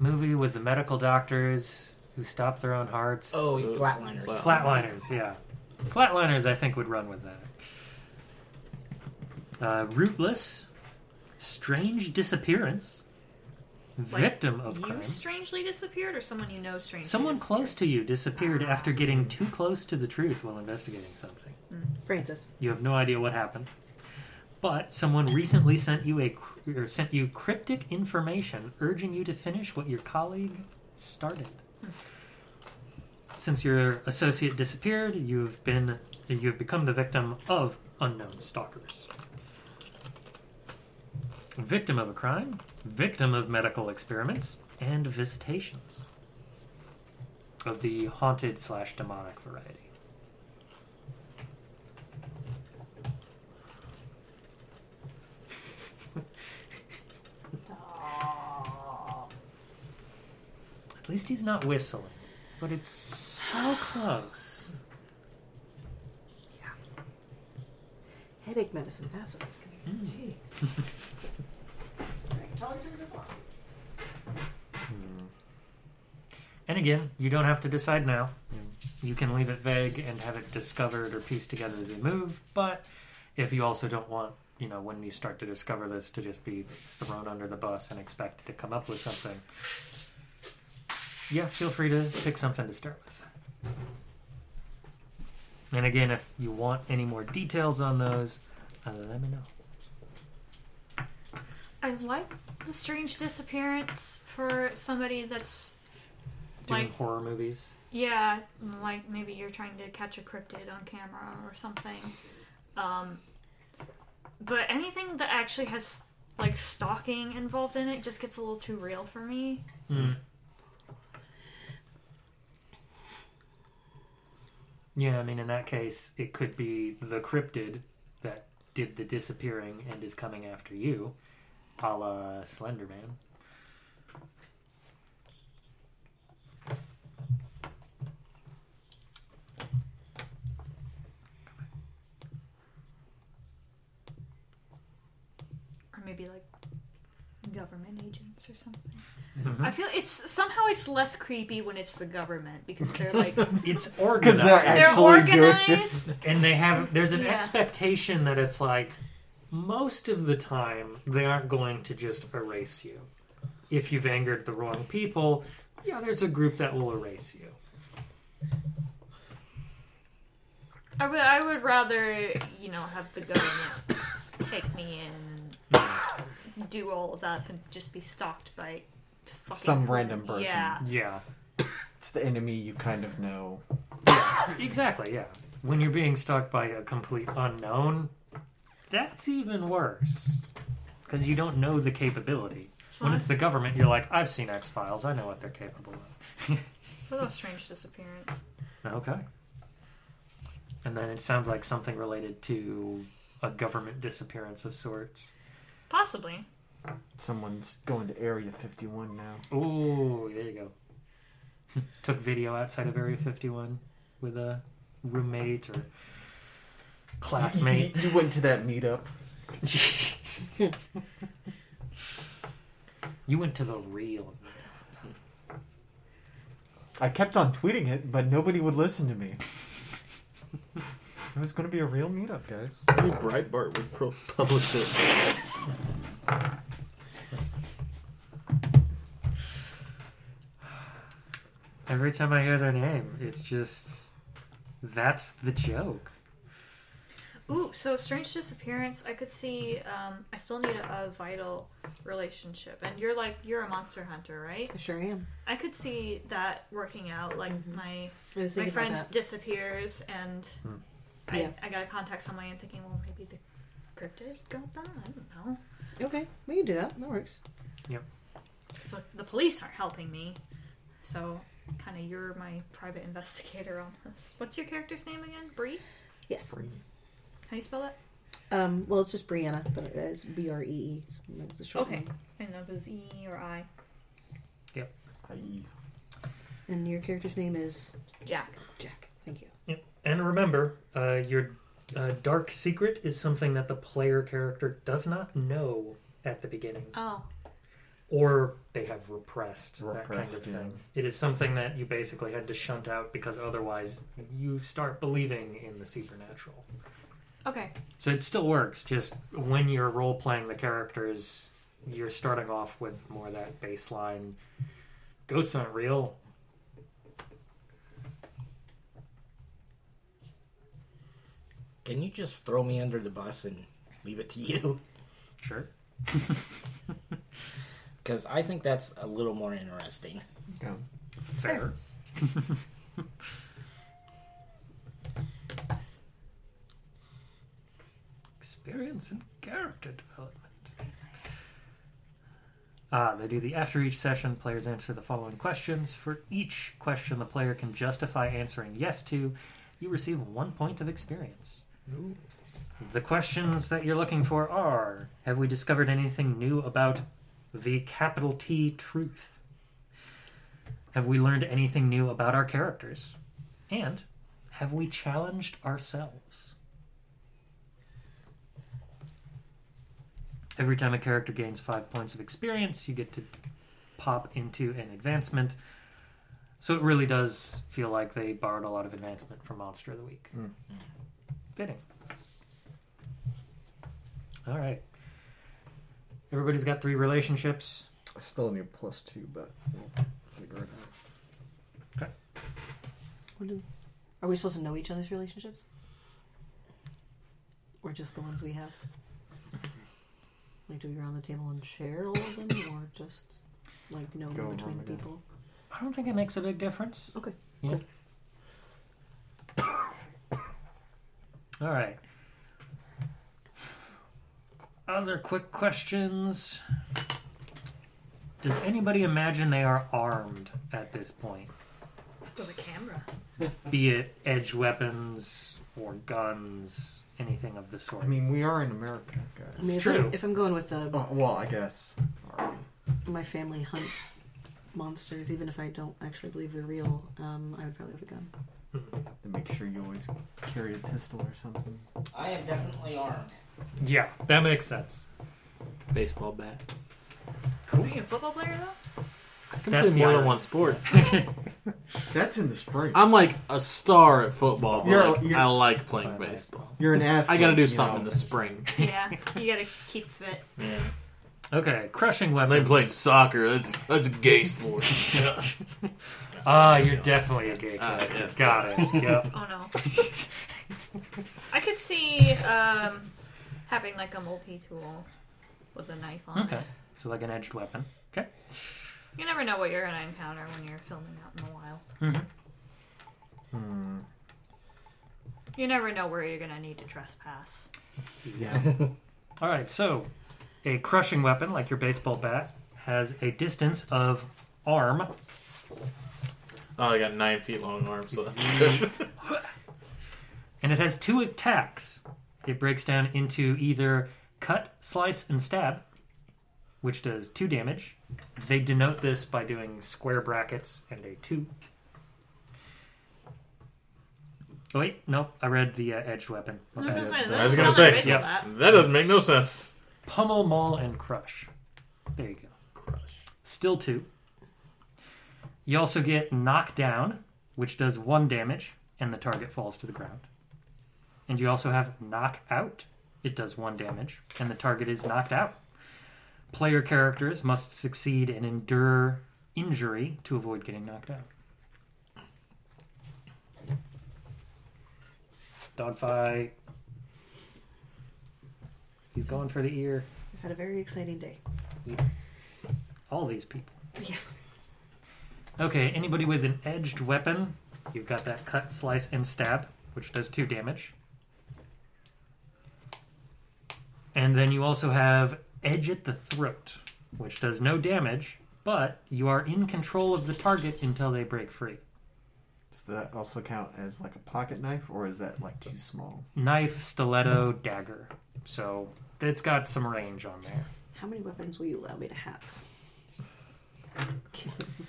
Speaker 3: movie with the medical doctors who stop their own hearts?
Speaker 6: Oh, you flatliners.
Speaker 1: Wow.
Speaker 3: flatliners, yeah. Flatliners, I think would run with that. Uh, rootless, strange disappearance,
Speaker 4: Like,
Speaker 3: victim of
Speaker 4: you
Speaker 3: Oh, crime.
Speaker 4: strangely disappeared, or someone you know strangely.
Speaker 3: Someone
Speaker 4: disappeared?
Speaker 3: close to you
Speaker 4: Ah.
Speaker 3: disappeared after getting too close to the truth while investigating something.
Speaker 2: Francis.
Speaker 3: You have no idea what happened. But someone recently sent you a cr- or sent you cryptic information urging you to finish what your colleague started. Since your associate disappeared, you've been you've become the victim of unknown stalkers. Victim of a crime, victim of medical experiments, and visitations of the haunted slash demonic variety. At least he's not whistling. But it's so close.
Speaker 2: Headache medicine. That's what I was going to Gee.
Speaker 3: And again, you don't have to decide now. You can leave it vague and have it discovered or pieced together as you move, but if you also don't want, you know, when you start to discover this to just be thrown under the bus and expected to come up with something, yeah, feel free to pick something to start with. And again, if you want any more details on those, uh, let me know.
Speaker 4: I like the strange disappearance for somebody that's
Speaker 3: Doing
Speaker 4: Like-
Speaker 3: horror movies.
Speaker 4: yeah, like maybe you're trying to catch a cryptid on camera or something. Um, but anything that actually has like stalking involved in it just gets a little too real for me.
Speaker 3: Yeah, I mean, in that case, it could be the cryptid that did the disappearing and is coming after you, a la Slenderman.
Speaker 4: or maybe like government agents or something. I feel it's somehow it's less creepy when it's the government because they're like
Speaker 3: It's
Speaker 5: Because
Speaker 3: organized.
Speaker 5: they're
Speaker 4: they're
Speaker 5: actually doing it.
Speaker 4: organized.
Speaker 3: and they have there's an
Speaker 4: Yeah.
Speaker 3: expectation that it's like most of the time they aren't going to just erase you if you've angered the wrong people yeah there's a group that will erase you
Speaker 4: I would I would rather you know have the government take me in, and do all of that than just be stalked by fucking
Speaker 5: Some random person.
Speaker 4: Yeah,
Speaker 3: yeah
Speaker 5: It's the enemy you kind of know.
Speaker 3: exactly yeah when you're being stalked by a complete unknown that's even worse because you don't know the capability when it's the government you're like i've seen x files i know what they're capable of
Speaker 4: for those strange disappearance.
Speaker 3: Okay. And then it sounds like something related to a government disappearance of sorts.
Speaker 4: Possibly.
Speaker 5: Someone's going to Area 51 now.
Speaker 3: Ooh, there you go. Took video outside of Area 51 with a roommate or classmate.
Speaker 5: You went to that meetup.
Speaker 3: you went to the real.
Speaker 5: I kept on tweeting it, but nobody would listen to me. It was going to be a real meetup, guys.
Speaker 1: Maybe Breitbart would pro- publish it.
Speaker 3: Every time I hear their name, it's just that's the joke.
Speaker 4: Ooh, so strange disappearance. I could see. Um, I still need a, a vital relationship, and you're like you're a monster hunter, right?
Speaker 2: I sure am.
Speaker 4: I could see that working out. Like my
Speaker 2: I was thinking
Speaker 4: my
Speaker 2: about
Speaker 4: friend
Speaker 2: that. Hmm.
Speaker 4: disappears, and I,
Speaker 2: Yeah.
Speaker 4: I gotta contact somebody and thinking, well, maybe the cryptid got them. I don't know.
Speaker 2: Okay, we can do that. That works.
Speaker 4: It's like the police aren't helping me, so kind of you're my private investigator on this. What's your character's name again? Bree?
Speaker 2: Yes.
Speaker 4: How do you spell that?
Speaker 2: Um. Well, it's just Brianna, but it's B R E E. so that's the short
Speaker 4: Okay.
Speaker 2: one.
Speaker 4: I don't know if it was E or I.
Speaker 2: And your character's name is
Speaker 4: Jack.
Speaker 2: Jack. Thank you.
Speaker 3: Yep. And remember, uh, your uh, dark secret is something that the player character does not know at the beginning,
Speaker 4: Oh,
Speaker 3: or they have repressed,
Speaker 5: Repressed,
Speaker 3: that kind
Speaker 5: yeah.
Speaker 3: of thing. It is something that you basically had to shunt out because otherwise you start believing in the supernatural.
Speaker 4: okay.
Speaker 3: So it still works. Just when you're role playing the characters, you're starting off with more of that baseline. Ghosts aren't real.
Speaker 6: Can you just throw me under the bus and leave it to you?
Speaker 3: Sure.
Speaker 6: Because I think that's a little more interesting.
Speaker 5: Yeah.
Speaker 3: Fair. Experience and character development. Ah, they do the after each session, players answer the following questions. For each question the player can justify answering yes to, you receive one point of experience. The questions that you're looking for are Have we discovered anything new about the capital T truth? Have we learned anything new about our characters? And have we challenged ourselves? Every time a character gains five points of experience, you get to pop into an advancement. So it really does feel like they borrowed a lot of advancement from Monster of the Week. Fitting. All right. Everybody's got three relationships.
Speaker 5: I still need plus two, but we'll figure it out.
Speaker 2: What do- Are we supposed to know each other's relationships, or just the ones we have? Like, do we go around the table and share all of them, or just like know
Speaker 5: Go
Speaker 2: them between
Speaker 5: around again.
Speaker 2: people?
Speaker 3: I don't think it makes a big difference.
Speaker 2: Okay.
Speaker 3: Yeah. All right. Other quick questions. Does anybody imagine they are armed at this point?
Speaker 4: With a camera.
Speaker 3: Be it edge weapons or guns, anything of the sort.
Speaker 5: I mean, we are in America,
Speaker 2: I
Speaker 5: guys.
Speaker 2: mean,
Speaker 3: It's
Speaker 2: if, I'm-
Speaker 3: true.
Speaker 2: if I'm going with the
Speaker 5: Oh, well, I guess. Are we?
Speaker 2: my family hunts monsters, even if I don't actually believe they're real, um, I would probably have a gun.
Speaker 5: Then make sure you always carry a pistol or something.
Speaker 6: I am definitely armed.
Speaker 3: yeah, that makes sense.
Speaker 1: Baseball bat.
Speaker 4: Are you a football player though?
Speaker 1: I can
Speaker 3: That's
Speaker 1: play more
Speaker 3: why-
Speaker 1: than one sport.
Speaker 5: That's in the spring.
Speaker 1: I'm like a star at football, but
Speaker 5: You're-
Speaker 1: like,
Speaker 5: you're-
Speaker 1: I like playing baseball.
Speaker 5: You're an athlete.
Speaker 1: I gotta do
Speaker 5: you
Speaker 1: something in
Speaker 5: know.
Speaker 1: the spring.
Speaker 4: yeah, you gotta keep fit.
Speaker 1: Yeah.
Speaker 3: Okay, crushing
Speaker 1: And they
Speaker 3: weapons.
Speaker 1: played soccer. That's, that's a gay sport.
Speaker 3: Ah, you're definitely a gay
Speaker 1: Ah,
Speaker 3: character.
Speaker 1: yes,
Speaker 3: Got it. Yep.
Speaker 4: Oh no. I could see um, having like a multi tool with a knife on
Speaker 3: Okay.
Speaker 4: it.
Speaker 3: So like an edged weapon. Okay.
Speaker 4: You never know what you're gonna encounter when you're filming out in the wild. Hmm. You never know where you're gonna need to trespass.
Speaker 3: Yeah. All right, so a crushing weapon like your baseball bat has a distance of arm
Speaker 1: Oh, I got nine feet long arms, so that's good.
Speaker 3: and it has two attacks. It breaks down into either cut, slice, and stab which does two damage. They denote this by doing square brackets and a two. Oh, wait, no, I read the uh, edged weapon.
Speaker 4: I was gonna say,
Speaker 1: I was
Speaker 4: that's
Speaker 1: gonna
Speaker 4: not
Speaker 1: say, Mm.
Speaker 4: like racial
Speaker 3: yeah.
Speaker 4: that.
Speaker 1: That doesn't make no sense.
Speaker 3: Pummel, maul, and crush. There you go.
Speaker 1: Crush.
Speaker 3: Still two. You also get knockdown, which does one damage, and the target falls to the ground. And you also have knockout. It does one damage, and the target is knocked out. Player characters must succeed and endure injury to avoid getting knocked out. Dogfight. He's going for the ear.
Speaker 2: I've had a very exciting day.
Speaker 3: All these people.
Speaker 2: Yeah.
Speaker 3: Okay, anybody with an edged weapon, you've got that cut, slice, and stab, which does two damage. And then you also have edge at the throat, which does no damage, but you are in control of the target until they break free.
Speaker 5: Does that also count as like a pocket knife, or is that like too small?
Speaker 3: Knife, stiletto, dagger. So it's got some range on there.
Speaker 2: How many weapons will you allow me to have?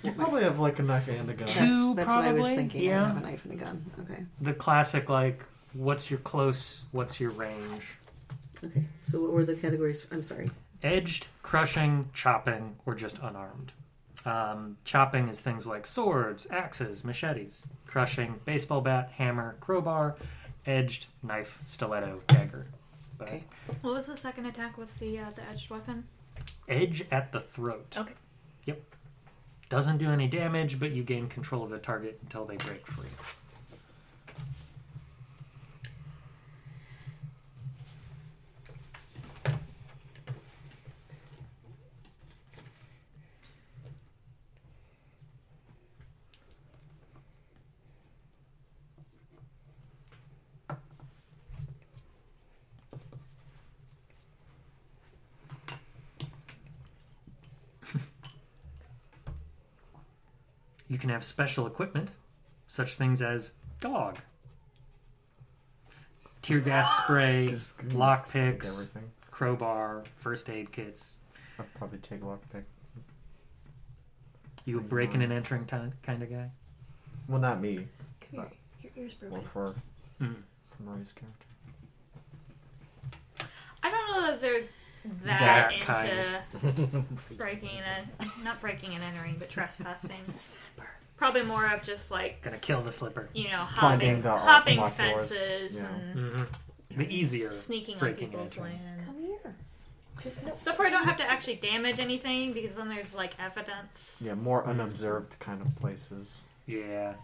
Speaker 5: You probably have like a knife and a gun.
Speaker 3: Two.
Speaker 2: that's that's what I was
Speaker 3: probably,
Speaker 2: thinking. I
Speaker 3: yeah.
Speaker 2: don't have a knife and a gun. Okay.
Speaker 3: The classic, like, what's your close, what's your range?
Speaker 2: Okay. So what were the categories? I'm sorry.
Speaker 3: edged, crushing, chopping, or just unarmed. Um, chopping is things like swords, axes, machetes. Crushing, baseball bat, hammer, crowbar. Edged, knife, stiletto, dagger. But
Speaker 2: Okay.
Speaker 4: What was the second attack with the uh, the edged weapon?
Speaker 3: Edge at the throat.
Speaker 4: Okay.
Speaker 3: Yep. Doesn't do any damage, but you gain control of the target until they break free. You can have special equipment, such things as dog, tear gas spray,
Speaker 5: Just gonna
Speaker 3: lock
Speaker 5: take
Speaker 3: picks,
Speaker 5: Everything.
Speaker 3: crowbar, first aid kits,
Speaker 5: I'd probably take a lock pick.
Speaker 3: You a breaking and entering ti- kind of guy?
Speaker 5: Well, not me.
Speaker 7: Come here. Your ear's broken.
Speaker 5: Well, for
Speaker 3: Mm.
Speaker 5: Maria's character.
Speaker 4: I don't know that they're
Speaker 3: That
Speaker 4: that, into breaking and not breaking and entering, but trespassing. Probably more of just like
Speaker 3: Gonna kill the slipper.
Speaker 4: you know hopping,
Speaker 5: Finding the
Speaker 4: hopping
Speaker 5: unlocked doors,
Speaker 4: fences
Speaker 5: yeah.
Speaker 4: and
Speaker 3: Mm-hmm. The easier.
Speaker 4: sneaking on
Speaker 3: breaking and
Speaker 4: people's
Speaker 3: entering.
Speaker 4: land.
Speaker 2: Come here. No.
Speaker 4: Stuff where I don't have to actually damage anything because then there's like evidence.
Speaker 5: Yeah, more unobserved kind of places.
Speaker 3: Yeah.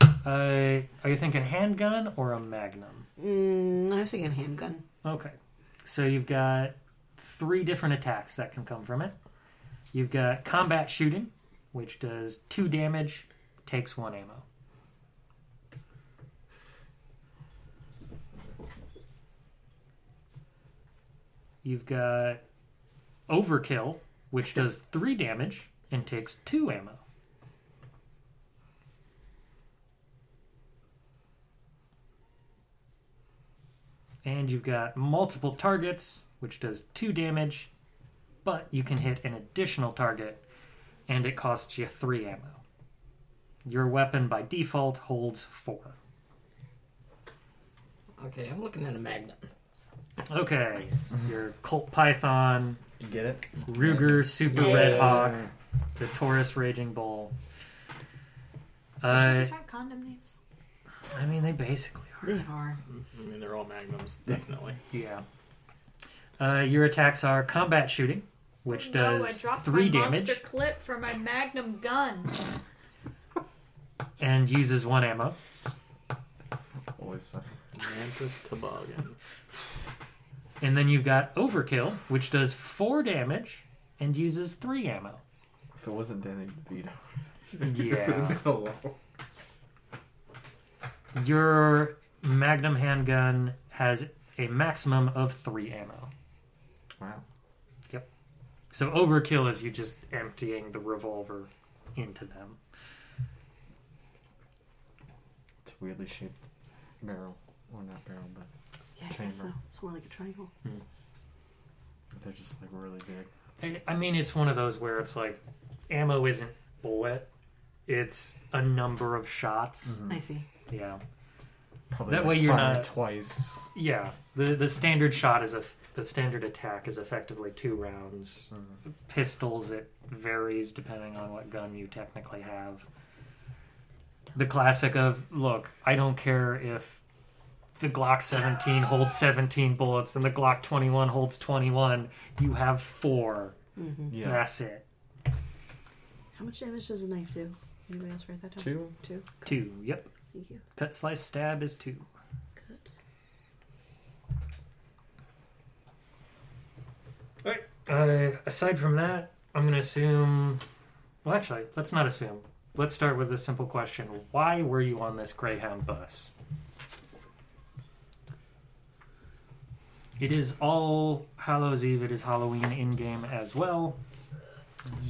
Speaker 3: Uh, are you thinking handgun or a magnum?
Speaker 2: Mm, I was thinking handgun.
Speaker 3: Okay. So you've got three different attacks that can come from it. You've got combat shooting, which does two damage, takes one ammo. You've got overkill, which does three damage and takes two ammo. And you've got multiple targets, which does two damage, but you can hit an additional target, and it costs you three ammo. Your weapon by default holds four.
Speaker 6: Okay, I'm looking at a magnum.
Speaker 3: Okay, your Colt Python,
Speaker 5: You get it?
Speaker 3: Ruger Super Red
Speaker 6: Yeah.
Speaker 3: Hawk, the Taurus Raging Bull. Uh,
Speaker 4: These aren't condom names.
Speaker 3: I mean, they basically are.
Speaker 2: They are.
Speaker 1: I mean, they're all magnums, definitely.
Speaker 3: Yeah. Uh, your attacks are combat shooting, which
Speaker 4: Oh, No, I
Speaker 3: does
Speaker 4: dropped
Speaker 3: three
Speaker 4: my
Speaker 3: damage
Speaker 4: monster clip for my magnum gun.
Speaker 3: and uses one ammo.
Speaker 5: Always suck.
Speaker 1: Mantis toboggan.
Speaker 3: And then you've got Overkill, which does four damage and uses three ammo.
Speaker 5: If it wasn't Danny DeVito. Oh,
Speaker 3: Yeah.
Speaker 5: Hello.
Speaker 3: Your Magnum handgun has a maximum of three ammo.
Speaker 5: Wow.
Speaker 3: So Overkill is you just emptying the revolver into them.
Speaker 5: It's a weirdly shaped barrel. Or not barrel, but
Speaker 2: Yeah, I guess so.
Speaker 5: Chamber.
Speaker 2: It's more like a triangle.
Speaker 5: they're just like really big.
Speaker 3: I, I mean, it's one of those where it's like ammo isn't bullet; it's a number of shots.
Speaker 2: I see.
Speaker 3: Yeah,
Speaker 5: Probably
Speaker 3: That
Speaker 5: like
Speaker 3: way you're
Speaker 5: fired
Speaker 3: not-
Speaker 5: twice.
Speaker 3: yeah. The the standard shot is a the standard attack is effectively two rounds. Pistols it varies depending on what gun you technically have. The classic of look, I don't care if the Glock 17 holds 17 bullets and the Glock 21 holds 21. You have four.
Speaker 5: Yeah.
Speaker 3: That's it.
Speaker 2: How much damage does a knife do? Anybody else write that down?
Speaker 5: Two.
Speaker 2: Two.
Speaker 3: Two. Yep.
Speaker 2: Thank you.
Speaker 3: Cut, slice, stab is two.
Speaker 2: Good.
Speaker 3: All right. Uh, aside from that, I'm gonna assume. Well, actually, let's not assume. Let's start with a simple question: Why were you on this Greyhound bus? It is all Hallows Eve. It is Halloween in game as well.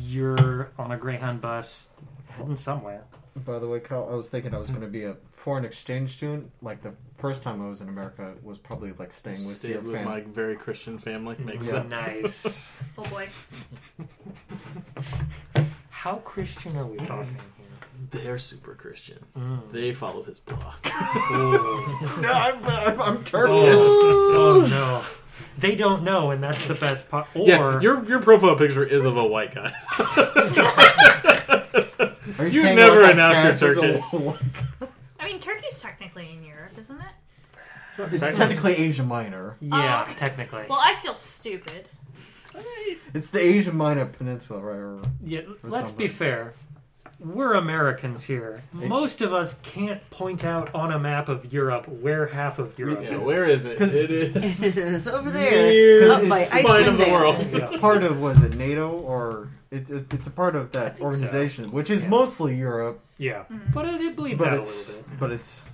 Speaker 3: You're on a Greyhound bus heading somewhere.
Speaker 5: By the way, Kyle, I was thinking I was going to be a foreign exchange student. Like the first time I was in America was probably like staying with
Speaker 1: Stay
Speaker 5: your
Speaker 1: with my
Speaker 5: family.
Speaker 1: very Christian family. Makes
Speaker 5: Yeah.
Speaker 1: sense.
Speaker 3: Nice.
Speaker 4: Oh boy.
Speaker 3: How Christian are we talking here?
Speaker 1: They're super Christian. They follow his block.
Speaker 5: No, I'm, I'm, I'm turbulent.
Speaker 3: Oh, oh, no. They don't know, and that's the best part. Or
Speaker 1: yeah, your your profile picture is of a white guy.
Speaker 5: Are
Speaker 1: You
Speaker 5: saying
Speaker 1: never
Speaker 5: like
Speaker 1: announce your
Speaker 5: Paris is a-
Speaker 4: I mean, Turkey's technically in Europe, isn't it?
Speaker 5: it's technically Asia Minor.
Speaker 3: yeah,
Speaker 4: Oh.
Speaker 3: technically.
Speaker 4: Well, I feel stupid.
Speaker 5: It's the Asia Minor Peninsula, right? Or,
Speaker 3: yeah,
Speaker 5: or
Speaker 3: let's
Speaker 5: something.
Speaker 3: be fair. We're Americans here. Most of us can't point out on a map of Europe where half of Europe
Speaker 1: yeah,
Speaker 3: is.
Speaker 1: where is it?
Speaker 5: 'Cause-
Speaker 1: It is
Speaker 2: it's over there.
Speaker 1: near
Speaker 5: Because
Speaker 2: Up by
Speaker 5: it's
Speaker 1: the spine of
Speaker 2: Iceland
Speaker 1: the
Speaker 2: there.
Speaker 1: world.
Speaker 5: it's
Speaker 3: Yeah.
Speaker 5: part of was it NATO or it's it, it's a part of that
Speaker 3: so.
Speaker 5: organization, which is
Speaker 3: Yeah.
Speaker 5: mostly Europe,
Speaker 3: Yeah. But it, it bleeds
Speaker 5: but
Speaker 3: out a
Speaker 5: it's
Speaker 3: little
Speaker 5: but it's
Speaker 3: bit.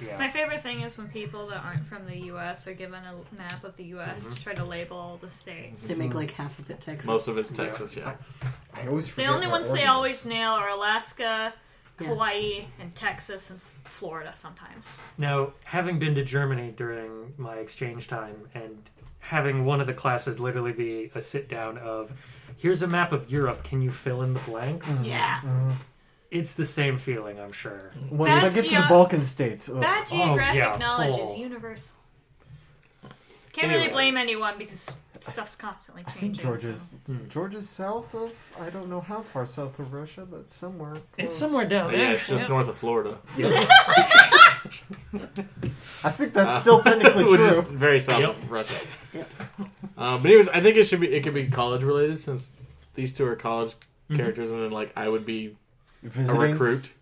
Speaker 4: My
Speaker 3: Yeah.
Speaker 4: favorite thing is when people that aren't from the U.S. are given a map of the U.S.
Speaker 5: Mm-hmm.
Speaker 4: to try to label all the states.
Speaker 2: They make like half of it Texas.
Speaker 1: Most of it's Texas, yeah.
Speaker 5: I always
Speaker 4: The
Speaker 5: forget
Speaker 4: only
Speaker 5: where
Speaker 4: ones they
Speaker 5: Oregon
Speaker 4: always
Speaker 5: is.
Speaker 4: nail are Alaska,
Speaker 2: Yeah.
Speaker 4: Hawaii, and Texas, and F- Florida sometimes.
Speaker 3: Now, having been to Germany during my exchange time and having one of the classes literally be a sit down of, here's a map of Europe, can you fill in the blanks?
Speaker 5: Mm-hmm.
Speaker 4: Yeah.
Speaker 5: Oh,
Speaker 3: It's the same feeling, I'm sure.
Speaker 5: Once I
Speaker 4: That's
Speaker 5: get to the
Speaker 4: geo-
Speaker 5: Balkan states, ugh.
Speaker 4: That geographic
Speaker 3: yeah,
Speaker 4: knowledge
Speaker 3: cool.
Speaker 4: is universal. Can't
Speaker 5: Anyway.
Speaker 4: really blame anyone because stuff's constantly
Speaker 5: I
Speaker 4: changing.
Speaker 5: think Georgia's Georgia's south of I don't know how far south of Russia, but somewhere.
Speaker 3: It's
Speaker 5: close.
Speaker 3: somewhere down
Speaker 1: But
Speaker 3: there.
Speaker 1: yeah, it's just north of Florida,
Speaker 5: I think that's still technically
Speaker 1: which is
Speaker 5: true.
Speaker 1: very south of Russia. Uh, but anyways, I think it should be it could be college related since these two are college characters, and then like I would be a
Speaker 5: Visiting.
Speaker 1: recruit,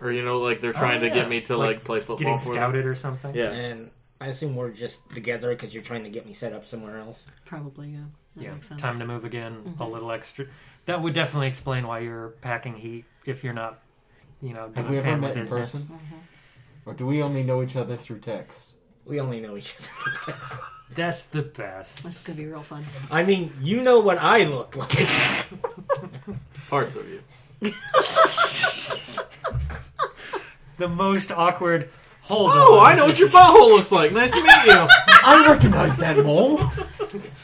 Speaker 1: or you know, like they're trying to
Speaker 3: yeah.
Speaker 1: get me to
Speaker 3: Like,
Speaker 1: like, play football
Speaker 3: getting
Speaker 1: for them.
Speaker 3: scouted or something.
Speaker 1: Yeah,
Speaker 6: And I assume we're just together because you're trying to get me set up somewhere else.
Speaker 2: Probably, yeah. That
Speaker 3: Yeah,
Speaker 2: makes sense. Mm-hmm.
Speaker 3: time to move again. A little extra. That would definitely explain why you're packing heat if you're not, you know, doing
Speaker 5: Have we ever
Speaker 3: family
Speaker 5: met in
Speaker 3: business.
Speaker 5: person,
Speaker 2: Uh-huh.
Speaker 5: or do we only know each other through text?
Speaker 6: We only know each other.
Speaker 3: That's the best.
Speaker 2: That's gonna be real fun.
Speaker 6: I mean, you know what I look like.
Speaker 1: parts of you.
Speaker 3: The most awkward. Hold
Speaker 1: Oh,
Speaker 3: on.
Speaker 1: I know what your butthole looks like. Nice to meet you.
Speaker 5: I recognize that mole.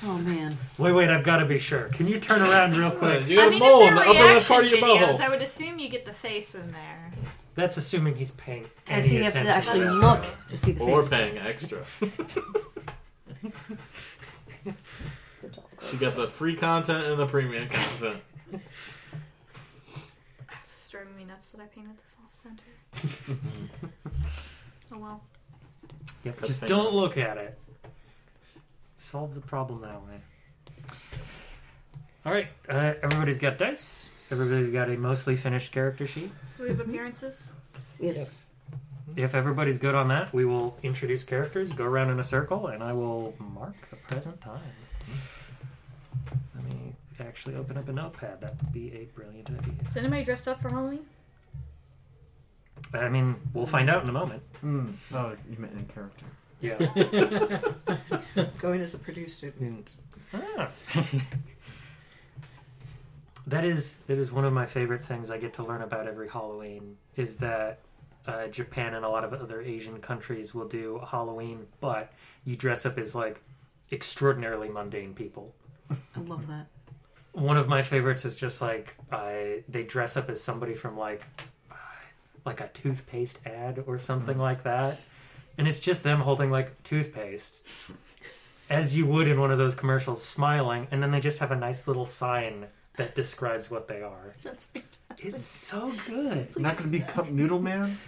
Speaker 2: Oh man,
Speaker 3: Wait, wait. I've got to be sure. Can you turn around real quick?
Speaker 1: You
Speaker 4: I
Speaker 1: got
Speaker 4: mean,
Speaker 1: a mole
Speaker 4: if
Speaker 1: in the
Speaker 4: they're
Speaker 1: upper left
Speaker 4: reaction
Speaker 1: part of your
Speaker 4: videos, I
Speaker 1: butthole.
Speaker 4: would assume you get the face in there.
Speaker 3: That's assuming he's paying.
Speaker 2: I
Speaker 3: any
Speaker 2: see you have to
Speaker 3: attention
Speaker 2: actually
Speaker 3: that.
Speaker 2: look to see the
Speaker 1: Or
Speaker 2: face.
Speaker 1: paying extra.
Speaker 7: It's a tall
Speaker 1: You got the free content and the premium content.
Speaker 4: It's driving me nuts that I painted this off center. oh well.
Speaker 3: Yep,
Speaker 1: Cut
Speaker 3: just
Speaker 1: finger.
Speaker 3: don't look at it. Solve the problem that way. All right. Uh, everybody's got dice. Everybody's got a mostly finished character sheet.
Speaker 4: Do we have appearances?
Speaker 2: Yes.
Speaker 3: If everybody's good on that, we will introduce characters, go around in a circle, and I will mark the present time. Let me actually open up a notepad. That would be a brilliant idea.
Speaker 4: Is anybody dressed up for Halloween?
Speaker 3: I mean, we'll find out in a moment.
Speaker 5: Mm. Oh, you meant in character.
Speaker 3: Yeah.
Speaker 2: Going as a producer.
Speaker 3: Ah. that is that is one of my favorite things I get to learn about every Halloween is that uh, Japan and a lot of other Asian countries will do Halloween, but you dress up as like extraordinarily mundane people.
Speaker 2: I love that.
Speaker 3: one of my favorites is just like I they dress up as somebody from like uh, like a toothpaste ad or something
Speaker 4: Mm-hmm.
Speaker 3: like that, and it's just them holding like toothpaste, as you would in one of those commercials, smiling, and then they just have a nice little sign that describes what they are.
Speaker 2: That's fantastic.
Speaker 3: It's so good.
Speaker 5: Not gonna be Cup Noodle Man?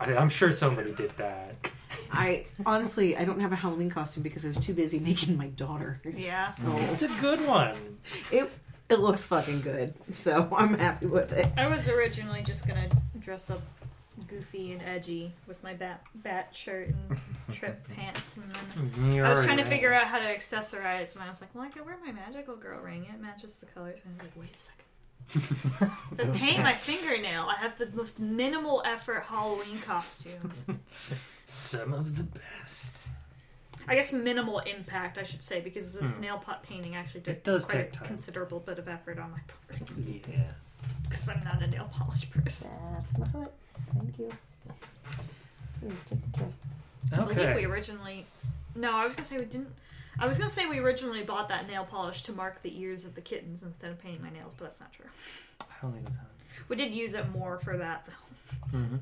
Speaker 3: I, I'm sure somebody did that.
Speaker 2: I honestly, I don't have a Halloween costume because I was too busy making my daughter.
Speaker 4: Yeah.
Speaker 2: So
Speaker 3: It's a good one.
Speaker 2: it it looks fucking good. So I'm happy with it.
Speaker 4: I was originally just gonna dress up goofy and edgy with my bat bat shirt and trip pants, and then I was trying to figure out how to accessorize, and I was like, well, I could wear my magical girl ring. It matches the colors. And I was like, wait a second. the paint my fingernail. I have the most minimal effort Halloween costume.
Speaker 3: some of the best.
Speaker 4: I guess minimal impact, I should say, because the nail pot painting actually did
Speaker 3: It does
Speaker 4: quite
Speaker 3: take
Speaker 4: a
Speaker 3: time.
Speaker 4: considerable bit of effort on my part
Speaker 3: Yeah.
Speaker 4: because I'm not a nail polish person.
Speaker 7: That's my foot. Thank you. Ooh, take the tray.
Speaker 4: I believe we
Speaker 3: Okay.
Speaker 4: originally. No, I was gonna say we didn't. I was gonna say we originally bought that nail polish to mark the ears of the kittens instead of painting my nails, but that's not true.
Speaker 3: I don't think it's on.
Speaker 4: We did use it more for that though.
Speaker 3: Mm-hmm.